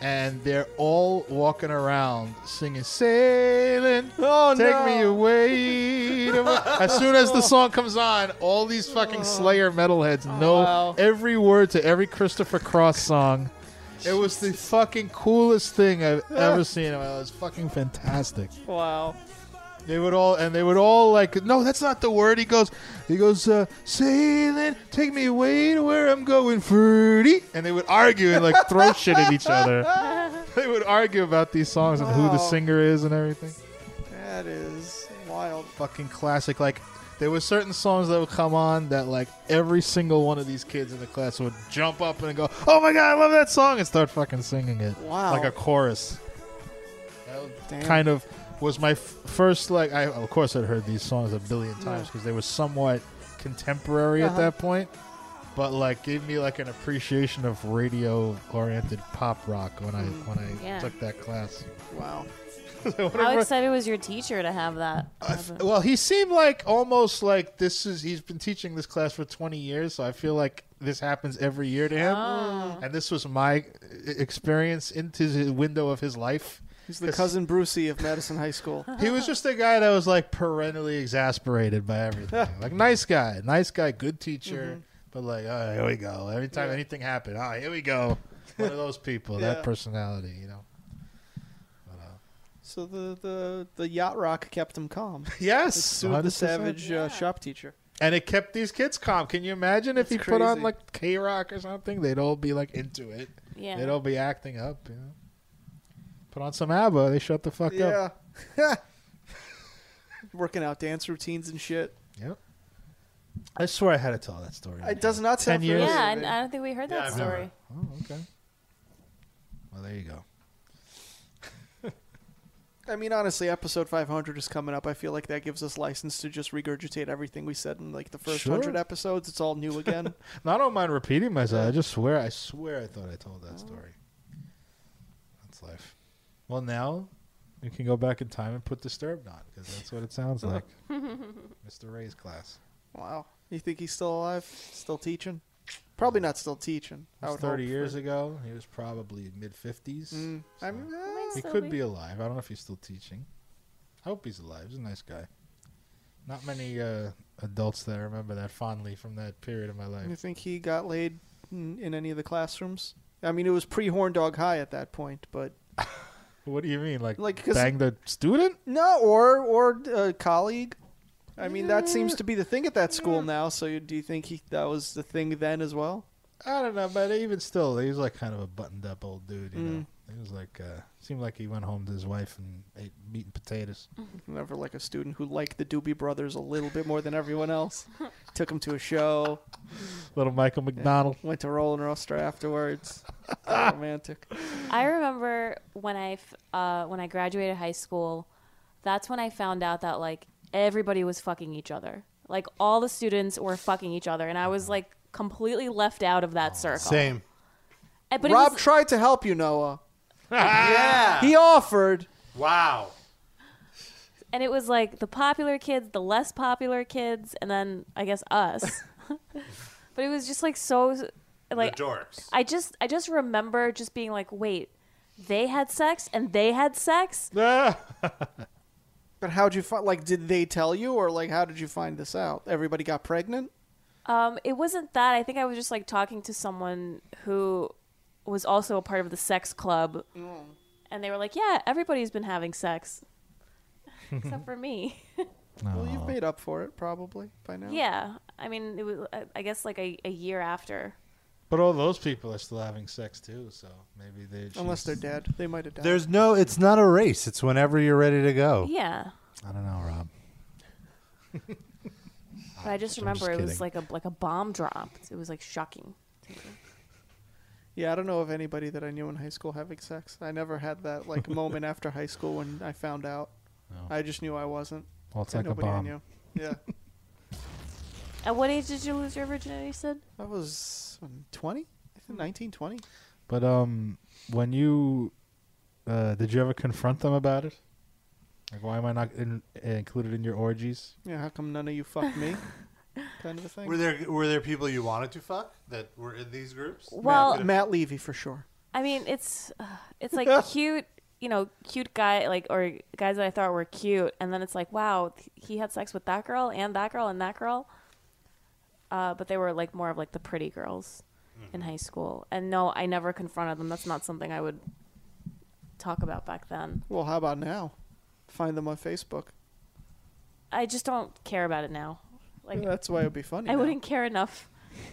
[SPEAKER 4] and they're all walking around singing "Sailing."
[SPEAKER 3] Oh
[SPEAKER 4] Take
[SPEAKER 3] no.
[SPEAKER 4] me away. as soon as the song comes on, all these fucking Slayer metalheads know
[SPEAKER 3] Oh. wow.
[SPEAKER 4] every word to every Christopher Cross song. It was the fucking coolest thing I've ever seen. in my life. It was fucking fantastic.
[SPEAKER 3] Wow.
[SPEAKER 4] They would all and they would all like no, that's not the word. He goes, he goes, uh, sailing, take me away to where I'm going, fruity. And they would argue and like throw shit at each other. They would argue about these songs and who the
[SPEAKER 3] Wow.
[SPEAKER 4] singer is and everything.
[SPEAKER 3] That is wild.
[SPEAKER 4] Fucking classic. Like there were certain songs that would come on that like every single one of these kids in the class would jump up and go, oh my god, I love that song and start fucking singing it
[SPEAKER 3] Wow.
[SPEAKER 4] like a chorus.
[SPEAKER 3] Damn.
[SPEAKER 4] kind of was my f- first like I of course I'd heard these songs a billion times because they were somewhat contemporary at
[SPEAKER 3] Uh-huh.
[SPEAKER 4] that point but like gave me like an appreciation of radio oriented pop rock when I when I
[SPEAKER 5] Yeah.
[SPEAKER 4] took that class
[SPEAKER 3] Wow.
[SPEAKER 5] How
[SPEAKER 4] Whatever-
[SPEAKER 5] excited was your teacher to have that? happen?
[SPEAKER 4] well he seemed like almost like this is he's been teaching this class for 20 years so I feel like this happens every year to him and this was my uh, experience into the window of his life
[SPEAKER 3] He's the
[SPEAKER 4] Yes.
[SPEAKER 3] cousin Brucey of Madison High School.
[SPEAKER 4] He was just a guy that was like perennially exasperated by everything. like nice
[SPEAKER 3] Mm-hmm.
[SPEAKER 4] guy, nice guy, good teacher, but like, oh, here we go. Every time anything happened, oh, here we go. One of those people,
[SPEAKER 3] Yeah.
[SPEAKER 4] that personality, you know.
[SPEAKER 3] So the, the, the yacht rock kept him calm.
[SPEAKER 4] Yes,
[SPEAKER 3] It sued the
[SPEAKER 4] 100%.
[SPEAKER 3] savage uh, shop teacher.
[SPEAKER 4] And it kept these kids calm. Can you imagine if he
[SPEAKER 3] That's
[SPEAKER 4] put on
[SPEAKER 3] crazy.
[SPEAKER 4] like K Rock or something? They'd all be like into it.
[SPEAKER 5] Yeah.
[SPEAKER 4] They'd all be acting up. You know? Put on some ABBA. They shut the fuck up.
[SPEAKER 3] Yeah. Working out dance routines and shit.
[SPEAKER 4] Yep. I swear I had to tell that story.
[SPEAKER 3] It does not
[SPEAKER 4] Ten
[SPEAKER 3] sound
[SPEAKER 4] years?
[SPEAKER 3] familiar,
[SPEAKER 5] Yeah, and uh,
[SPEAKER 3] man.
[SPEAKER 5] I don't think we heard that
[SPEAKER 4] I've never-
[SPEAKER 5] story.
[SPEAKER 4] Oh, okay. Well, there you go.
[SPEAKER 3] I mean, honestly, episode 500 is coming up. I feel like that gives us license to just regurgitate everything we said in like the first
[SPEAKER 4] Sure.
[SPEAKER 3] 100 episodes. It's all new again.
[SPEAKER 4] No, I don't mind repeating myself. I just swear, I swear I thought I told that story. That's life. Well, now you can go back in time and put Disturbed on because that's what it sounds like. Mr. Ray's class.
[SPEAKER 3] wow. You think he's still alive? Still teaching? Probably not still teaching.
[SPEAKER 4] It was 30 years ago. He was probably mid 50s.
[SPEAKER 3] I mean, eh,
[SPEAKER 5] Might
[SPEAKER 4] He
[SPEAKER 5] still
[SPEAKER 4] could be alive. I don't know if he's still teaching. I hope he's alive. He's a nice guy. Not many uh, adults that I remember that fondly from that period of my
[SPEAKER 3] eh, you
[SPEAKER 4] life.
[SPEAKER 3] think he got laid in, in any of the classrooms? I mean, it was pre Horn Dog High at that point, but
[SPEAKER 4] What do you mean? Like,
[SPEAKER 3] Like, 'cause-
[SPEAKER 4] bang the student?
[SPEAKER 3] No, or or a colleague. I mean, that seems to be the thing at that school now. So you- do you think he, that was the thing then as well?
[SPEAKER 4] I don't know, but even still, he was like kind of a buttoned up old dude, you know.
[SPEAKER 3] Mm.
[SPEAKER 4] He was like, uh, seemed like he went home to his wife and ate meat and potatoes.
[SPEAKER 3] Mm. Never like a student who liked the Doobie Brothers a little bit more than everyone else. Took him to a show.
[SPEAKER 4] Little Michael McDonald.
[SPEAKER 3] Went to Roller Roaster afterwards. romantic.
[SPEAKER 5] I remember when I f- uh, when I graduated high school, that's when I found out that like everybody was fucking each other. Like all the students were fucking each other, and I was like completely left out of that circle.
[SPEAKER 2] Same.
[SPEAKER 5] Uh, But it
[SPEAKER 3] Rob
[SPEAKER 5] was-
[SPEAKER 3] tried to help you, Noah. yeah. He offered.
[SPEAKER 2] Wow.
[SPEAKER 5] and it was like the popular kids, the less popular kids, and then I guess us. but it was just like so, like
[SPEAKER 2] the dorks.
[SPEAKER 5] I just I just remember just being like, wait, they had sex and they had sex.
[SPEAKER 3] But how'd you find? Like, did they tell you, or like, how did you find this out? Everybody got pregnant.
[SPEAKER 5] Um, it wasn't that. I think I was just like talking to someone who was also a part of the sex club, and they were like, yeah, everybody's been having sex except for me.
[SPEAKER 3] Well, you've made up for it probably by now.
[SPEAKER 5] yeah, I mean, it was I- I guess like a, a year after.
[SPEAKER 4] But all those people are still having sex too, so maybe they.
[SPEAKER 3] Unless
[SPEAKER 4] she's-
[SPEAKER 3] they're dead, they might have died.
[SPEAKER 2] There's no. It's not a race. It's whenever you're ready to go.
[SPEAKER 5] Yeah.
[SPEAKER 4] I don't know, Rob.
[SPEAKER 5] But I just
[SPEAKER 4] I'm just
[SPEAKER 5] remember it was
[SPEAKER 4] kidding.
[SPEAKER 5] like a like a bomb drop. It was like shocking.
[SPEAKER 3] Yeah, I don't know of anybody that I knew in high school having sex. I never had that like moment after high school when I found out.
[SPEAKER 4] No.
[SPEAKER 3] I just knew I wasn't.
[SPEAKER 4] Well, it's
[SPEAKER 3] And
[SPEAKER 4] like a
[SPEAKER 3] nobody I
[SPEAKER 4] bomb.
[SPEAKER 3] knew. Yeah,
[SPEAKER 5] At what age did you lose your virginity? You said.
[SPEAKER 3] I was twenty. I think nineteen, twenty.
[SPEAKER 4] But um, when you uh, did you ever confront them about it? Like, why am I not in, included in your orgies?
[SPEAKER 3] Yeah, how come none of you fucked me? kind of a thing.
[SPEAKER 2] Were there were there people you wanted to fuck that were in these groups?
[SPEAKER 5] Well,
[SPEAKER 3] Matt Levy for sure.
[SPEAKER 5] I mean, it's uh, it's like cute, you know, cute guy like or guys that I thought were cute, and then it's like, wow, th- he had sex with that girl and that girl and that girl. Uh, but they were like more of like the pretty girls in high school, and no, I never confronted them. That's not something I would talk about back then.
[SPEAKER 3] Well, how about now? Find them on Facebook.
[SPEAKER 5] I just don't care about it now. Like
[SPEAKER 3] That's why it'd be funny.
[SPEAKER 5] I
[SPEAKER 3] now.
[SPEAKER 5] wouldn't care enough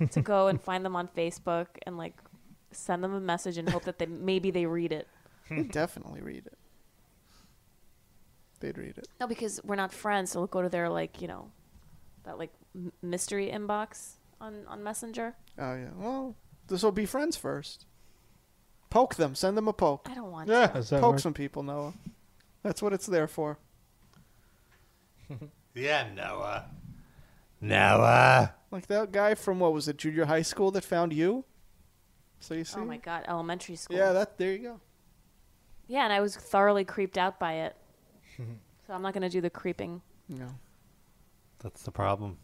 [SPEAKER 5] to go and find them on Facebook and like send them a message and hope that they maybe they read it.
[SPEAKER 3] They'd definitely read it. They'd read it.
[SPEAKER 5] No, because we're not friends, so we'll go to their like you know, that like m- mystery inbox on on Messenger.
[SPEAKER 3] Oh yeah. Well, this will be friends first. Poke them. Send them a poke.
[SPEAKER 5] I don't want.
[SPEAKER 4] Yeah,
[SPEAKER 5] to.
[SPEAKER 4] does that
[SPEAKER 3] Poke
[SPEAKER 4] work?
[SPEAKER 3] some people, Noah. That's what it's there for.
[SPEAKER 2] yeah, Noah. Noah.
[SPEAKER 3] Like that guy from what was it, junior high school that found you? So you see?
[SPEAKER 5] Oh my god, elementary school.
[SPEAKER 3] yeah, that there you go.
[SPEAKER 5] yeah, and I was thoroughly creeped out by it. so I'm not gonna do the creeping.
[SPEAKER 3] No.
[SPEAKER 2] That's the problem.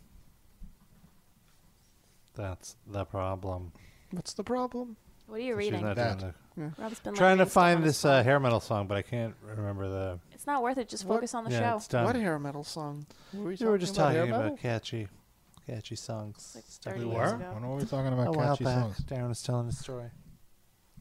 [SPEAKER 2] That's the problem.
[SPEAKER 3] What's the problem?
[SPEAKER 5] What are you
[SPEAKER 2] She's
[SPEAKER 5] reading?
[SPEAKER 2] not
[SPEAKER 4] That.
[SPEAKER 2] doing
[SPEAKER 5] Rob's been
[SPEAKER 2] the-
[SPEAKER 5] like,
[SPEAKER 2] Trying to
[SPEAKER 5] based upon
[SPEAKER 2] find
[SPEAKER 5] his
[SPEAKER 2] this uh, hair metal song, but I can't remember the.
[SPEAKER 5] It's not worth it. Just
[SPEAKER 3] What?
[SPEAKER 5] focus on the
[SPEAKER 2] yeah,
[SPEAKER 5] show.
[SPEAKER 2] it's done.
[SPEAKER 3] What hair metal song? Were we
[SPEAKER 2] you were just
[SPEAKER 3] hair
[SPEAKER 2] talking about,
[SPEAKER 3] metal?
[SPEAKER 2] catchy, catchy songs.
[SPEAKER 5] Like
[SPEAKER 2] Stuff
[SPEAKER 5] 30
[SPEAKER 2] we
[SPEAKER 5] years
[SPEAKER 2] were?
[SPEAKER 5] ago.
[SPEAKER 4] When were we talking about
[SPEAKER 2] A while
[SPEAKER 4] catchy
[SPEAKER 2] back, Uh,
[SPEAKER 4] songs?
[SPEAKER 2] Darren was telling a story.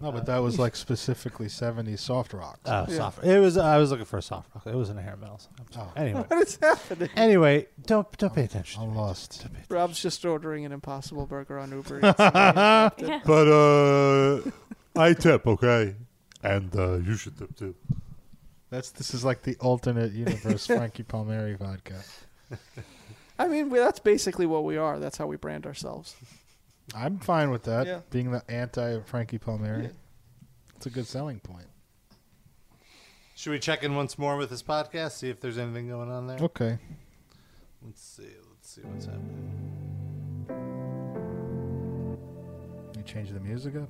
[SPEAKER 4] No, but that was like specifically 70s soft rock.
[SPEAKER 2] Oh, soft. It was. I was looking for a soft rock. It wasn't a hair metal. song. I'm
[SPEAKER 4] Oh,
[SPEAKER 2] sorry. Anyway,
[SPEAKER 3] What is happening?
[SPEAKER 2] anyway, don't don't pay attention.
[SPEAKER 4] I'm lost.
[SPEAKER 3] Rob's just ordering an Impossible Burger on Uber. Eats. I
[SPEAKER 2] But uh, I tip okay, and uh, you should tip too.
[SPEAKER 4] That's this is like the alternate universe Frankie Palmieri vodka.
[SPEAKER 3] mean, we- that's basically what we are. That's how we brand ourselves.
[SPEAKER 4] I'm fine with that.
[SPEAKER 3] Yeah.
[SPEAKER 4] Being the anti Frankie Palmieri. It's a good selling point.
[SPEAKER 2] Should we check in once more with this podcast? See if there's anything going on there.
[SPEAKER 4] Okay.
[SPEAKER 2] Let's see. Let's see what's happening.
[SPEAKER 4] You change the music up?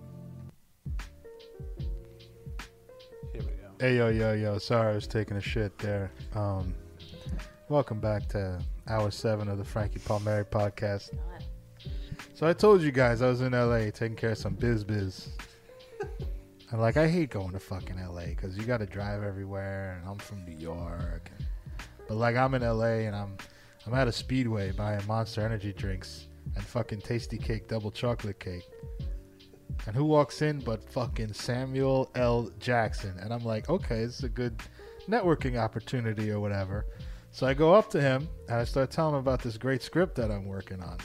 [SPEAKER 2] Here we go.
[SPEAKER 4] Hey yo yo yo, sorry I was taking a shit there. Um welcome back to hour seven of the Frankie Palmieri podcast. So I told you guys I was in LA taking care of some biz biz. And like I hate going to fucking LA because you gotta drive everywhere and I'm from New York. and- but like I'm in LA and I'm I'm at a speedway buying monster energy drinks and fucking tasty cake double chocolate cake. And who walks in but fucking Samuel L. Jackson? And I'm like, okay, this is a good networking opportunity or whatever. So I go up to him and I start telling him about this great script that I'm working on.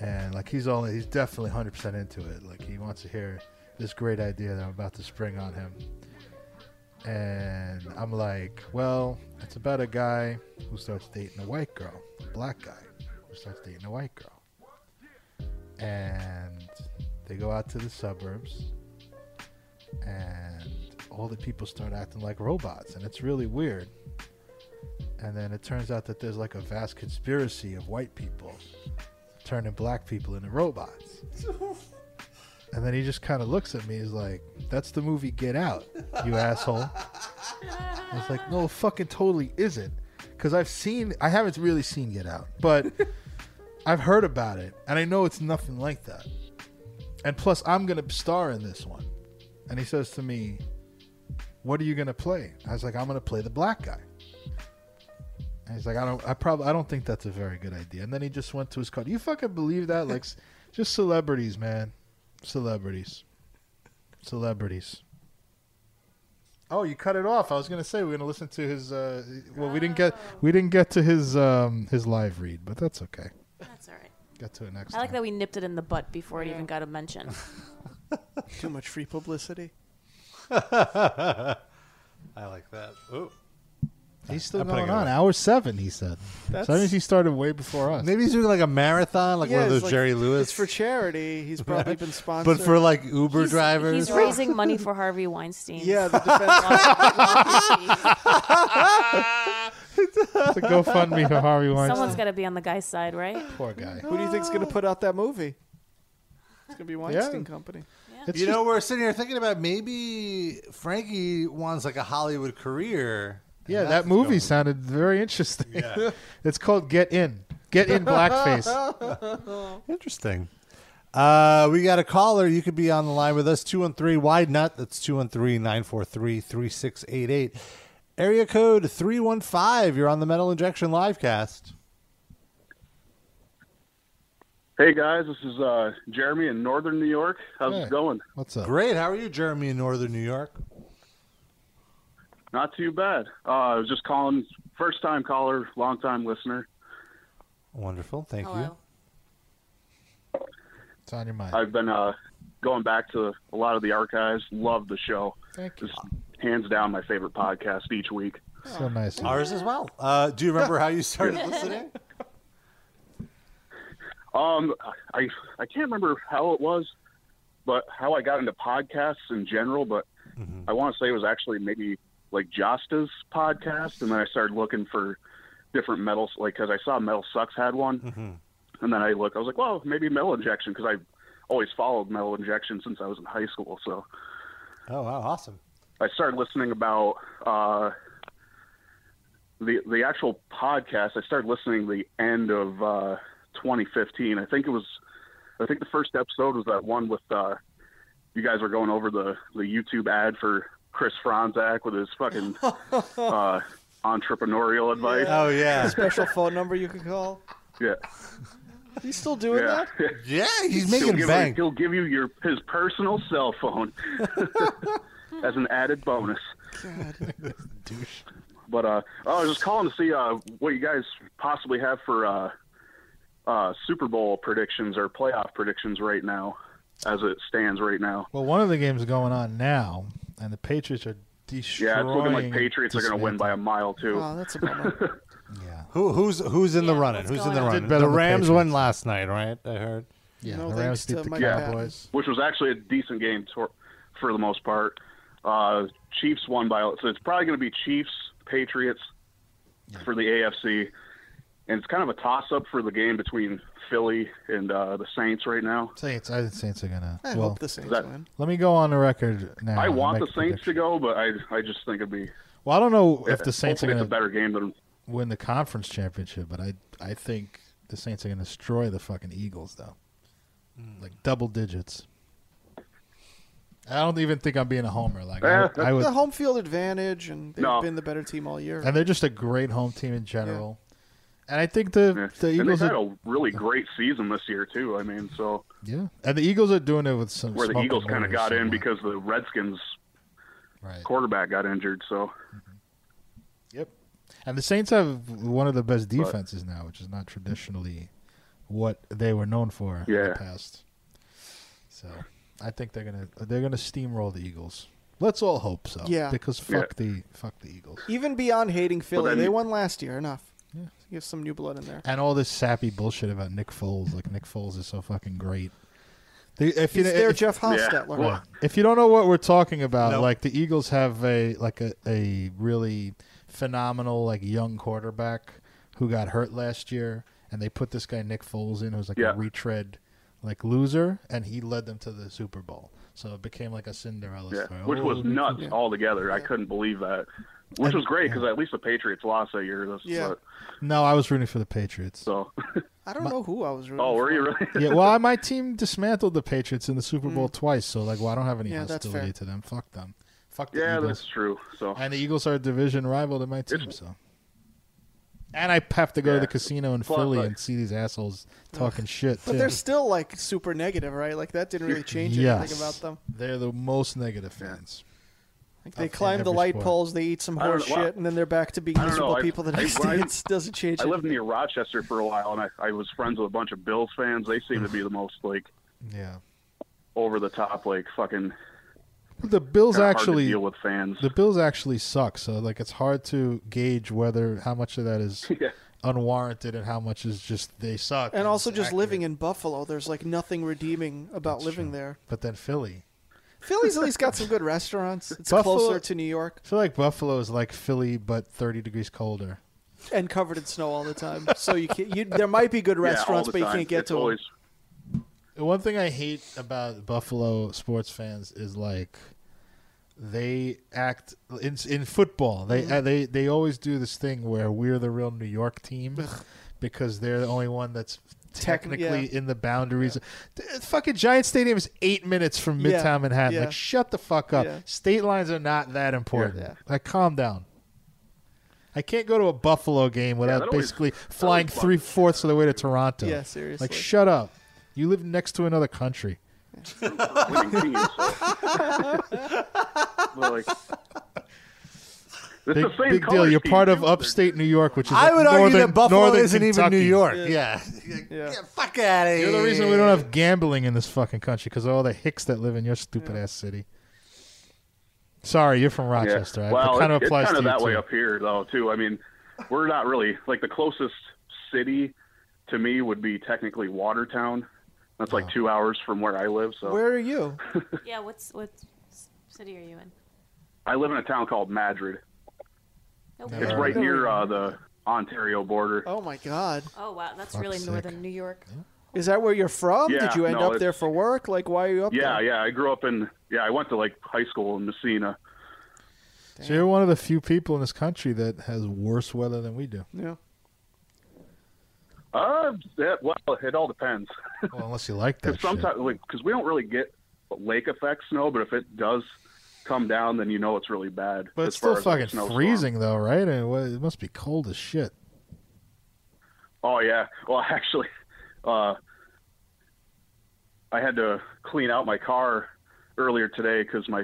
[SPEAKER 4] And like he's all he's definitely 100% into it. Like he wants to hear this great idea that I'm about to spring on him. And I'm like, well, it's about a guy who starts dating a white girl, a black guy who starts dating a white girl and they go out to the suburbs and all the people start acting like robots and it's really weird and then it turns out that there's like a vast conspiracy of white people turning black people into robots and then he just kind of looks at me he's like that's the movie get out you asshole I was like, no, it fucking totally isn't. Because I've seen, I haven't really seen Get Out, but I've heard about it, and I know it's nothing like that. And plus, I'm going to star in this one. And he says to me, what are you going to play? I was like, I'm going to play the black guy. And he's like, I don't, I probably, I don't think that's a very good idea. And then he just went to his car. Do you fucking believe that? Like, s- just celebrities, man. Celebrities. Celebrities. Oh, you cut it off. I was gonna say we are gonna listen to his. Uh, well, we didn't get we didn't get to his um, his live read, but that's okay.
[SPEAKER 5] That's all right.
[SPEAKER 4] Get to it next.
[SPEAKER 5] I like
[SPEAKER 4] time.
[SPEAKER 5] that we nipped it in the butt before it even got a mention.
[SPEAKER 3] Too much free publicity.
[SPEAKER 2] I like that. Ooh.
[SPEAKER 4] He's still
[SPEAKER 2] I'm putting
[SPEAKER 4] going
[SPEAKER 2] it
[SPEAKER 4] on.
[SPEAKER 2] on.
[SPEAKER 4] Hour seven, he said.
[SPEAKER 3] That's-
[SPEAKER 4] so that means he started way before us.
[SPEAKER 2] Maybe he's doing like a marathon, like one
[SPEAKER 3] Yeah,
[SPEAKER 2] of
[SPEAKER 3] it's
[SPEAKER 2] those
[SPEAKER 3] like-
[SPEAKER 2] Jerry Lewis.
[SPEAKER 3] It's for charity. He's probably been sponsored.
[SPEAKER 2] but for like Uber
[SPEAKER 5] He's-
[SPEAKER 2] drivers.
[SPEAKER 5] He's raising money for Harvey Weinstein.
[SPEAKER 3] yeah, the defense.
[SPEAKER 4] It's a GoFundMe for Harvey Weinstein.
[SPEAKER 5] Someone's got to be on the guy's side, right?
[SPEAKER 4] Poor guy.
[SPEAKER 3] Who do you think's going to put out that movie? It's going to be Weinstein
[SPEAKER 4] Yeah.
[SPEAKER 3] Company.
[SPEAKER 4] It's
[SPEAKER 2] you
[SPEAKER 4] just-
[SPEAKER 2] know, we're sitting here thinking about maybe Frankie wants like a Hollywood career. And
[SPEAKER 4] yeah,
[SPEAKER 2] that's
[SPEAKER 4] that movie
[SPEAKER 2] going-
[SPEAKER 4] sounded very interesting. it's called Get In. Get in blackface.
[SPEAKER 2] Interesting. Uh, we got a caller. You could be on the line with us. 213 Wide Nut. That's 213 943 3688. Area code 315. You're on the Metal Injection Livecast.
[SPEAKER 10] Hey guys, this is uh, Jeremy in Northern New York. How's
[SPEAKER 4] Hey.
[SPEAKER 10] it going?
[SPEAKER 4] What's up?
[SPEAKER 2] Great. How are you, Jeremy, in Northern New York?
[SPEAKER 10] Not too bad. Uh, I was just calling, first time caller, long time listener.
[SPEAKER 2] Wonderful. Thank you.
[SPEAKER 5] Hello.
[SPEAKER 4] It's on your mind.
[SPEAKER 10] I've been uh, going back to a lot of the archives. Love the show.
[SPEAKER 4] Thank you.
[SPEAKER 10] It's hands down my favorite podcast each week.
[SPEAKER 4] So nice. of you.
[SPEAKER 2] Ours as well. Uh, do you remember how you started listening?
[SPEAKER 10] Um, I I can't remember how it was, but how I got into podcasts in general. But I want to say it was actually maybe like Josta's podcast, and then I started looking for different metals, like because I saw Metal Sucks had one, and then I looked. I was like, well, maybe Metal Injection because I always followed Metal Injection since I was in high school. So
[SPEAKER 2] Oh, wow. Awesome.
[SPEAKER 10] I started listening about uh, the the actual podcast. I started listening the end of uh, 2015. I think it was, I think the first episode was that one with uh, you guys were going over the the YouTube ad for Chris Franzak with his fucking uh, entrepreneurial advice.
[SPEAKER 2] Oh, yeah.
[SPEAKER 3] Special phone number you can call.
[SPEAKER 10] Yeah.
[SPEAKER 3] He's still doing
[SPEAKER 10] yeah.
[SPEAKER 3] that?
[SPEAKER 2] Yeah, he's
[SPEAKER 10] He'll
[SPEAKER 2] making
[SPEAKER 10] give-
[SPEAKER 2] bank.
[SPEAKER 10] He'll give you your his personal cell phone as an added bonus. But uh, I was just calling to see uh, what you guys possibly have for uh, uh, Super Bowl predictions or playoff predictions right now, as it stands right now.
[SPEAKER 4] Well, one of the games going on now, and the Patriots are destroying.
[SPEAKER 10] Yeah, it's looking like Patriots are going to win by a mile too.
[SPEAKER 4] Oh,
[SPEAKER 3] that's a
[SPEAKER 2] Who, who's who's in the running? Who's in the running?
[SPEAKER 4] Did better
[SPEAKER 2] The
[SPEAKER 4] than the
[SPEAKER 2] Rams
[SPEAKER 4] Patriots.
[SPEAKER 2] won last night, right? I heard.
[SPEAKER 4] Yeah,
[SPEAKER 3] No the Rams thanks beat to the Mike Cowboys.
[SPEAKER 10] which was actually a decent game tor- for the most part. Uh, Chiefs won by so it's probably going to be Chiefs Patriots for the AFC, and it's kind of a toss up for the game between Philly and uh, the Saints right now.
[SPEAKER 4] Saints. I think Saints are going to.
[SPEAKER 10] I
[SPEAKER 4] well,
[SPEAKER 10] hope the Saints That- win.
[SPEAKER 4] Let me go on the record now.
[SPEAKER 10] I
[SPEAKER 4] and
[SPEAKER 10] want the
[SPEAKER 4] make
[SPEAKER 10] Saints
[SPEAKER 4] a prediction.
[SPEAKER 10] to go, but I I just think it'd be
[SPEAKER 4] Well, I don't know
[SPEAKER 10] yeah,
[SPEAKER 4] if the Saints are
[SPEAKER 10] hopefully
[SPEAKER 4] going
[SPEAKER 10] it's a
[SPEAKER 4] to
[SPEAKER 10] better game than
[SPEAKER 4] win the conference championship, but I I think the Saints are going to destroy the fucking Eagles though, like double digits. I don't even think I'm being a homer. Like I would- I, would,
[SPEAKER 3] the home field advantage, and they've
[SPEAKER 4] No.
[SPEAKER 3] been the better team all year.
[SPEAKER 4] and they're just a great home team in general. And I think the the
[SPEAKER 10] and they've
[SPEAKER 4] Eagles
[SPEAKER 10] had
[SPEAKER 4] are,
[SPEAKER 10] a really great season this year too. I mean, so
[SPEAKER 4] yeah, and the Eagles are doing it with some
[SPEAKER 10] where the
[SPEAKER 4] smoke
[SPEAKER 10] Eagles
[SPEAKER 4] and
[SPEAKER 10] kind of
[SPEAKER 4] mirrors,
[SPEAKER 10] got
[SPEAKER 4] so-
[SPEAKER 10] in because the Redskins
[SPEAKER 4] Right.
[SPEAKER 10] quarterback got injured, so.
[SPEAKER 4] And the Saints have one of the best defenses now, which is not traditionally what they were known for in
[SPEAKER 10] Yeah.
[SPEAKER 4] the past. So I think they're gonna they're gonna steamroll the Eagles. Let's all hope so.
[SPEAKER 3] Yeah.
[SPEAKER 4] Because
[SPEAKER 3] Yeah.
[SPEAKER 4] fuck the fuck the Eagles.
[SPEAKER 3] Even beyond hating Philly,
[SPEAKER 4] then-
[SPEAKER 3] they won last year. Enough. Yeah. Give some new blood in there.
[SPEAKER 4] And all this sappy bullshit about Nick Foles. Like Nick Foles is so fucking great. They, if you,
[SPEAKER 3] He's their
[SPEAKER 4] if-
[SPEAKER 3] Jeff Hostetler.
[SPEAKER 4] Right. If you don't know what we're talking about,
[SPEAKER 3] Nope.
[SPEAKER 4] like the Eagles have a like a, a really phenomenal like young quarterback who got hurt last year, and they put this guy Nick Foles in, who's like
[SPEAKER 10] Yeah.
[SPEAKER 4] a retread like loser, and he led them to the Super Bowl. So it became like a Cinderella
[SPEAKER 10] Yeah,
[SPEAKER 4] story.
[SPEAKER 10] which
[SPEAKER 4] Oh,
[SPEAKER 10] was
[SPEAKER 4] Nick
[SPEAKER 10] nuts
[SPEAKER 4] Foles.
[SPEAKER 10] altogether. I couldn't believe that, which
[SPEAKER 4] And-
[SPEAKER 10] was great because at least the Patriots lost that year. That's yeah.
[SPEAKER 4] No, I was rooting for the Patriots.
[SPEAKER 10] so.
[SPEAKER 3] I don't know who I was rooting
[SPEAKER 10] oh, were you really?
[SPEAKER 4] yeah, well, I- my team dismantled the Patriots in the Super Bowl twice, so like, well, I don't have any
[SPEAKER 10] Mm. Yeah, that's
[SPEAKER 4] hostility
[SPEAKER 10] fair.
[SPEAKER 4] to them. Fuck them. Fuck the
[SPEAKER 10] yeah,
[SPEAKER 4] Eagles.
[SPEAKER 10] that's true. So
[SPEAKER 4] And the Eagles are a division rival to my team, so. And I have to go to the
[SPEAKER 3] Yeah.
[SPEAKER 4] casino in
[SPEAKER 3] Plus,
[SPEAKER 4] Philly
[SPEAKER 3] like-
[SPEAKER 4] and see these assholes talking shit.
[SPEAKER 3] But
[SPEAKER 4] too.
[SPEAKER 3] they're still like super negative, right? Like that didn't really change
[SPEAKER 4] Yes.
[SPEAKER 3] anything about them.
[SPEAKER 4] They're the most negative fans.
[SPEAKER 3] Like they
[SPEAKER 4] Of
[SPEAKER 3] climb the
[SPEAKER 4] every
[SPEAKER 3] light
[SPEAKER 4] sport.
[SPEAKER 3] poles, they eat some
[SPEAKER 10] I don't
[SPEAKER 3] horse
[SPEAKER 10] know, well,
[SPEAKER 3] shit, and then they're back to being
[SPEAKER 10] I don't know.
[SPEAKER 3] miserable
[SPEAKER 10] I-
[SPEAKER 3] people the
[SPEAKER 10] I-
[SPEAKER 3] next
[SPEAKER 10] when
[SPEAKER 3] day.
[SPEAKER 10] I-
[SPEAKER 3] It doesn't change.
[SPEAKER 10] I
[SPEAKER 3] it.
[SPEAKER 10] lived near Rochester for a while, and I, I was friends with a bunch of Bills fans. They seem to be the most like
[SPEAKER 4] Yeah.
[SPEAKER 10] over the top, like fucking.
[SPEAKER 4] The Bills
[SPEAKER 10] kinda hard to
[SPEAKER 4] actually
[SPEAKER 10] deal with fans.
[SPEAKER 4] The Bills actually suck, so like it's hard to gauge whether how much of that is unwarranted and how much is just they suck.
[SPEAKER 3] and also just living in Buffalo, there's like nothing redeeming about living there.
[SPEAKER 4] But then Philly.
[SPEAKER 3] Philly's at least got some good restaurants. It's
[SPEAKER 4] Buffalo-
[SPEAKER 3] closer to New York
[SPEAKER 4] I feel like Buffalo is like Philly but 30 degrees colder.
[SPEAKER 3] and covered in snow all the time, so you can you there might be good
[SPEAKER 4] Yeah, all
[SPEAKER 3] restaurants,
[SPEAKER 4] the
[SPEAKER 3] but you
[SPEAKER 4] time.
[SPEAKER 3] can't get
[SPEAKER 4] It's
[SPEAKER 3] to
[SPEAKER 10] always-
[SPEAKER 4] The one thing I hate about Buffalo sports fans is like they act in in football. They uh,
[SPEAKER 2] Mhm.
[SPEAKER 4] they they always do this thing where we're the real New York team because they're the only one that's
[SPEAKER 2] Tec-
[SPEAKER 4] technically
[SPEAKER 2] yeah.
[SPEAKER 4] in the boundaries. The fucking Giant Stadium is 8 minutes from
[SPEAKER 2] Yeah.
[SPEAKER 4] Midtown Manhattan.
[SPEAKER 2] Yeah.
[SPEAKER 4] Like shut the fuck up.
[SPEAKER 2] Yeah.
[SPEAKER 4] State lines are not that important.
[SPEAKER 2] Yeah.
[SPEAKER 4] Like calm down. I can't go to a Buffalo game without
[SPEAKER 2] that always-
[SPEAKER 4] basically
[SPEAKER 2] that
[SPEAKER 4] flying
[SPEAKER 2] always
[SPEAKER 4] three fourths of the way to Toronto.
[SPEAKER 2] Yeah, seriously.
[SPEAKER 4] Like, shut up. You live next to another country.
[SPEAKER 10] winning teams. So. But, like, it's
[SPEAKER 4] Big,
[SPEAKER 10] the same
[SPEAKER 4] big deal.
[SPEAKER 10] colors
[SPEAKER 4] You're
[SPEAKER 10] team,
[SPEAKER 4] part
[SPEAKER 10] too.
[SPEAKER 4] of upstate New York, which is
[SPEAKER 2] I
[SPEAKER 4] like
[SPEAKER 2] would
[SPEAKER 4] northern,
[SPEAKER 2] argue that Buffalo
[SPEAKER 4] northern
[SPEAKER 2] isn't even
[SPEAKER 4] Kentucky.
[SPEAKER 2] New York. Yeah.
[SPEAKER 3] Yeah.
[SPEAKER 2] Fuck out of here.
[SPEAKER 4] You're the reason we don't have gambling in this fucking country because all the hicks that live in your stupid ass city. Sorry, you're from
[SPEAKER 10] Yeah.
[SPEAKER 4] Rochester. I-
[SPEAKER 10] Well,
[SPEAKER 4] it kind of
[SPEAKER 10] it's-
[SPEAKER 4] applies
[SPEAKER 10] it's
[SPEAKER 4] to
[SPEAKER 10] kind of
[SPEAKER 4] you
[SPEAKER 10] that
[SPEAKER 4] too.
[SPEAKER 10] way up here, though. Too. I mean, we're not really like the closest city to me would be technically Watertown. That's
[SPEAKER 4] Oh.
[SPEAKER 10] like two hours from where I live. So
[SPEAKER 3] Where are you?
[SPEAKER 5] yeah, what's what s- city are you in?
[SPEAKER 10] I live in a town called Madrid.
[SPEAKER 5] Nope.
[SPEAKER 10] It's right near uh, the Ontario border.
[SPEAKER 3] Oh my god.
[SPEAKER 5] Oh wow, that's
[SPEAKER 10] Fuck's
[SPEAKER 5] really
[SPEAKER 10] sake.
[SPEAKER 5] northern New York.
[SPEAKER 3] Is that where you're from?
[SPEAKER 10] Yeah,
[SPEAKER 3] Did you end
[SPEAKER 10] no,
[SPEAKER 3] up there
[SPEAKER 10] it's-
[SPEAKER 3] for work? Like, why are you up
[SPEAKER 10] yeah,
[SPEAKER 3] there?
[SPEAKER 10] yeah. I grew up in. Yeah, I went to like high school in Messina.
[SPEAKER 4] So you're one of the few people in this country that has worse weather than we do.
[SPEAKER 3] Yeah.
[SPEAKER 10] Uh, yeah, well, it all depends.
[SPEAKER 4] Well, unless you like that.
[SPEAKER 10] Because sometimes, because we don't really get lake effect snow, but if it does come down, then you know it's really bad.
[SPEAKER 4] But
[SPEAKER 10] as
[SPEAKER 4] it's still
[SPEAKER 10] far as, like,
[SPEAKER 4] fucking
[SPEAKER 10] snowstorm.
[SPEAKER 4] freezing though, right? And it wa- it must be cold as shit.
[SPEAKER 10] Oh yeah. Well, actually, Uh, I had to clean out my car earlier today because my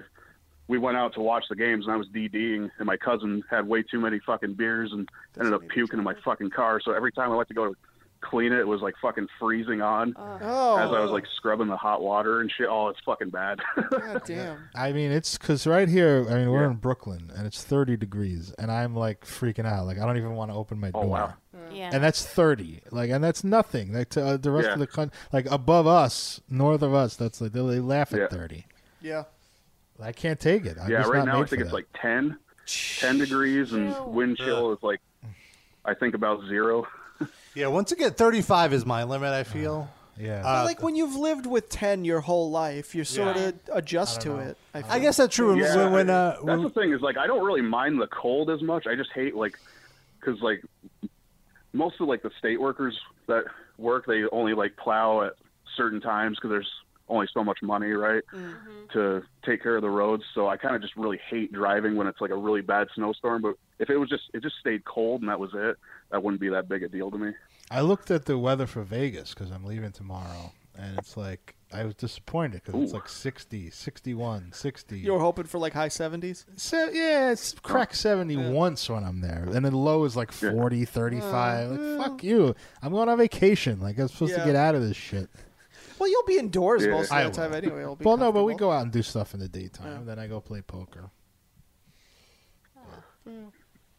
[SPEAKER 10] we went out to watch the games and I was DDing and my cousin had way too many fucking beers and ended up puking in my fucking car. So every time I went to go clean it, it was like fucking freezing on
[SPEAKER 3] Oh.
[SPEAKER 10] as I was like scrubbing the hot water and shit. Oh, it's fucking bad.
[SPEAKER 3] God damn.
[SPEAKER 4] I mean, it's because right here, I mean, we're in Brooklyn and it's 30 degrees, and I'm like freaking out. Like, I don't even want to open
[SPEAKER 10] Oh,
[SPEAKER 4] my door.
[SPEAKER 5] Yeah.
[SPEAKER 4] And that's 30. Like, and that's nothing. Like, to, uh, the rest
[SPEAKER 10] Yeah.
[SPEAKER 4] of the country, like above us, north of us, that's like, they, they laugh at
[SPEAKER 10] Yeah.
[SPEAKER 4] 30.
[SPEAKER 3] Yeah.
[SPEAKER 4] I can't take it. I'm
[SPEAKER 10] yeah,
[SPEAKER 4] just
[SPEAKER 10] right
[SPEAKER 4] not
[SPEAKER 10] now
[SPEAKER 4] made
[SPEAKER 10] I think
[SPEAKER 4] for
[SPEAKER 10] it's
[SPEAKER 4] that.
[SPEAKER 10] like 10, 10 degrees and wind chill is like I think about zero.
[SPEAKER 2] Yeah, once again, 35 is my limit, I feel.
[SPEAKER 4] Yeah.
[SPEAKER 3] But, like when you've lived with 10 your whole life, you sort of adjust to it. I,
[SPEAKER 2] I
[SPEAKER 3] feel.
[SPEAKER 2] guess that's true. When,
[SPEAKER 10] Yeah,
[SPEAKER 2] when, when, uh,
[SPEAKER 10] that's
[SPEAKER 2] when-
[SPEAKER 10] the thing is like I don't really mind the cold as much. I just hate like because like most of like the state workers that work they only like plow at certain times because there's only so much money right to take care of the roads. So I kind of just really hate driving when it's like a really bad snowstorm. But if it was just it just stayed cold and that was it, that wouldn't be that big a deal to me.
[SPEAKER 4] I looked at the weather for Vegas because I'm leaving tomorrow, and it's like, I was disappointed because it's
[SPEAKER 10] Ooh.
[SPEAKER 4] like 60, 61, 60.
[SPEAKER 3] you were hoping for like high 70s.
[SPEAKER 4] So, yeah, it's crack 70 once when I'm there. And then low is like
[SPEAKER 3] Uh,
[SPEAKER 4] 40, 35. Like, fuck you. I'm going on vacation. Like, I'm supposed
[SPEAKER 3] Yeah.
[SPEAKER 4] to get out of this shit.
[SPEAKER 3] Well, you'll be indoors
[SPEAKER 10] Yeah.
[SPEAKER 3] most
[SPEAKER 4] I
[SPEAKER 3] of the time
[SPEAKER 4] will.
[SPEAKER 3] anyway. It'll be
[SPEAKER 4] Well, no, but we
[SPEAKER 3] comfortable.
[SPEAKER 4] go out and do stuff in the daytime. Then I go play poker.
[SPEAKER 3] Ah,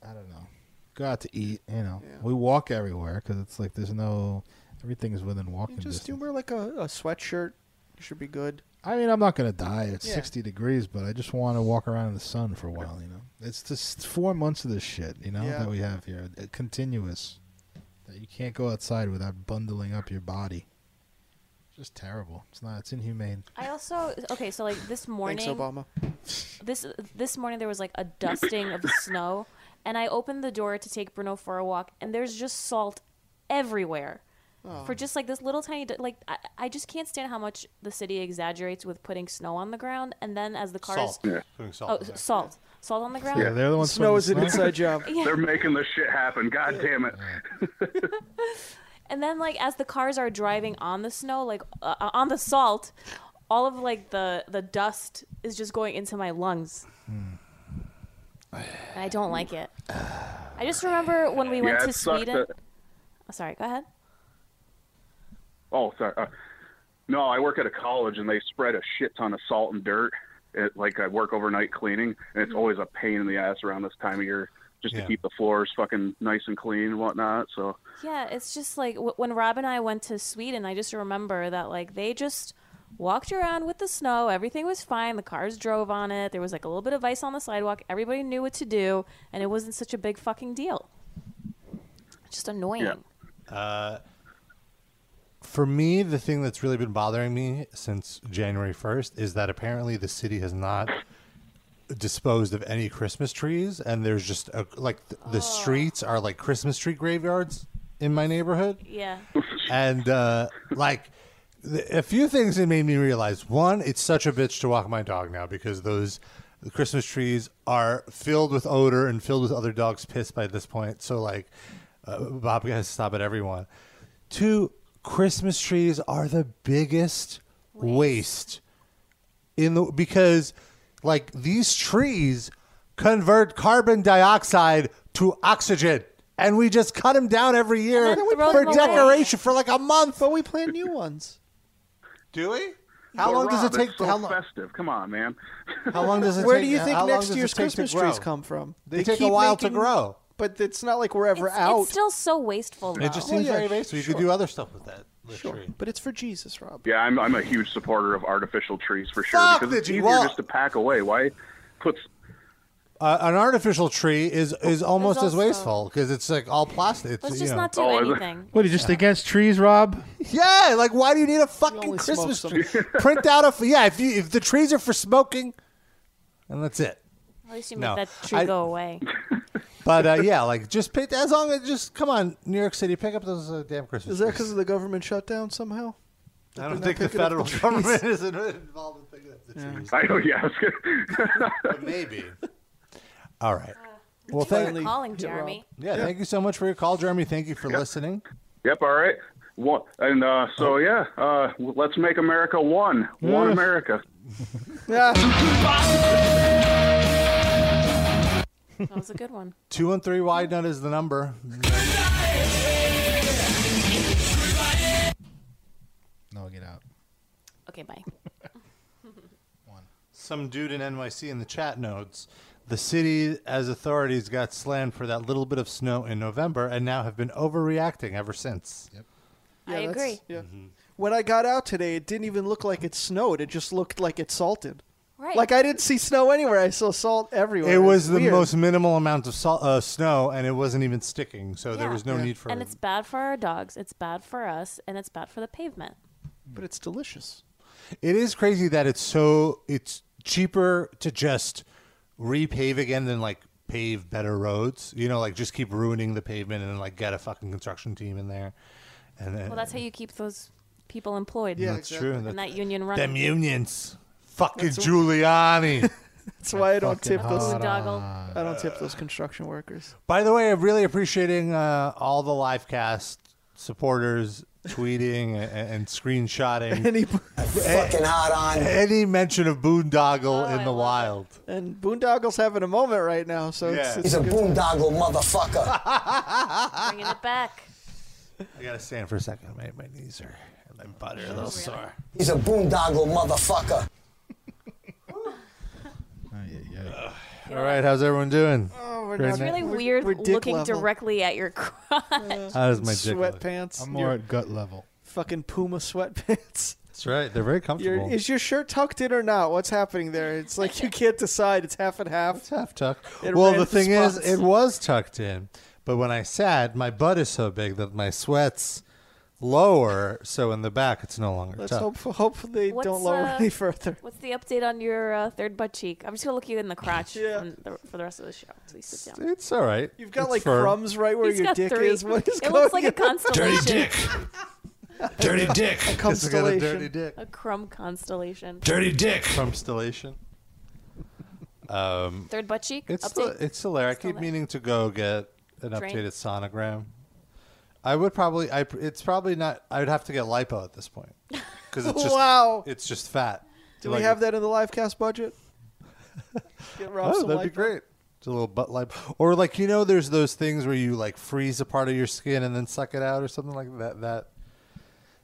[SPEAKER 4] I don't know. Go out to eat, you know. We walk everywhere because it's like there's no, everything is within walking
[SPEAKER 3] You just do
[SPEAKER 4] distance.
[SPEAKER 3] wear like a, a sweatshirt. You should be good.
[SPEAKER 4] I mean, I'm not going to die. It's
[SPEAKER 3] Yeah.
[SPEAKER 4] 60 degrees, but I just want to walk around in the sun for a while, you know. It's just four months of this shit, you know,
[SPEAKER 3] Yeah.
[SPEAKER 4] that we have here. uh, Continuous. That you can't go outside without bundling up your body. Just terrible. It's not, it's inhumane.
[SPEAKER 5] I also okay. So like this morning,
[SPEAKER 3] Thanks, Obama.
[SPEAKER 5] this this morning there was like a dusting of the snow, and I opened the door to take Bruno for a walk, and there's just salt everywhere. For just like this little tiny, d- like I, I just can't stand how much the city exaggerates with putting snow on the ground, and then as the cars,
[SPEAKER 2] salt. Putting salt
[SPEAKER 5] oh
[SPEAKER 2] in there.
[SPEAKER 5] s- salt, salt on the ground,
[SPEAKER 4] Yeah, they're the ones
[SPEAKER 3] Snow
[SPEAKER 4] putting
[SPEAKER 3] is an
[SPEAKER 4] snow-
[SPEAKER 3] inside job.
[SPEAKER 10] They're making this shit happen. God damn it.
[SPEAKER 5] and then like as the cars are driving on the snow, like uh, uh, on the salt, all of like the the dust is just going into my lungs. And I don't like it. I just remember when we went
[SPEAKER 10] yeah,
[SPEAKER 5] to
[SPEAKER 10] it sucks
[SPEAKER 5] Sweden.
[SPEAKER 10] that-
[SPEAKER 5] Oh, sorry, go ahead.
[SPEAKER 10] Oh, sorry. Uh, no, I work at a college and they spread a shit ton of salt and dirt. It, like I work overnight cleaning, and it's always a pain in the ass around this time of year just
[SPEAKER 2] Yeah.
[SPEAKER 10] to keep the floors fucking nice and clean and whatnot. So
[SPEAKER 5] Yeah, it's just like w- when Rob and I went to Sweden, I just remember that like they just walked around with the snow. Everything was fine. The cars drove on it. There was like a little bit of ice on the sidewalk. Everybody knew what to do, and it wasn't such a big fucking deal. It's Just annoying.
[SPEAKER 10] Yeah.
[SPEAKER 2] For me, the thing that's really been bothering me since January 1st is that apparently the city has not disposed of any Christmas trees, and there's just a, like th- the streets are like Christmas tree graveyards in my neighborhood.
[SPEAKER 5] Yeah.
[SPEAKER 2] and uh, like th- a few things it made me realize one it's such a bitch to walk my dog now because those christmas trees are filled with odor and filled with other dogs piss by this point so like uh, bob has to stop at everyone two christmas trees are the biggest waste in the because like these trees convert carbon dioxide to oxygen and we just cut them down every year
[SPEAKER 5] then throw
[SPEAKER 2] for
[SPEAKER 5] them away.
[SPEAKER 2] decoration for like a month
[SPEAKER 3] But we plan new ones.
[SPEAKER 2] do we how
[SPEAKER 10] But
[SPEAKER 2] long does
[SPEAKER 10] Rob,
[SPEAKER 2] it take
[SPEAKER 10] It's so
[SPEAKER 2] how, long,
[SPEAKER 10] festive. Come on, man.
[SPEAKER 2] how long does it
[SPEAKER 3] Where
[SPEAKER 2] take
[SPEAKER 3] do you
[SPEAKER 2] how
[SPEAKER 3] think
[SPEAKER 2] long
[SPEAKER 3] next
[SPEAKER 2] does it
[SPEAKER 3] years
[SPEAKER 2] take to
[SPEAKER 3] Christmas
[SPEAKER 2] grow?
[SPEAKER 3] trees come from?
[SPEAKER 2] they, take a while to grow
[SPEAKER 3] But it's not like we're ever
[SPEAKER 5] It's,
[SPEAKER 3] out.
[SPEAKER 5] it's still so wasteful. Though.
[SPEAKER 2] it just seems
[SPEAKER 3] yeah,
[SPEAKER 2] very basic Oh, you could do other stuff with that with
[SPEAKER 3] sure.
[SPEAKER 2] tree.
[SPEAKER 3] But it's for Jesus, Rob.
[SPEAKER 10] Yeah, I'm, I'm a huge supporter of artificial trees for sure
[SPEAKER 2] Fuck
[SPEAKER 10] because
[SPEAKER 2] the
[SPEAKER 10] it's easier
[SPEAKER 2] G-Wall.
[SPEAKER 10] just to pack away. Why put
[SPEAKER 2] Uh, an artificial tree is is almost as
[SPEAKER 5] also-
[SPEAKER 2] wasteful because it's like all plastic it's,
[SPEAKER 5] Let's
[SPEAKER 2] you
[SPEAKER 5] just
[SPEAKER 2] know.
[SPEAKER 5] not do
[SPEAKER 10] Oh, is it-
[SPEAKER 5] anything.
[SPEAKER 4] What, are you just against trees, Rob?
[SPEAKER 2] Yeah, like why do you need a
[SPEAKER 3] only
[SPEAKER 2] fucking
[SPEAKER 3] smoke
[SPEAKER 2] Christmas
[SPEAKER 3] some-
[SPEAKER 2] tree? Print out a yeah. If you if the trees are for smoking, and that's it.
[SPEAKER 5] At least you
[SPEAKER 2] No,
[SPEAKER 5] make that tree
[SPEAKER 2] I-
[SPEAKER 5] go away.
[SPEAKER 2] But uh, yeah, like just pick as long as just come on, New York City, pick up those uh, damn Christmas.
[SPEAKER 3] Is that
[SPEAKER 2] trees.
[SPEAKER 3] because of the government shutdown somehow?
[SPEAKER 2] I
[SPEAKER 3] they're not picking up the trees?
[SPEAKER 2] is involved in picking up the trees?
[SPEAKER 10] I know, yeah. I was gonna-
[SPEAKER 2] But maybe. All right.
[SPEAKER 3] Uh,
[SPEAKER 2] Well, thank
[SPEAKER 3] Finally.
[SPEAKER 5] Calling
[SPEAKER 3] hit Rob.
[SPEAKER 5] Jeremy.
[SPEAKER 2] yeah, thank you so much for your call, Jeremy. Thank you for listening.
[SPEAKER 10] yep. All right. What? And uh, so yeah, uh, let's make America one. One
[SPEAKER 3] Yeah.
[SPEAKER 10] America.
[SPEAKER 5] That was a good one.
[SPEAKER 2] 213 wide nut is the number.
[SPEAKER 4] No, get out.
[SPEAKER 5] Okay, bye.
[SPEAKER 2] Some dude in NYC in the chat notes. The city, as authorities, got slammed for that little bit of snow in November and now have been overreacting ever since. Yep.
[SPEAKER 5] I
[SPEAKER 3] that's-
[SPEAKER 5] agree.
[SPEAKER 3] Yeah.
[SPEAKER 2] Mm-hmm.
[SPEAKER 3] When I got out today, it didn't even look like it snowed. It just looked like it salted.
[SPEAKER 5] Right.
[SPEAKER 3] Like I didn't see snow anywhere. I saw salt everywhere.
[SPEAKER 2] It was the
[SPEAKER 3] Weird.
[SPEAKER 2] most minimal amount of sol- uh, snow and it wasn't even sticking, so there
[SPEAKER 5] Yeah.
[SPEAKER 2] was no need for
[SPEAKER 5] And it's bad for our dogs. It's bad for us, and it's bad for the pavement.
[SPEAKER 3] But it's delicious.
[SPEAKER 2] It is crazy that it's so it's cheaper to just repave again than like pave better roads. You know, like just keep ruining the pavement and like get a fucking construction team in there. And then
[SPEAKER 5] Well, that's how you keep those people employed.
[SPEAKER 2] Yeah, That's exactly. true.
[SPEAKER 5] And that union running.
[SPEAKER 2] them unions. Fucking Giuliani.
[SPEAKER 3] That's why I don't
[SPEAKER 2] Fucking
[SPEAKER 3] tip those.
[SPEAKER 2] hot
[SPEAKER 3] I don't tip those construction workers.
[SPEAKER 2] By the way, I'm really appreciating uh, all the livecast supporters tweeting and, and screenshotting
[SPEAKER 3] Any-
[SPEAKER 2] fucking hot on Oh, any mention of Boondoggle in the wild.
[SPEAKER 3] And Boondoggle's having a moment right now, so it's,
[SPEAKER 2] Yeah.
[SPEAKER 3] it's
[SPEAKER 2] He's a
[SPEAKER 3] good.
[SPEAKER 2] boondoggle motherfucker.
[SPEAKER 5] Bringing it back.
[SPEAKER 2] I gotta stand for a second. My, my knees are and my butt are a little sore.
[SPEAKER 11] He's a boondoggle motherfucker.
[SPEAKER 4] Oh,
[SPEAKER 2] All right, how's everyone doing?
[SPEAKER 3] Oh, we're
[SPEAKER 2] Great
[SPEAKER 5] It's
[SPEAKER 2] night?
[SPEAKER 5] really weird
[SPEAKER 3] we're dick
[SPEAKER 5] looking
[SPEAKER 3] level.
[SPEAKER 5] directly at your crotch.
[SPEAKER 2] How does my dick look?
[SPEAKER 3] sweatpants.
[SPEAKER 4] I'm more
[SPEAKER 3] Your
[SPEAKER 4] at gut level.
[SPEAKER 3] fucking Puma sweatpants.
[SPEAKER 2] That's right. They're very
[SPEAKER 3] Your,
[SPEAKER 2] comfortable.
[SPEAKER 3] is your shirt tucked in or not? What's happening there? It's like you can't decide. It's half and half. It's
[SPEAKER 2] half tucked.
[SPEAKER 3] It
[SPEAKER 2] well,
[SPEAKER 3] ran
[SPEAKER 2] the
[SPEAKER 3] to
[SPEAKER 2] thing is,
[SPEAKER 3] spots.
[SPEAKER 2] it was tucked in, but when I sat, my butt is so big that my sweat's lower, so in the back it's no longer
[SPEAKER 3] Let's
[SPEAKER 2] tucked.
[SPEAKER 3] hope hope they
[SPEAKER 5] What's,
[SPEAKER 3] don't lower
[SPEAKER 5] uh,
[SPEAKER 3] any further.
[SPEAKER 5] What's the update on your uh, third butt cheek? I'm just gonna look you in the crotch from the, for the rest of the show. So you sit down.
[SPEAKER 2] It's all right.
[SPEAKER 3] You've got
[SPEAKER 2] It's
[SPEAKER 3] like
[SPEAKER 2] firm.
[SPEAKER 3] crumbs right where
[SPEAKER 5] He's
[SPEAKER 3] your
[SPEAKER 5] got
[SPEAKER 3] dick
[SPEAKER 5] three.
[SPEAKER 3] is. What is
[SPEAKER 5] It
[SPEAKER 3] going
[SPEAKER 5] looks like a
[SPEAKER 3] on?
[SPEAKER 5] constellation.
[SPEAKER 2] Dirty dick.
[SPEAKER 3] A
[SPEAKER 2] It's got a
[SPEAKER 3] constellation.
[SPEAKER 2] dirty dick.
[SPEAKER 5] A crumb constellation.
[SPEAKER 2] dick. Crumbstellation. Um,
[SPEAKER 5] Third butt cheek.
[SPEAKER 2] It's
[SPEAKER 5] update.
[SPEAKER 2] still, it's still there. I keep meaning to go get an
[SPEAKER 5] Drain.
[SPEAKER 2] updated sonogram. I would probably. I it's probably not. I would have to get lipo at this point because it's just
[SPEAKER 3] Wow.
[SPEAKER 2] It's just fat.
[SPEAKER 3] Do we have that in the live cast budget? Get
[SPEAKER 2] Oh,
[SPEAKER 3] Rob some
[SPEAKER 2] that'd be
[SPEAKER 3] light bulb.
[SPEAKER 2] great. It's a little butt lipo, or like you know, there's those things where you like freeze a part of your skin and then suck it out, or something like that. That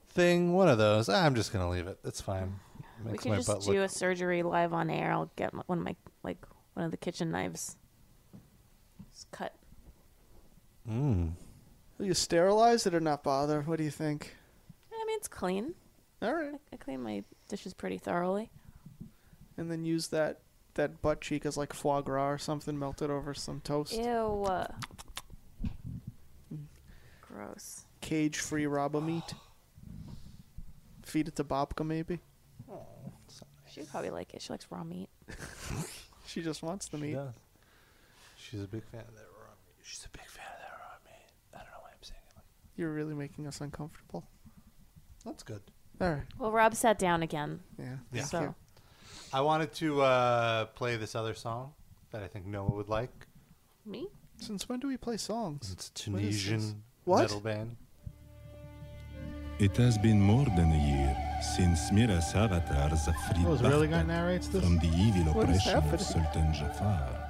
[SPEAKER 2] thing, one of those. I'm just gonna leave it. It's fine. It
[SPEAKER 5] We
[SPEAKER 2] makes
[SPEAKER 5] could
[SPEAKER 2] my
[SPEAKER 5] just
[SPEAKER 2] butt
[SPEAKER 5] do
[SPEAKER 2] look
[SPEAKER 5] a surgery live on air. I'll get my, one of my like one of the kitchen knives. Just cut.
[SPEAKER 2] Mm.
[SPEAKER 3] Will you sterilize it or not bother? What do you think?
[SPEAKER 5] I mean, it's clean.
[SPEAKER 3] All right.
[SPEAKER 5] I clean my dishes pretty thoroughly.
[SPEAKER 3] And then use that that butt cheek as like foie gras or something melted over some toast.
[SPEAKER 5] Ew.
[SPEAKER 3] Mm.
[SPEAKER 5] Gross.
[SPEAKER 3] Cage free Robo meat. Feed it to Bobka maybe.
[SPEAKER 5] She would probably like it. She likes raw meat.
[SPEAKER 3] She just wants the meat.
[SPEAKER 2] does. She's a big fan of that raw meat. She's a big fan of that raw meat. I don't know why I'm saying it. like-
[SPEAKER 3] You're really making us uncomfortable.
[SPEAKER 2] That's good.
[SPEAKER 3] All right.
[SPEAKER 5] Well, Rob sat down again.
[SPEAKER 3] Yeah.
[SPEAKER 2] Yeah.
[SPEAKER 5] So
[SPEAKER 2] I wanted to uh, play this other song that I think Noah would like.
[SPEAKER 5] me?
[SPEAKER 3] Since when do we play songs?
[SPEAKER 2] It's a
[SPEAKER 3] What is this?
[SPEAKER 2] Tunisian
[SPEAKER 3] What?
[SPEAKER 2] metal band.
[SPEAKER 12] It has been more than a year since Miras avatars have freed
[SPEAKER 4] Oh, is really guy
[SPEAKER 12] Baghdad
[SPEAKER 4] narrates this?
[SPEAKER 12] from the evil
[SPEAKER 4] What is
[SPEAKER 12] oppression of
[SPEAKER 4] happening?
[SPEAKER 12] Sultan Jafar.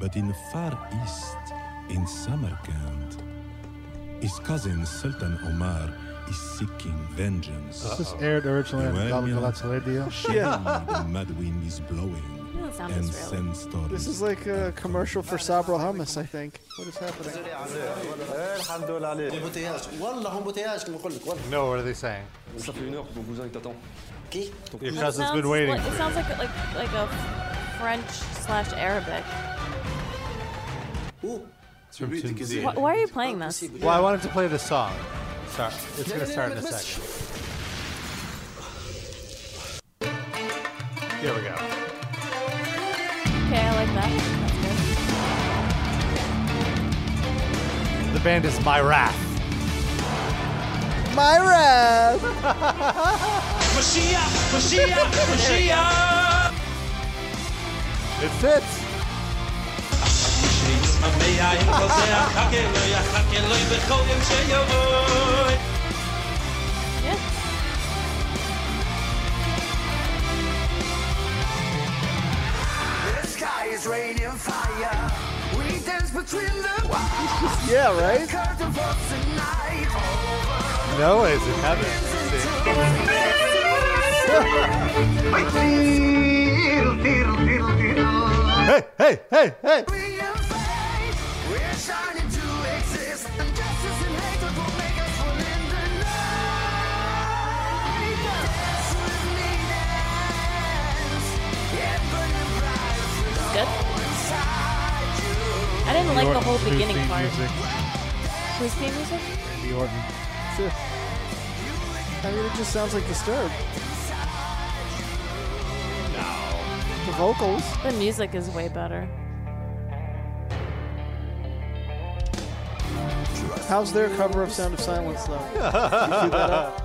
[SPEAKER 12] But in the Far East, in Samarkand, his cousin Sultan Omar is seeking vengeance.
[SPEAKER 4] Is this aired originally on
[SPEAKER 12] Well,
[SPEAKER 4] Gal
[SPEAKER 12] Miras,
[SPEAKER 4] Galatz Radio?
[SPEAKER 12] surely the mad wind is
[SPEAKER 4] Oh.
[SPEAKER 12] blowing
[SPEAKER 5] It doesn't sound
[SPEAKER 12] and
[SPEAKER 5] Israeli.
[SPEAKER 12] sends storms.
[SPEAKER 3] This is like a commercial for Sabra hummus, I think. What is happening?
[SPEAKER 2] No, what are they saying? Your
[SPEAKER 5] That
[SPEAKER 2] cousin's
[SPEAKER 5] sounds-
[SPEAKER 2] been waiting.
[SPEAKER 5] well, It sounds like like like a French slash Arabic.
[SPEAKER 2] It's from Tunisia.
[SPEAKER 5] Why, why are you playing this?
[SPEAKER 2] Well, I wanted to play the song. Sorry, it's gonna start in a second. Here we go.
[SPEAKER 5] Okay, I like that.
[SPEAKER 2] The band is My Wrath.
[SPEAKER 3] My wrath.
[SPEAKER 2] It fits.
[SPEAKER 13] between the walls.
[SPEAKER 3] Yeah, right?
[SPEAKER 13] Curtain for tonight.
[SPEAKER 2] No way is in heaven. Hey, hey, hey, hey.
[SPEAKER 13] We're shining to exist. And justice and hatred will make us one in the night. Dance with me, dance. Yeah, burning bright with
[SPEAKER 5] Good.
[SPEAKER 13] all inside you.
[SPEAKER 5] I didn't like the whole
[SPEAKER 4] Who's
[SPEAKER 5] beginning
[SPEAKER 4] theme
[SPEAKER 5] part.
[SPEAKER 4] music?
[SPEAKER 5] Who's theme music?
[SPEAKER 4] Randy Orton.
[SPEAKER 3] I mean, it just sounds like Disturbed. The vocals.
[SPEAKER 5] The music is way better.
[SPEAKER 3] How's their cover of Sound of Silence, though? You cue that up?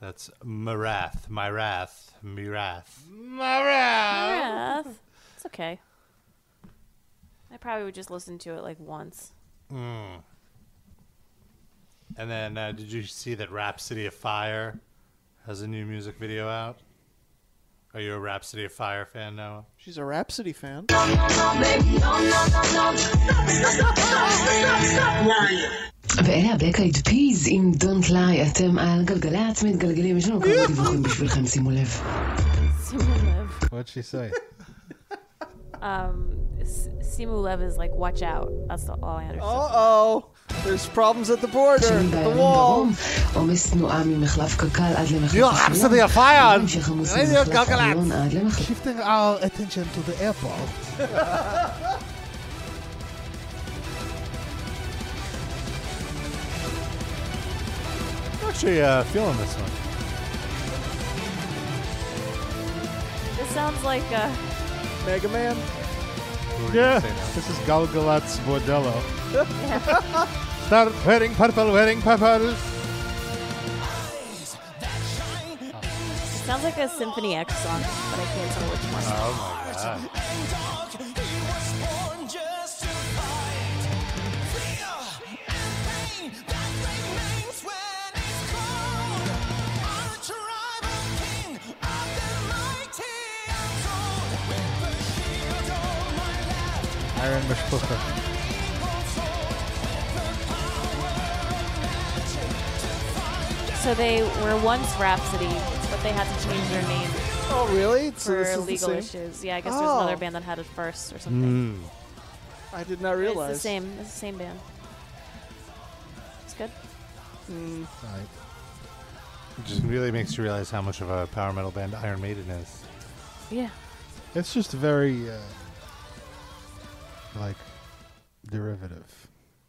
[SPEAKER 2] That's Marath, my wrath, me wrath.
[SPEAKER 5] Yes. It's okay. I probably would just listen to it like once.
[SPEAKER 2] Mm. And then, uh, did you see that Rhapsody of Fire has a new music video out? Are you a Rhapsody of Fire fan, Noah?
[SPEAKER 3] She's a Rhapsody fan.
[SPEAKER 14] ואלה הבק אייד פיז עם Don't Lie, אתם על גלגלצ מתגלגלים, יש לנו כמה דיווחים בשבילכם, שימו לב.
[SPEAKER 5] Simu Lev.
[SPEAKER 4] What'd she say?
[SPEAKER 5] Um, S- Simu Lev is like, watch out. That's all I understood.
[SPEAKER 3] Uh oh. There's problems at the border. The wall.
[SPEAKER 14] עומס תנועה ממחלף קק"ל עד למחלף
[SPEAKER 3] You're absolutely a fire.
[SPEAKER 14] בהמשך עמוס
[SPEAKER 3] Radio
[SPEAKER 14] ממחלף
[SPEAKER 3] Gagalax.
[SPEAKER 14] אריון עד למחלף...
[SPEAKER 4] Shifting our attention to the airport.
[SPEAKER 2] I'm actually uh, feeling this one.
[SPEAKER 5] This sounds like uh,
[SPEAKER 3] Mega Man.
[SPEAKER 4] Yeah, this is Gal Galat's Bordello.
[SPEAKER 5] yeah.
[SPEAKER 4] Start wearing purple, wearing purple.
[SPEAKER 5] it sounds like a Symphony X song, but I can't tell which one.
[SPEAKER 2] Oh my god.
[SPEAKER 4] Iron Mishpucha.
[SPEAKER 5] So they were once Rhapsody, but they had to change their name
[SPEAKER 3] Oh, really? So
[SPEAKER 5] for
[SPEAKER 3] this is the
[SPEAKER 5] legal
[SPEAKER 3] same?
[SPEAKER 5] issues. Yeah, I guess there's another
[SPEAKER 3] Oh.
[SPEAKER 5] band that had it first or something.
[SPEAKER 3] I did not
[SPEAKER 5] It's
[SPEAKER 3] realize.
[SPEAKER 5] the same. It's the same band. It's good.
[SPEAKER 3] Mm.
[SPEAKER 4] Right.
[SPEAKER 2] It just really makes you realize how much of a power metal band Iron Maiden is.
[SPEAKER 5] Yeah.
[SPEAKER 4] It's just very, uh, like, derivative.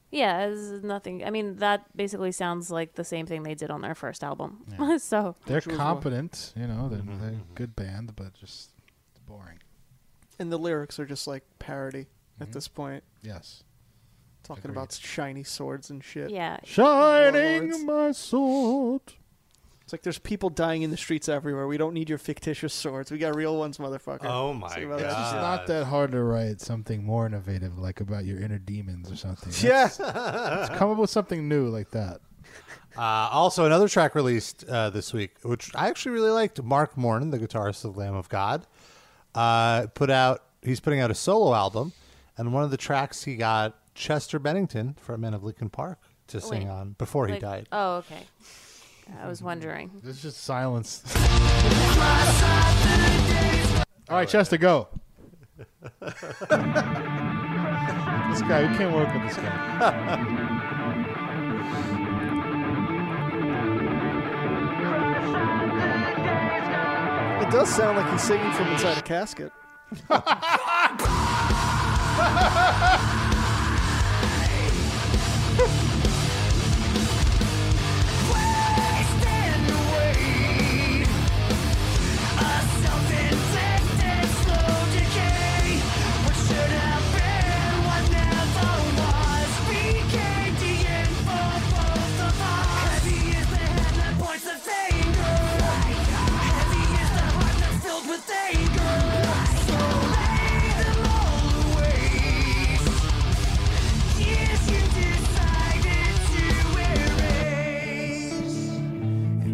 [SPEAKER 5] Yeah, it's nothing. I mean, that basically sounds like the same thing they did on their first album. so
[SPEAKER 4] They're
[SPEAKER 3] Which was what?
[SPEAKER 4] competent, you know, they're, they're a good band, but just boring.
[SPEAKER 3] And the lyrics are just like parody at this point.
[SPEAKER 4] Yes.
[SPEAKER 3] Talking about shiny swords and shit.
[SPEAKER 5] yeah,
[SPEAKER 4] Shining my sword.
[SPEAKER 3] It's like there's people dying in the streets everywhere. We don't need your fictitious swords. We got real ones, motherfucker.
[SPEAKER 2] Oh my
[SPEAKER 3] See about
[SPEAKER 4] It's
[SPEAKER 3] that?
[SPEAKER 4] just not that hard to write something more innovative, like about your inner demons or something.
[SPEAKER 3] Yeah.
[SPEAKER 4] Let's come up with something new like that.
[SPEAKER 2] Uh, also, another track released uh, this week, which I actually really liked. Mark Morton, the guitarist of Lamb of God, uh, put out. He's putting out a solo album, and one of the tracks he got Chester Bennington, frontman of Lincoln Park, to sing
[SPEAKER 5] Wait.
[SPEAKER 2] on before he
[SPEAKER 5] Like-
[SPEAKER 2] died.
[SPEAKER 5] Oh, okay. I
[SPEAKER 3] Mm-hmm.
[SPEAKER 5] was wondering.
[SPEAKER 4] It's just silence. All right, Chester, go. this guy, we can't work with this guy.
[SPEAKER 3] It does sound like he's singing from inside a casket.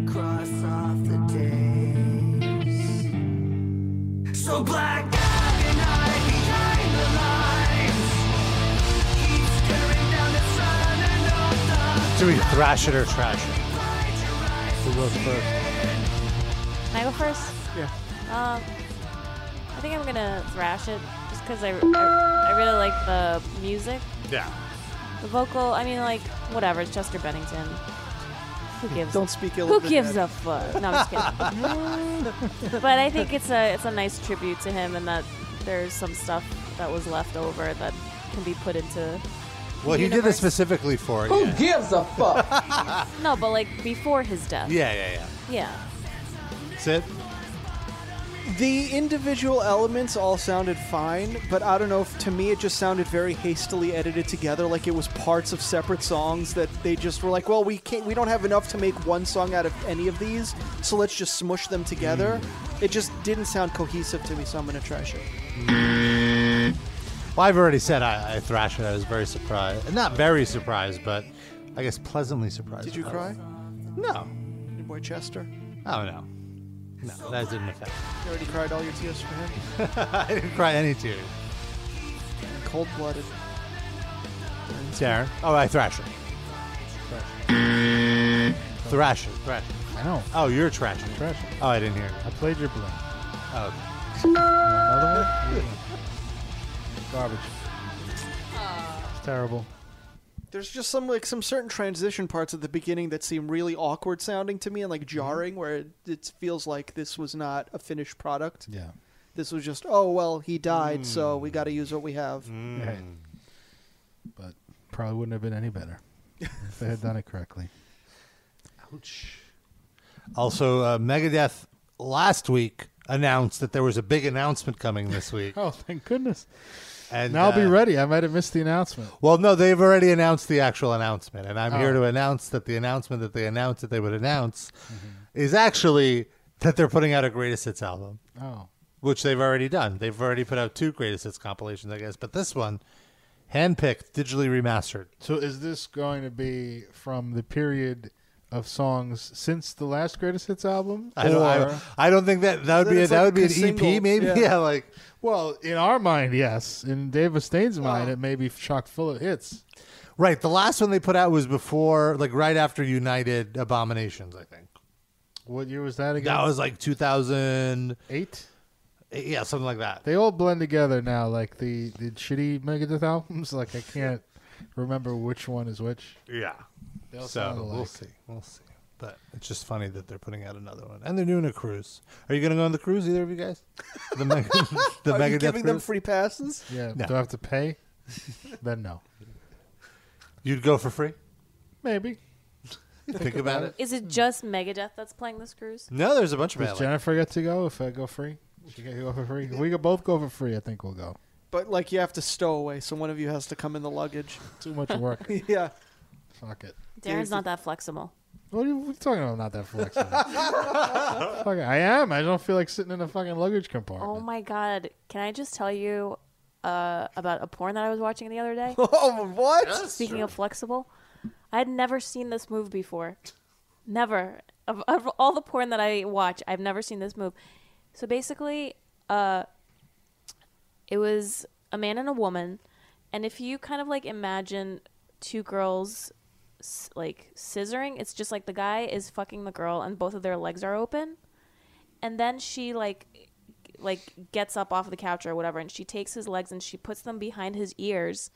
[SPEAKER 13] Cross off the days. So black dog and I behind the lines.
[SPEAKER 5] uh,
[SPEAKER 2] do we thrash it or trash it? Who goes first?
[SPEAKER 5] Can I go first?
[SPEAKER 3] Yeah.
[SPEAKER 5] Um, I think I'm gonna thrash it just because I, I I really like the music,
[SPEAKER 2] Yeah.
[SPEAKER 5] the vocal. I mean, like whatever. It's Chester Bennington. Who gives?
[SPEAKER 3] Don't speak ill.
[SPEAKER 5] Who
[SPEAKER 3] of the
[SPEAKER 5] gives
[SPEAKER 3] dead.
[SPEAKER 5] a fuck? No, I'm just kidding. but I think it's a it's a nice tribute to him, and that there's some stuff that was left over that can be put into.
[SPEAKER 2] Well, he did this specifically for
[SPEAKER 5] Oh,
[SPEAKER 2] it. yeah.
[SPEAKER 5] gives a fuck? no, but like before his death.
[SPEAKER 2] yeah, yeah,
[SPEAKER 5] Yeah.
[SPEAKER 2] yeah. Sid?
[SPEAKER 3] The individual elements all sounded fine, but I don't know. If, to me, it just sounded very hastily edited together, like it was parts of separate songs that they just were like, "Well, we can't, we don't have enough to make one song out of any of these, so let's just smush them together." It just didn't sound cohesive to me, so I'm gonna trash it.
[SPEAKER 2] Well, I've already said I, I thrash it. I was very surprised. Not very surprised, but I guess pleasantly surprised.
[SPEAKER 3] Did you
[SPEAKER 2] about it.
[SPEAKER 3] cry?
[SPEAKER 2] No.
[SPEAKER 3] Your boy Chester.
[SPEAKER 2] Oh, no. No, that didn't affect me.
[SPEAKER 3] You already cried all your tears for him.
[SPEAKER 2] I didn't cry any tears.
[SPEAKER 3] Cold blooded.
[SPEAKER 2] Darren? Oh, I thrash it. Thrash it. Thrash it.
[SPEAKER 4] I know.
[SPEAKER 2] Oh, you're trashing it.
[SPEAKER 4] Trash.
[SPEAKER 2] Oh, I didn't hear you.
[SPEAKER 4] I played your blunt.
[SPEAKER 2] Oh, okay.
[SPEAKER 4] Another one? Garbage. It's terrible.
[SPEAKER 3] There's just some like some certain transition parts at the beginning that seem really awkward sounding to me and like jarring, where it, it feels like this was not a finished product.
[SPEAKER 4] Yeah.
[SPEAKER 3] This was just oh well, he died, so
[SPEAKER 2] Hmm.
[SPEAKER 3] we got to use what we have.
[SPEAKER 4] Right. But probably wouldn't have been any better if they had done it correctly.
[SPEAKER 2] Also, uh, Megadeth last week announced that there was a big announcement coming this week.
[SPEAKER 4] Oh, thank goodness.
[SPEAKER 2] And
[SPEAKER 4] now I'll be
[SPEAKER 2] uh,
[SPEAKER 4] ready. I might have missed the announcement.
[SPEAKER 2] Well, no, they've already announced the actual announcement, and I'm here
[SPEAKER 4] Oh.
[SPEAKER 2] to announce that the announcement that they announced that they would announce
[SPEAKER 4] Mm-hmm.
[SPEAKER 2] is actually that they're putting out a greatest hits album,
[SPEAKER 4] Oh.
[SPEAKER 2] which they've already done. They've already put out two greatest hits compilations, I guess, but this one, handpicked, digitally remastered.
[SPEAKER 4] So is this going to be from the period of songs since the last Greatest Hits album?
[SPEAKER 2] I don't,
[SPEAKER 4] Or-
[SPEAKER 2] I, I don't think that that would be a,
[SPEAKER 4] It's
[SPEAKER 2] that
[SPEAKER 4] like
[SPEAKER 2] would be
[SPEAKER 4] a
[SPEAKER 2] an
[SPEAKER 4] single,
[SPEAKER 2] EP, maybe.
[SPEAKER 4] yeah.
[SPEAKER 2] Yeah, like
[SPEAKER 4] well, in our mind, yes. In Dave Astaine's mind, it may be chock full of hits.
[SPEAKER 2] right. The last one they put out was before, like right after United Abominations, I think.
[SPEAKER 4] What year was that again?
[SPEAKER 2] That was like 2008. Yeah, something like that.
[SPEAKER 4] They all blend together now, like the the shitty Megadeth albums. Like I can't remember which one is which.
[SPEAKER 2] Yeah.
[SPEAKER 4] They all
[SPEAKER 2] so
[SPEAKER 4] sound alike.
[SPEAKER 2] we'll see. We'll see. But it's just funny that they're putting out another one, and they're doing a cruise. Are you going to go on the cruise? Either of you guys? The Meg- the
[SPEAKER 3] Are
[SPEAKER 2] Megadeth
[SPEAKER 3] you giving them
[SPEAKER 2] cruise?
[SPEAKER 3] free passes?
[SPEAKER 4] Yeah.
[SPEAKER 2] No.
[SPEAKER 4] Do I have to pay? then no.
[SPEAKER 2] You'd go for free?
[SPEAKER 4] Maybe.
[SPEAKER 2] Think, about it.
[SPEAKER 5] Is it just Megadeth that's playing this cruise?
[SPEAKER 2] No, there's a bunch of
[SPEAKER 4] Does
[SPEAKER 2] bad.
[SPEAKER 4] Jennifer get to go if I go free? She get to go for free. If we could both go for free. I think we'll go.
[SPEAKER 3] But like you have to stow away, so one of you has to come in the luggage.
[SPEAKER 4] Too much work.
[SPEAKER 3] yeah.
[SPEAKER 4] Fuck it.
[SPEAKER 5] Darren's not that flexible.
[SPEAKER 4] What are you, what are you talking about? I'm not that flexible. Fuck it. I am. I don't feel like sitting in a fucking luggage compartment.
[SPEAKER 5] Oh my god! Can I just tell you uh, about a porn that I was watching the other day?
[SPEAKER 3] Oh what?
[SPEAKER 5] Speaking of flexible, I had never seen this move before. Never. Of, of all the porn that I watch, I've never seen this move. So basically, uh, it was a man and a woman, and if you kind of like imagine two girls s- like scissoring, it's just like the guy is fucking the girl, and both of their legs are open, and then she like like gets up off the couch or whatever, and she takes his legs and she puts them behind his ears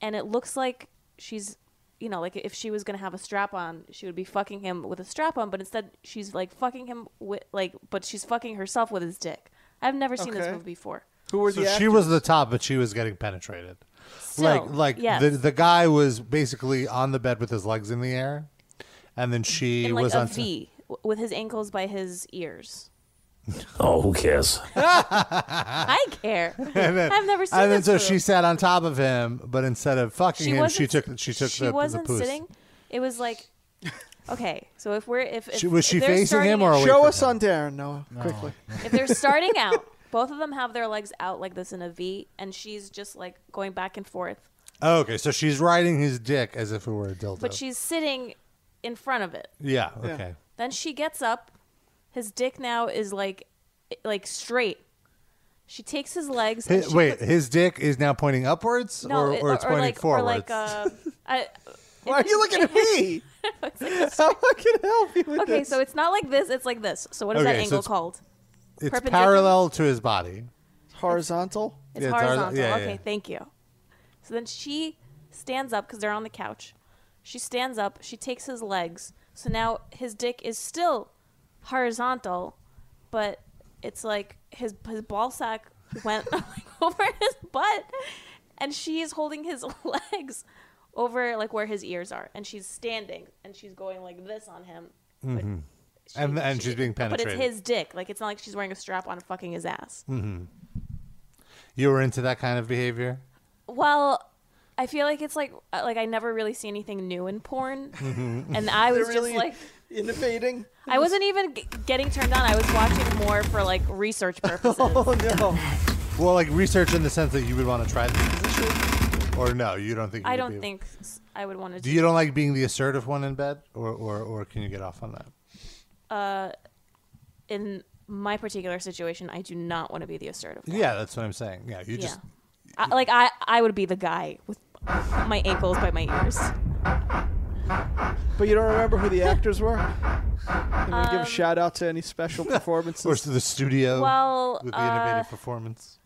[SPEAKER 5] and it looks like she's you know like if she was gonna have a strap on she would be fucking him with a strap on but instead she's like fucking him with like but she's fucking herself with his dick i've never seen this
[SPEAKER 3] Okay.
[SPEAKER 5] movie before
[SPEAKER 3] Who were
[SPEAKER 2] So
[SPEAKER 3] the
[SPEAKER 2] she
[SPEAKER 3] actors?
[SPEAKER 2] was the top, but she was getting penetrated.
[SPEAKER 5] Still,
[SPEAKER 2] like like
[SPEAKER 5] yes.
[SPEAKER 2] the the guy was basically on the bed with his legs in the air, and then she
[SPEAKER 5] in like
[SPEAKER 2] was
[SPEAKER 5] a
[SPEAKER 2] on.
[SPEAKER 5] v w- with his ankles by his ears
[SPEAKER 15] Oh, who cares?
[SPEAKER 5] i care
[SPEAKER 2] and then,
[SPEAKER 5] i've never seen
[SPEAKER 2] and then
[SPEAKER 5] this
[SPEAKER 2] so
[SPEAKER 5] movie.
[SPEAKER 2] she sat on top of him, but instead of fucking
[SPEAKER 5] She
[SPEAKER 2] him, she
[SPEAKER 5] wasn't-
[SPEAKER 2] took she took
[SPEAKER 5] she
[SPEAKER 2] the,
[SPEAKER 5] wasn't
[SPEAKER 2] the poos.
[SPEAKER 5] sitting it was like okay so if we're if, if
[SPEAKER 2] She- was she
[SPEAKER 5] if they're
[SPEAKER 2] facing
[SPEAKER 5] starting
[SPEAKER 2] him
[SPEAKER 5] out-
[SPEAKER 2] or away
[SPEAKER 3] Show
[SPEAKER 2] from
[SPEAKER 3] us on Darren, Noah, quickly.
[SPEAKER 5] if they're starting out both of them have their legs out like this in a v and she's just like going back and forth
[SPEAKER 2] Oh, okay, so she's riding his dick as if it were a dildo.
[SPEAKER 5] but she's sitting in front of it.
[SPEAKER 2] yeah, okay.
[SPEAKER 5] Then she gets up. His dick now is like, like straight. She takes his legs. and
[SPEAKER 2] Hi-
[SPEAKER 5] she
[SPEAKER 2] wait,
[SPEAKER 5] puts-
[SPEAKER 2] his dick is now pointing upwards,
[SPEAKER 5] no,
[SPEAKER 2] or,
[SPEAKER 5] it-
[SPEAKER 2] or it's pointing
[SPEAKER 5] like,
[SPEAKER 2] forwards.
[SPEAKER 5] Or like, uh, I,
[SPEAKER 3] Why are you looking at me? How can I help you with
[SPEAKER 5] Okay,
[SPEAKER 3] this?
[SPEAKER 5] so it's not like this, it's like this. So what is
[SPEAKER 2] Okay,
[SPEAKER 5] that
[SPEAKER 2] so
[SPEAKER 5] angle
[SPEAKER 2] it's-
[SPEAKER 5] called?
[SPEAKER 2] It's
[SPEAKER 5] Perpendicular?
[SPEAKER 2] parallel to his body.
[SPEAKER 3] horizontal.
[SPEAKER 5] It's
[SPEAKER 2] Yeah, it's horiz-
[SPEAKER 5] horizontal.
[SPEAKER 2] yeah,
[SPEAKER 5] okay,
[SPEAKER 2] yeah.
[SPEAKER 5] thank you. So then she stands up because they're on the couch. She stands up. She takes his legs. So now his dick is still horizontal, but it's like his his ball sack went like, over his butt, and she is holding his legs over like where his ears are, and she's standing and she's going like this on him.
[SPEAKER 2] Mhm. and and she's being
[SPEAKER 5] But
[SPEAKER 2] penetrated.
[SPEAKER 5] it's his dick. Like it's not like she's wearing a strap on and fucking his ass.
[SPEAKER 2] hmm You were into that kind of behavior.
[SPEAKER 5] Well, I feel like it's like uh, like I never really see anything new in porn,
[SPEAKER 2] Mhm.
[SPEAKER 5] and I was
[SPEAKER 3] They're
[SPEAKER 5] just
[SPEAKER 3] really
[SPEAKER 5] like
[SPEAKER 3] innovating.
[SPEAKER 5] I wasn't even g- getting turned on. I was watching more for like research purposes.
[SPEAKER 3] oh
[SPEAKER 2] Well, like research in the sense that you would want to try the position, or no, you don't think. You
[SPEAKER 5] I
[SPEAKER 2] would
[SPEAKER 5] don't
[SPEAKER 2] be-
[SPEAKER 5] think s- I would want to.
[SPEAKER 2] Do you don't like being the assertive one in bed, or or, or can you get off on that?
[SPEAKER 5] Uh, in my particular situation, I do not want to be the assertive. One.
[SPEAKER 2] Yeah, that's what I'm saying. Yeah, you just
[SPEAKER 5] I, like I I would be the guy with my ankles by my ears.
[SPEAKER 3] But you don't remember who the actors were? I'm gonna give
[SPEAKER 5] Um,
[SPEAKER 3] a shout out to any special performances.
[SPEAKER 2] or to the studio
[SPEAKER 5] Well,
[SPEAKER 2] Oh, with the
[SPEAKER 5] uh,
[SPEAKER 2] innovative performance.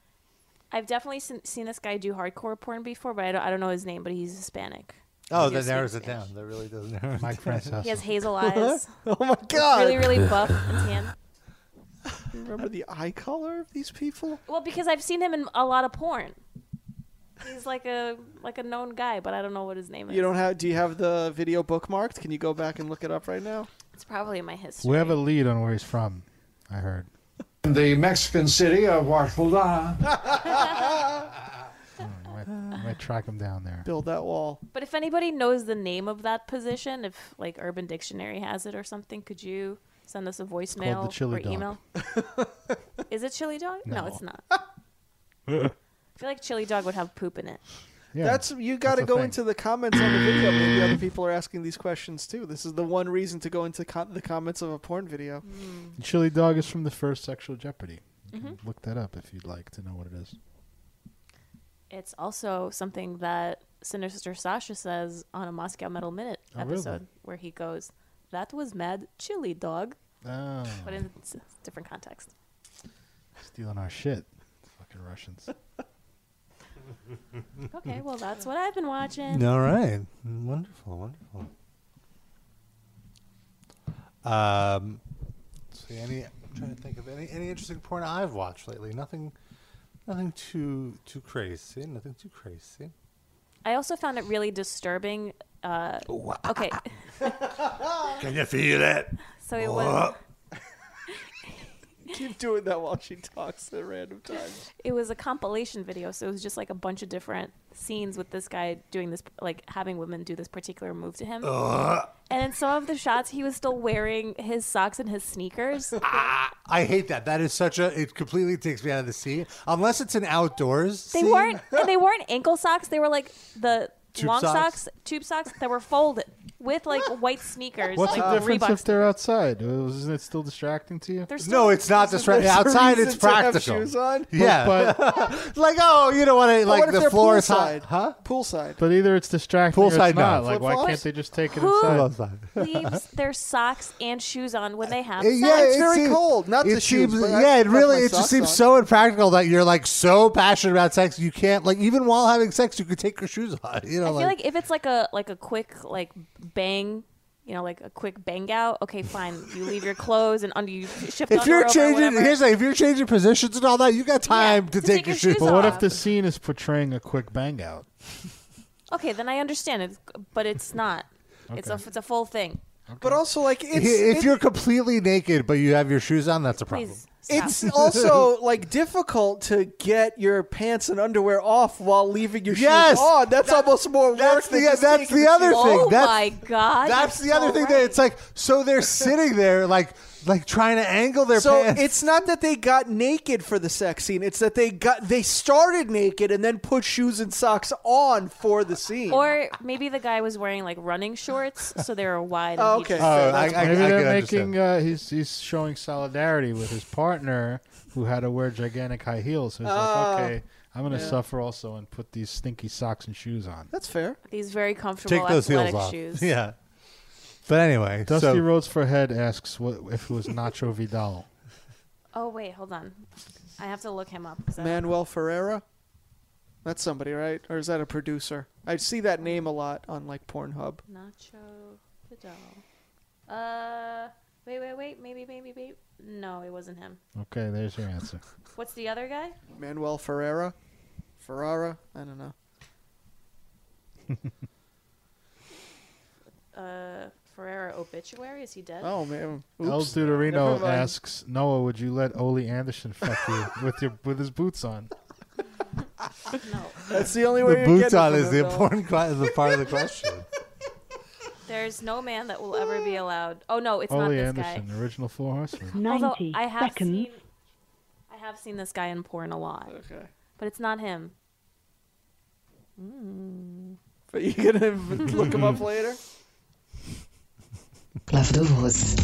[SPEAKER 5] I've definitely seen, seen this guy do hardcore porn before, but I don't I don't know his name, but he's Hispanic.
[SPEAKER 2] Oh,
[SPEAKER 5] He
[SPEAKER 2] that
[SPEAKER 5] is
[SPEAKER 2] narrows it down. That really does narrow. Mike
[SPEAKER 5] He has hazel eyes.
[SPEAKER 3] oh my god!
[SPEAKER 5] Really, really buff and tan.
[SPEAKER 3] Remember the eye color of these people?
[SPEAKER 5] Well, because I've seen him in a lot of porn. He's like a like a known guy, but I don't know what his name is.
[SPEAKER 3] You don't have? Do you have the video bookmarked? Can you go back and look it up right now?
[SPEAKER 5] It's probably in my history.
[SPEAKER 4] We have a lead on where he's from. I heard.
[SPEAKER 16] In the Mexican city of Huashuldana.
[SPEAKER 4] Hmm, I might track him down there.
[SPEAKER 3] Build that wall.
[SPEAKER 5] But if anybody knows the name of that position, if like Urban Dictionary has it or something, could you send us a voicemail
[SPEAKER 4] chili
[SPEAKER 5] or
[SPEAKER 4] dog.
[SPEAKER 5] email? is it chili dog? No,
[SPEAKER 3] No.
[SPEAKER 5] it's not. I feel like chili dog would have poop in it.
[SPEAKER 3] that's you got to
[SPEAKER 5] that's a
[SPEAKER 3] go
[SPEAKER 5] thing.
[SPEAKER 3] into the comments on the video. Maybe other people are asking these questions too. This is the one reason to go into co- the comments of a porn video.
[SPEAKER 4] Chili Dog is from the first Sexual Jeopardy. You can
[SPEAKER 5] Mhm.
[SPEAKER 4] Look that up if you'd like to know what it is.
[SPEAKER 5] It's also something that Sinner Sister Sasha says on a Moscow Metal Minute
[SPEAKER 4] Oh, really?
[SPEAKER 5] episode where he goes, "That was mad chili dog,"
[SPEAKER 4] Oh.
[SPEAKER 5] but in s- different context.
[SPEAKER 4] Stealing our shit. Fucking Russians.
[SPEAKER 5] Okay, well that's what I've been watching.
[SPEAKER 2] All right, wonderful, wonderful. Um, let's see any? I'm trying to think of any any interesting porn I've watched lately. Nothing, nothing too too crazy. Nothing too crazy.
[SPEAKER 5] I also found it really disturbing. Uh, okay,
[SPEAKER 2] Can you feel it?
[SPEAKER 5] so it was
[SPEAKER 3] Keep doing that while she talks at random times.
[SPEAKER 5] it was a compilation video, so it was just like a bunch of different scenes with this guy doing this, like having women do this particular move to him.
[SPEAKER 2] Ugh.
[SPEAKER 5] And in some of the shots, he was still wearing his socks and his sneakers.
[SPEAKER 2] I hate that. That is such a. It completely takes me out of the scene. Unless it's an outdoors.
[SPEAKER 5] They
[SPEAKER 2] scene.
[SPEAKER 5] weren't and they weren't ankle socks. They were like the
[SPEAKER 2] Tube
[SPEAKER 5] long
[SPEAKER 2] socks?
[SPEAKER 5] socks. tube socks that were folded with like white sneakers.
[SPEAKER 4] What's
[SPEAKER 5] like
[SPEAKER 4] the difference
[SPEAKER 5] Reebok
[SPEAKER 4] if they're outside? Uh, Isn't it still distracting to you?
[SPEAKER 5] They're
[SPEAKER 2] No, it's not distracting.
[SPEAKER 4] there's a
[SPEAKER 2] Outside,
[SPEAKER 4] reason
[SPEAKER 2] it's
[SPEAKER 4] to have
[SPEAKER 2] practical.
[SPEAKER 4] shoes on?
[SPEAKER 2] Yeah,
[SPEAKER 4] But-
[SPEAKER 2] like oh, you don't want to
[SPEAKER 4] But
[SPEAKER 2] like
[SPEAKER 4] what if
[SPEAKER 2] the
[SPEAKER 4] they're
[SPEAKER 2] floor is
[SPEAKER 4] poolside?
[SPEAKER 2] hot, huh?
[SPEAKER 3] Poolside.
[SPEAKER 4] But either it's distracting or
[SPEAKER 2] Poolside,
[SPEAKER 4] it's
[SPEAKER 2] no.
[SPEAKER 4] not. Like, why
[SPEAKER 2] Flip-flops?
[SPEAKER 4] can't they just take it
[SPEAKER 5] Who-
[SPEAKER 4] inside?
[SPEAKER 5] leaves their socks and shoes on when they have
[SPEAKER 2] It-
[SPEAKER 5] sex.
[SPEAKER 2] it seems- it seems,
[SPEAKER 3] but I
[SPEAKER 2] yeah, it
[SPEAKER 3] left
[SPEAKER 2] really
[SPEAKER 3] my
[SPEAKER 2] it just
[SPEAKER 3] socks
[SPEAKER 2] seems
[SPEAKER 3] on.
[SPEAKER 2] so impractical that you're like so passionate about sex you can't like even while having sex you could take your shoes off. You know,
[SPEAKER 5] I feel
[SPEAKER 2] like,
[SPEAKER 5] like, if it's like a like a quick like bang, you know, like a quick bang out. Okay, fine. You leave your clothes and under you
[SPEAKER 2] if
[SPEAKER 5] shift.
[SPEAKER 2] you're
[SPEAKER 5] underwear over,
[SPEAKER 2] changing,
[SPEAKER 5] whatever.
[SPEAKER 2] here's the thing, if you're changing positions and all that, you got time to, take, your shoes,
[SPEAKER 4] But what if the scene is portraying a quick bang out?
[SPEAKER 5] okay, then I understand it, but it's not. It's a
[SPEAKER 4] Okay.
[SPEAKER 5] it's a full thing.
[SPEAKER 3] But also, like it's
[SPEAKER 2] if
[SPEAKER 3] it-
[SPEAKER 2] you're completely naked but you have your shoes on, that's a problem.
[SPEAKER 5] Please.
[SPEAKER 3] It's also like difficult to get your pants and underwear off while leaving your
[SPEAKER 2] Yes!
[SPEAKER 3] shoes on. That's almost more work.
[SPEAKER 2] That's
[SPEAKER 3] than
[SPEAKER 2] the
[SPEAKER 3] just
[SPEAKER 2] that's
[SPEAKER 3] taking
[SPEAKER 2] the other
[SPEAKER 3] shoes
[SPEAKER 2] thing.
[SPEAKER 3] off.
[SPEAKER 2] that's,
[SPEAKER 5] Oh God,
[SPEAKER 2] That's
[SPEAKER 3] you're
[SPEAKER 2] the other
[SPEAKER 3] so
[SPEAKER 2] thing that it's like so they're sitting there like like trying to angle their
[SPEAKER 3] so
[SPEAKER 2] pants.
[SPEAKER 3] it's not that they got naked for the sex scene. It's that they got they started naked and then put shoes and socks on for the scene.
[SPEAKER 5] Or maybe the guy was wearing like running shorts, so they were wide.
[SPEAKER 3] Oh,
[SPEAKER 5] and he
[SPEAKER 3] okay.
[SPEAKER 4] Uh,
[SPEAKER 5] just-
[SPEAKER 3] Oh, I- I-
[SPEAKER 4] Maybe
[SPEAKER 3] I
[SPEAKER 4] they're
[SPEAKER 3] can
[SPEAKER 4] making uh, he's he's showing solidarity with his partner who had to wear gigantic high heels. So he's
[SPEAKER 3] Ah.
[SPEAKER 4] like, okay, I'm gonna
[SPEAKER 5] Oh, Yeah.
[SPEAKER 4] suffer also and put these stinky socks and shoes on.
[SPEAKER 3] That's fair.
[SPEAKER 5] These very comfortable
[SPEAKER 4] Take those
[SPEAKER 5] athletic
[SPEAKER 4] heels off.
[SPEAKER 5] shoes.
[SPEAKER 2] Yeah. But anyway,
[SPEAKER 4] Dusty
[SPEAKER 2] so-
[SPEAKER 4] Rhodes for Head asks what if it was Nacho Vidal.
[SPEAKER 5] Oh wait, hold on. I have to look him up. 'cause I-
[SPEAKER 3] Manuel Ferreira? That's somebody, right? Or is that a producer? I see that name a lot on like Pornhub.
[SPEAKER 5] Nacho Vidal. Uh, wait, wait, wait. Maybe, maybe, maybe. No, it wasn't him.
[SPEAKER 4] Okay, there's your answer.
[SPEAKER 5] What's the other guy?
[SPEAKER 3] Manuel Ferreira? Ferrara? I don't know.
[SPEAKER 5] Uh, Ferrera obituary. Is he dead?
[SPEAKER 3] Oh man. Oops.
[SPEAKER 4] El
[SPEAKER 3] Never
[SPEAKER 4] Dudorino
[SPEAKER 3] mind.
[SPEAKER 4] asks Noah, would you let Ole Anderson fuck you with your with his boots on?
[SPEAKER 3] That's the only
[SPEAKER 2] The
[SPEAKER 3] way you're
[SPEAKER 2] boots
[SPEAKER 3] getting
[SPEAKER 2] on
[SPEAKER 3] from
[SPEAKER 2] is
[SPEAKER 3] him,
[SPEAKER 2] the
[SPEAKER 3] though.
[SPEAKER 2] important que- is the part of the question.
[SPEAKER 5] There's no man that will ever be allowed. Oh no, it's not
[SPEAKER 4] Ole
[SPEAKER 5] this
[SPEAKER 4] Anderson,
[SPEAKER 5] guy.
[SPEAKER 4] original Four Horsemen.
[SPEAKER 5] Although
[SPEAKER 13] 90
[SPEAKER 5] I have
[SPEAKER 13] seconds.
[SPEAKER 5] seen, I have seen this guy in porn a lot.
[SPEAKER 3] Okay.
[SPEAKER 5] But it's not him. Mm.
[SPEAKER 3] But you gonna look him up later?
[SPEAKER 17] לפדובוז.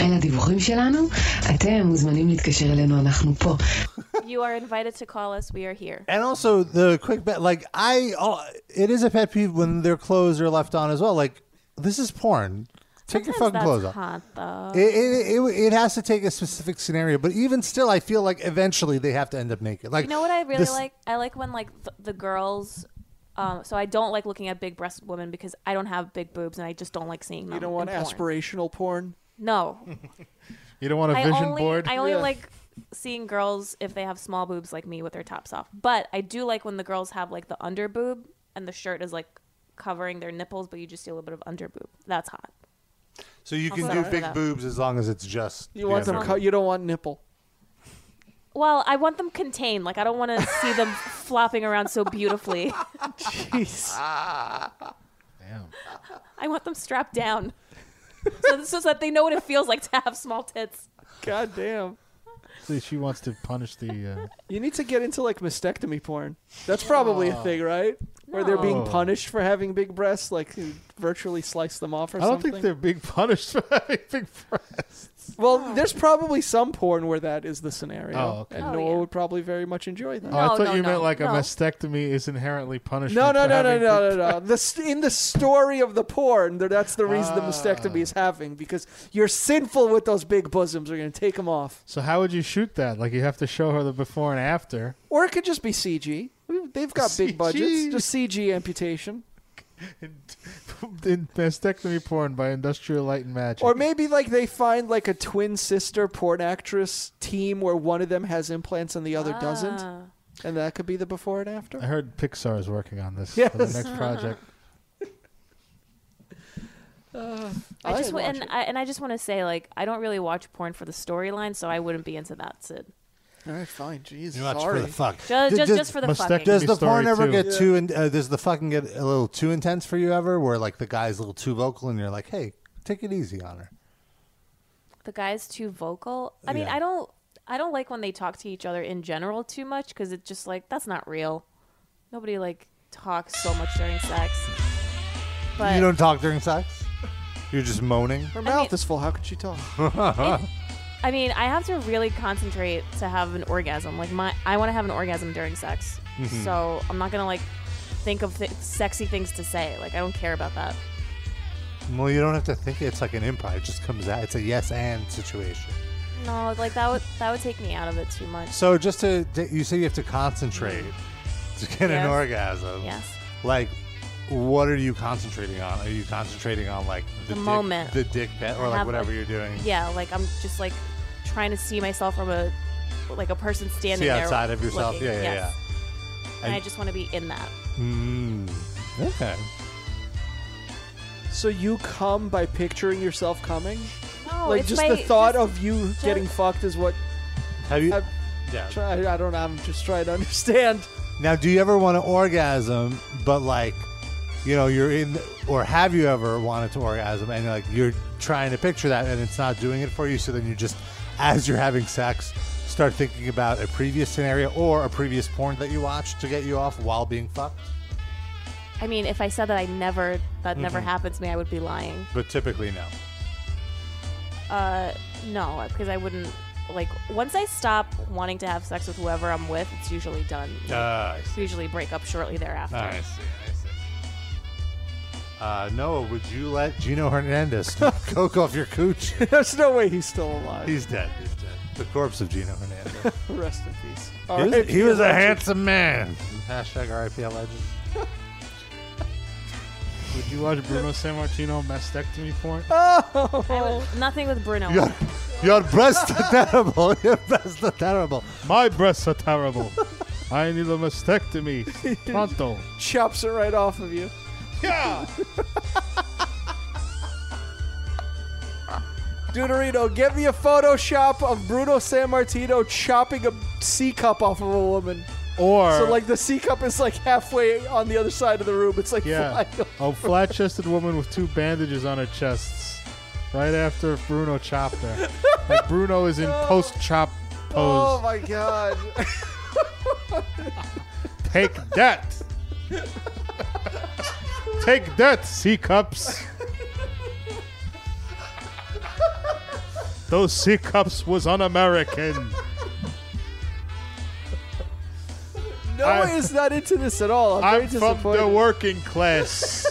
[SPEAKER 17] אלה הדיווחים שלנו, אתם מוזמנים להתקשר אלינו, אנחנו פה.
[SPEAKER 5] you are invited to call us. We are here.
[SPEAKER 2] And also the quick bet, like I, oh, it is a pet peeve when their clothes are left on as well. Like this is porn. Take your
[SPEAKER 5] Sometimes
[SPEAKER 2] fucking
[SPEAKER 5] that's
[SPEAKER 2] clothes off.
[SPEAKER 5] hot though.
[SPEAKER 2] It, it, it, it has to take a specific scenario, but even still, I feel like eventually they have to end up naked. Like
[SPEAKER 5] you know what I really
[SPEAKER 2] this-
[SPEAKER 5] like? I like when like th- the girls. Um, so I don't like looking at big-breasted women because I don't have big boobs and I just don't like seeing them.
[SPEAKER 3] You don't want
[SPEAKER 5] in porn.
[SPEAKER 3] aspirational porn?
[SPEAKER 5] No,
[SPEAKER 4] You don't want a
[SPEAKER 5] I
[SPEAKER 4] vision
[SPEAKER 5] only,
[SPEAKER 4] board?
[SPEAKER 5] I only like seeing girls if they have small boobs like me with their tops off. But I do like when the girls have like the under boob and the shirt is like covering their nipples, but you just see a little bit of under boob. That's hot.
[SPEAKER 2] so you
[SPEAKER 5] I'm
[SPEAKER 2] can
[SPEAKER 5] Oh, sorry
[SPEAKER 2] do
[SPEAKER 5] for
[SPEAKER 2] big
[SPEAKER 5] that.
[SPEAKER 2] boobs as long as it's just
[SPEAKER 3] You want them? Co- you don't want nipple.
[SPEAKER 5] Well, I want them contained. Like I don't want to see them flopping around so beautifully.
[SPEAKER 3] Jeez.
[SPEAKER 4] Damn.
[SPEAKER 5] I want them strapped down. so this is that they know what it feels like to have small tits.
[SPEAKER 3] God damn.
[SPEAKER 4] See, she wants to punish the. Uh,
[SPEAKER 3] You need to get into like mastectomy porn. That's probably a
[SPEAKER 4] Oh.
[SPEAKER 3] thing, right? Where they're being
[SPEAKER 4] No.
[SPEAKER 3] punished for having big breasts, like you virtually slice them off or
[SPEAKER 4] I don't
[SPEAKER 3] something.
[SPEAKER 4] think they're being punished for having big breasts.
[SPEAKER 3] Well, there's probably some porn where that is the scenario,
[SPEAKER 4] Oh, okay.
[SPEAKER 3] and
[SPEAKER 4] Oh,
[SPEAKER 3] Noah would probably very much enjoy that.
[SPEAKER 4] Oh, I thought you meant like a mastectomy is inherently punished.
[SPEAKER 3] No, no, no, no, no, no, no. The st- in the story of the porn, th- that's the reason the mastectomy is having because you're sinful with those big bosoms. You're gonna take them off,
[SPEAKER 4] So how would you shoot that? Like you have to show her the before and after.
[SPEAKER 3] or it could just be CG. We- They've got big budgets.
[SPEAKER 4] CG.
[SPEAKER 3] Just CG amputation,
[SPEAKER 4] In mastectomy porn by Industrial Light and Magic.
[SPEAKER 3] or maybe like they find like a twin sister porn actress team where one of them has implants and the
[SPEAKER 5] Ah.
[SPEAKER 3] other doesn't, and that could be the before and after.
[SPEAKER 4] I heard Pixar is working on this for the
[SPEAKER 3] Yes.
[SPEAKER 4] next project.
[SPEAKER 3] Uh,
[SPEAKER 5] I, just
[SPEAKER 3] watch
[SPEAKER 5] w- and I, and I just want to say like I don't really watch porn for the storyline, so I wouldn't be into that, Sid.
[SPEAKER 3] All right, fine. Jesus,
[SPEAKER 2] You watch
[SPEAKER 3] sorry.
[SPEAKER 2] for the fuck.
[SPEAKER 5] Just-
[SPEAKER 2] Does-
[SPEAKER 5] just- just for the Mastectomy fucking.
[SPEAKER 2] Does the
[SPEAKER 4] story
[SPEAKER 2] porn ever
[SPEAKER 4] too.
[SPEAKER 2] get
[SPEAKER 4] Yeah.
[SPEAKER 2] too? In, uh, does the fucking get a little too intense for you ever? Where like the guy's a little too vocal, and you're like, hey, take it easy on her.
[SPEAKER 5] The guy's too vocal. I mean,
[SPEAKER 2] Yeah.
[SPEAKER 5] I don't I don't like when they talk to each other in general too much because it's just like that's not real. Nobody like talks so much during sex. But
[SPEAKER 2] you don't talk during sex. You're just moaning.
[SPEAKER 3] Her mouth is full. How could she talk?
[SPEAKER 5] I mean, I have to really concentrate to have an orgasm. Like my, I want to have an orgasm during sex,
[SPEAKER 2] Mhm.
[SPEAKER 5] so I'm not gonna like think of th- sexy things to say. Like I don't care about that.
[SPEAKER 2] Well, you don't have to think it's like an improv. It just comes out. It's a yes and situation.
[SPEAKER 5] No, like that would that would take me out of it too much.
[SPEAKER 2] So just to you say you have to concentrate to get an
[SPEAKER 5] Yes.
[SPEAKER 2] orgasm.
[SPEAKER 5] Yes.
[SPEAKER 2] Like, what are you concentrating on? Are you concentrating on like
[SPEAKER 5] The
[SPEAKER 2] dick-
[SPEAKER 5] moment.
[SPEAKER 2] the dick pet, or
[SPEAKER 5] I
[SPEAKER 2] like
[SPEAKER 5] have,
[SPEAKER 2] whatever
[SPEAKER 5] like-
[SPEAKER 2] you're doing?
[SPEAKER 5] yeah, like I'm just like trying to see myself from a like a person standing
[SPEAKER 2] See
[SPEAKER 5] there
[SPEAKER 2] outside of yourself.
[SPEAKER 5] looking.
[SPEAKER 2] Yeah, yeah,
[SPEAKER 5] Yes.
[SPEAKER 2] yeah.
[SPEAKER 5] And
[SPEAKER 2] And-
[SPEAKER 5] I just want to be in that.
[SPEAKER 2] Mm, okay.
[SPEAKER 3] So you come by picturing yourself coming?
[SPEAKER 5] No,
[SPEAKER 3] like
[SPEAKER 5] Oh, it's
[SPEAKER 3] just
[SPEAKER 5] my-
[SPEAKER 3] the thought
[SPEAKER 5] just-
[SPEAKER 3] of you getting fucked is what.
[SPEAKER 2] Have
[SPEAKER 5] Uh,
[SPEAKER 2] you?
[SPEAKER 3] I'm
[SPEAKER 2] yeah.
[SPEAKER 3] try- I don't know. I'm just trying to understand.
[SPEAKER 2] Now, do you ever want to orgasm, but like, you know, you're in, or have you ever wanted to orgasm and like you're trying to picture that and it's not doing it for you? So then you just, as you're having sex, start thinking about a previous scenario or a previous porn that you watched to get you off while being fucked.
[SPEAKER 5] I mean, if I said that I never that never
[SPEAKER 2] Mhm.
[SPEAKER 5] happened to me, I would be lying.
[SPEAKER 2] But typically, no.
[SPEAKER 5] Uh, no, because I wouldn't. like once I stop wanting to have sex with whoever I'm with, it's usually done.
[SPEAKER 2] Ah, I
[SPEAKER 5] We usually break up shortly thereafter.
[SPEAKER 2] I see. I see. Uh, Noah, would you let Gino Hernandez coke off your cooch?
[SPEAKER 3] There's no way he's still alive.
[SPEAKER 2] He's dead. He's dead. The corpse of Gino Hernandez.
[SPEAKER 3] Rest in peace.
[SPEAKER 2] he was, he was a
[SPEAKER 3] legend.
[SPEAKER 2] handsome man. Hashtag RIP legend.
[SPEAKER 4] Would you watch Bruno Sammartino mastectomy porn?
[SPEAKER 5] I would- nothing with Bruno.
[SPEAKER 4] Your,
[SPEAKER 2] your breasts are terrible. Your breasts are terrible.
[SPEAKER 4] My breasts are terrible. I need a mastectomy. Pronto.
[SPEAKER 3] Chops it right off of you.
[SPEAKER 4] Yeah.
[SPEAKER 3] Deuterino, get me a Photoshop of Bruno Sammartino chopping a C cup off of a woman.
[SPEAKER 4] Or-
[SPEAKER 3] so like the C cup is like halfway on the other side of the room. It's like
[SPEAKER 4] Yeah.
[SPEAKER 3] flying
[SPEAKER 4] A
[SPEAKER 3] over.
[SPEAKER 4] flat chested woman with two bandages on her chests. Right after Bruno chopped her. Like Bruno is in post chop
[SPEAKER 3] Oh
[SPEAKER 4] pose.
[SPEAKER 3] my god.
[SPEAKER 4] Take that. Take that, C cups. Those C cups was un American.
[SPEAKER 3] Noah
[SPEAKER 4] I-
[SPEAKER 3] is not into this at all. I'm,
[SPEAKER 4] I'm from
[SPEAKER 3] very
[SPEAKER 4] the
[SPEAKER 3] disappointed.
[SPEAKER 4] working class.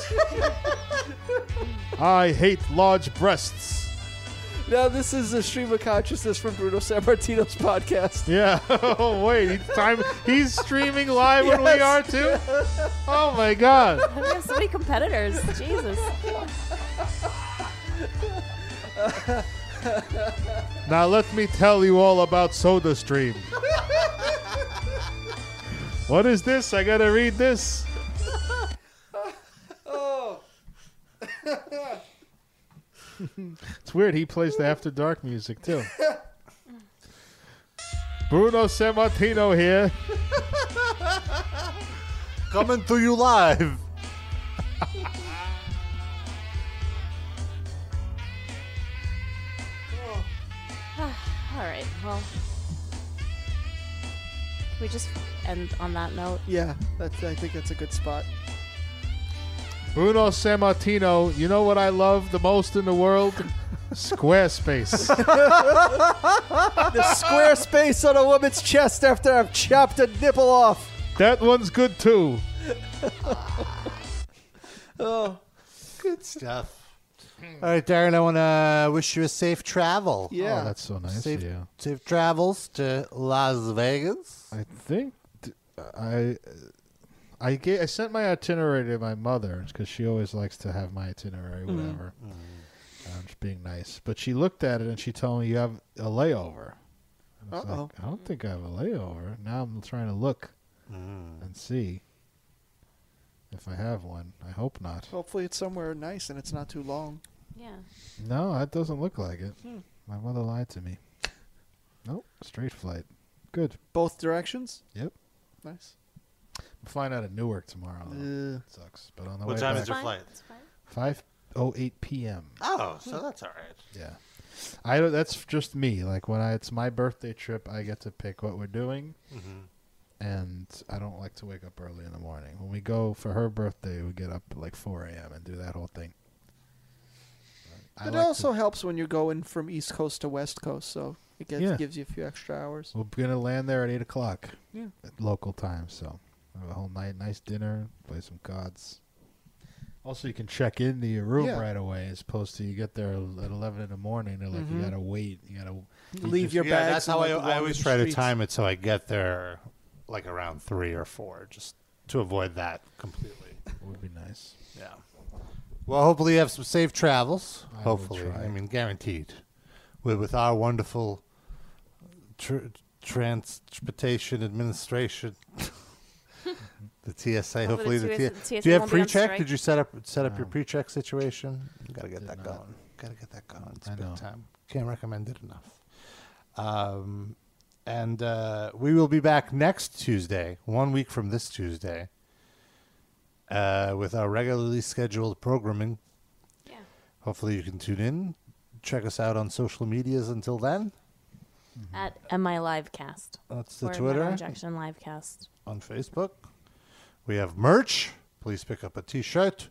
[SPEAKER 4] I hate large breasts.
[SPEAKER 3] Now this is the stream of consciousness from Bruno Sammartino's podcast.
[SPEAKER 4] Yeah. Oh wait, he's time he's streaming live when we are too. Oh my god.
[SPEAKER 5] we have so many competitors. Jesus.
[SPEAKER 4] Now let me tell you all about SodaStream. What is this? I gotta read this.
[SPEAKER 3] oh.
[SPEAKER 4] It's weird. He plays the After Dark music too. Bruno Sammartino here.
[SPEAKER 2] Coming to you live.
[SPEAKER 5] All right. Well, can we just end on that note?
[SPEAKER 3] Yeah, that's, I think that's a good spot.
[SPEAKER 4] Bruno Sammartino. You know what I love the most in the world? Squarespace.
[SPEAKER 3] the square space on a woman's chest after I've chopped a nipple off.
[SPEAKER 4] That one's good too.
[SPEAKER 3] Oh,
[SPEAKER 2] good stuff. All right, Darren, I want to wish you a safe travel.
[SPEAKER 4] Yeah. Oh, that's so nice
[SPEAKER 2] Safe,
[SPEAKER 4] of you.
[SPEAKER 2] safe travels to Las Vegas.
[SPEAKER 4] I think th- I uh, I ga- I sent my itinerary to my mother because she always likes to have my itinerary,
[SPEAKER 3] Mm-hmm.
[SPEAKER 2] Mhm.
[SPEAKER 4] whatever. I'm just being nice, but she looked at it and she told me you have a layover. I was like,
[SPEAKER 3] Uh-oh.
[SPEAKER 4] I don't think I have a layover. Now I'm trying to look
[SPEAKER 3] Mm.
[SPEAKER 4] and see if I have one. I hope not.
[SPEAKER 3] Hopefully it's somewhere nice and it's not too long.
[SPEAKER 5] Yeah.
[SPEAKER 4] No, that doesn't look like it.
[SPEAKER 3] Hmm.
[SPEAKER 4] My mother lied to me. Nope, straight flight. Good.
[SPEAKER 3] Both directions?
[SPEAKER 4] Yep.
[SPEAKER 3] Nice.
[SPEAKER 4] I'm flying out of Newark tomorrow. though. Sucks. But on the
[SPEAKER 2] What
[SPEAKER 4] way
[SPEAKER 2] time
[SPEAKER 4] back,
[SPEAKER 2] is your flight?
[SPEAKER 4] Five oh eight p.m.
[SPEAKER 2] Oh, so that's all right.
[SPEAKER 4] Yeah. I don't, that's just me. Like when I it's my birthday trip, I get to pick what we're doing,
[SPEAKER 2] Mhm.
[SPEAKER 4] and I don't like to wake up early in the morning. When we go for her birthday, we get up at like four a.m. and do that whole thing. I
[SPEAKER 3] it
[SPEAKER 4] like
[SPEAKER 3] also helps when you're going from East Coast to West Coast, so it gets,
[SPEAKER 4] Yeah.
[SPEAKER 3] gives you a few extra hours.
[SPEAKER 4] We're gonna land there at eight o'clock,
[SPEAKER 3] Yeah.
[SPEAKER 4] at local time. So have a whole night, nice dinner, play some cards. Also, you can check into your room
[SPEAKER 3] Yeah.
[SPEAKER 4] right away, as opposed to you get there at eleven in the morning. They're like,
[SPEAKER 3] Mhm.
[SPEAKER 4] you gotta wait. You gotta Mm-hmm. you
[SPEAKER 3] Leave
[SPEAKER 4] just-
[SPEAKER 3] your
[SPEAKER 2] yeah,
[SPEAKER 3] bags
[SPEAKER 2] that's
[SPEAKER 3] and,
[SPEAKER 2] how
[SPEAKER 3] like,
[SPEAKER 2] I,
[SPEAKER 3] wander
[SPEAKER 2] I always
[SPEAKER 3] the
[SPEAKER 2] try to
[SPEAKER 3] streets.
[SPEAKER 2] time it so I get there like around three or four, just to avoid that completely.
[SPEAKER 4] would be nice.
[SPEAKER 2] Yeah. Well, hopefully you have some safe travels.
[SPEAKER 4] I will
[SPEAKER 2] hopefully,
[SPEAKER 4] try.
[SPEAKER 2] I mean, guaranteed. With with our wonderful tr- transportation administration, the TSA. hopefully,
[SPEAKER 5] Hopefully the
[SPEAKER 2] the,
[SPEAKER 5] TSA
[SPEAKER 2] T-
[SPEAKER 5] won't
[SPEAKER 2] do you have
[SPEAKER 5] be on
[SPEAKER 2] pre-check?
[SPEAKER 5] strike.
[SPEAKER 2] Did you set up set up your pre-check situation? You gotta get that going. Gotta get that going. It's
[SPEAKER 4] I
[SPEAKER 2] big
[SPEAKER 4] know.
[SPEAKER 2] time. Can't recommend it enough. Um, and uh, we will be back next Tuesday, one week from this Tuesday, uh, with our regularly scheduled programming.
[SPEAKER 5] Yeah.
[SPEAKER 2] Hopefully, you can tune in. Check us out on social medias until then.
[SPEAKER 5] At MI Livecast.
[SPEAKER 2] That's the
[SPEAKER 5] Or
[SPEAKER 2] Twitter.
[SPEAKER 5] Metal Injection Livecast.
[SPEAKER 2] on Facebook. We have merch. Please pick up a t-shirt.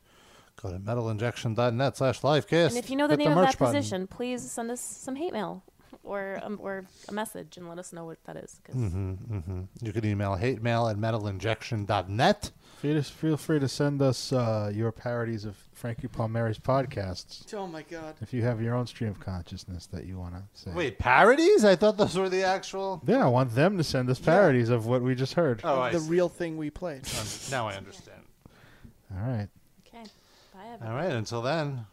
[SPEAKER 2] Go to metalinjection.net slash livecast.
[SPEAKER 5] and if you know the
[SPEAKER 2] Hit
[SPEAKER 5] name of
[SPEAKER 2] merch
[SPEAKER 5] that
[SPEAKER 2] button.
[SPEAKER 5] position, please send us some hate mail. or um, or a message and let us know what that is. 'cause-
[SPEAKER 2] hmm hmm You can email hate mail at metalinjection.net.
[SPEAKER 4] Feel, feel free to send us uh, your parodies of Frankie Palmieri's podcasts.
[SPEAKER 3] Oh my god.
[SPEAKER 4] If you have your own stream of consciousness that you want to say.
[SPEAKER 2] Wait, parodies? I thought those were the actual.
[SPEAKER 4] Yeah, I want them to send us parodies of what we just heard.
[SPEAKER 2] Oh, I
[SPEAKER 3] the
[SPEAKER 2] see.
[SPEAKER 3] real thing we played.
[SPEAKER 2] now I understand.
[SPEAKER 4] All right.
[SPEAKER 5] Okay. Bye. everyone.
[SPEAKER 2] All right, until then.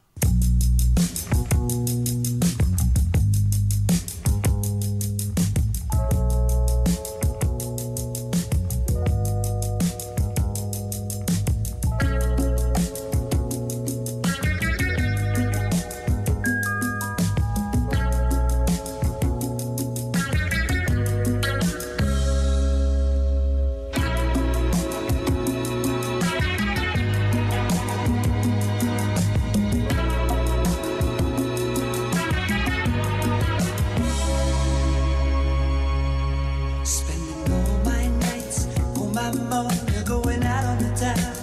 [SPEAKER 13] Spending all my nights, all my morning, going out on the town.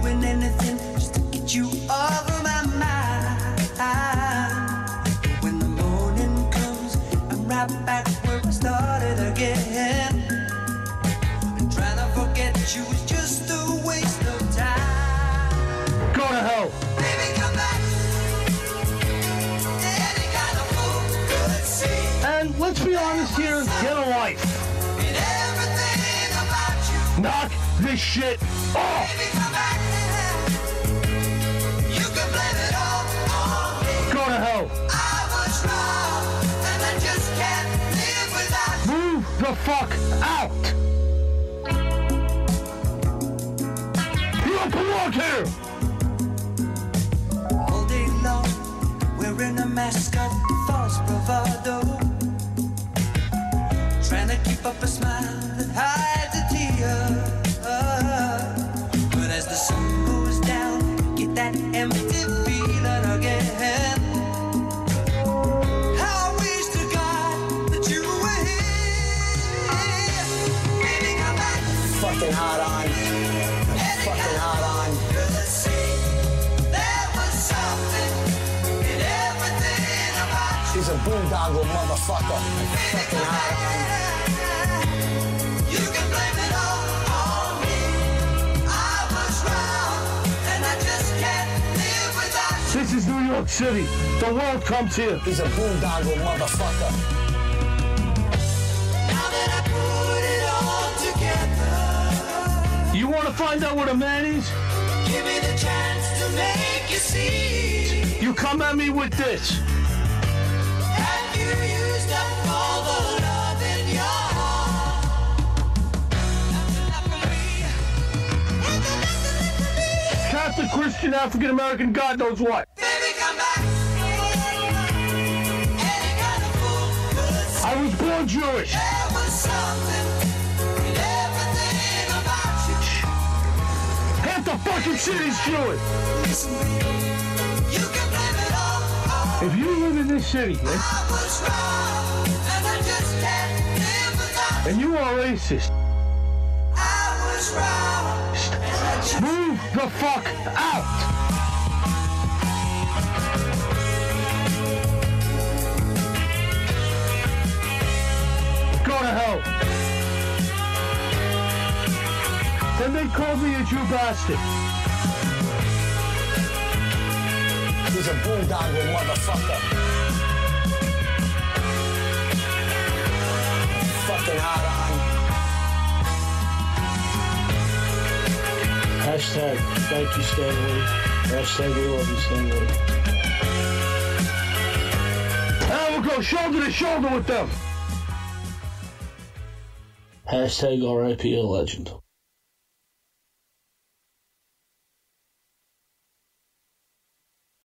[SPEAKER 13] Doing anything just to get you off of my mind. But When the morning comes, I'm right back where I started again. And trying to forget you is just a waste of time.
[SPEAKER 9] Go to hell.
[SPEAKER 13] Baby, come back. Any kind of fool could see.
[SPEAKER 9] And let's be honest here, get a life. Knock this shit off. Go to hell. Move the fuck out. You don't belong here.
[SPEAKER 13] All day long, wearing a mask of false bravado. Trying to keep up a smile that hides a tear. But as the sun goes down, get that empty feeling again. I wish to God that you were here. Baby, come back.
[SPEAKER 11] Fucking hot on. Fucking hot on.
[SPEAKER 13] Could see there was something in everything about
[SPEAKER 11] She's a boondoggle motherfucker. Fucking hot on.
[SPEAKER 13] You can blame it all on me. I was wrong, and I just can't live without
[SPEAKER 9] This is New York City. The world comes here. He's a boondoggle motherfucker.
[SPEAKER 13] Now that I put it all together,
[SPEAKER 9] You want to find out what a man is?
[SPEAKER 13] give me the chance to make you see.
[SPEAKER 9] You come at me with this.
[SPEAKER 13] Have you used up all the love in your heart?
[SPEAKER 9] Catholic, Christian, African American, God knows what.
[SPEAKER 13] Baby, come back.
[SPEAKER 9] I was born Jewish.
[SPEAKER 13] There was something in everything about you.
[SPEAKER 9] Half the fucking city's Jewish.
[SPEAKER 13] Listen to me. You can blame it all on
[SPEAKER 9] If you live in this city man,
[SPEAKER 13] I was wrong, and I just can't live without
[SPEAKER 9] and you are racist,
[SPEAKER 13] I was wrong, and I just
[SPEAKER 9] move the fuck out. Go to hell. Then they called me a Jew bastard.
[SPEAKER 11] He's a boondoggle motherfucker. Fucking hot on.
[SPEAKER 18] Hashtag thank you, Stanley. Hashtag we love you, Stanley.
[SPEAKER 9] I will go shoulder to shoulder with them.
[SPEAKER 18] Hashtag RIP a legend.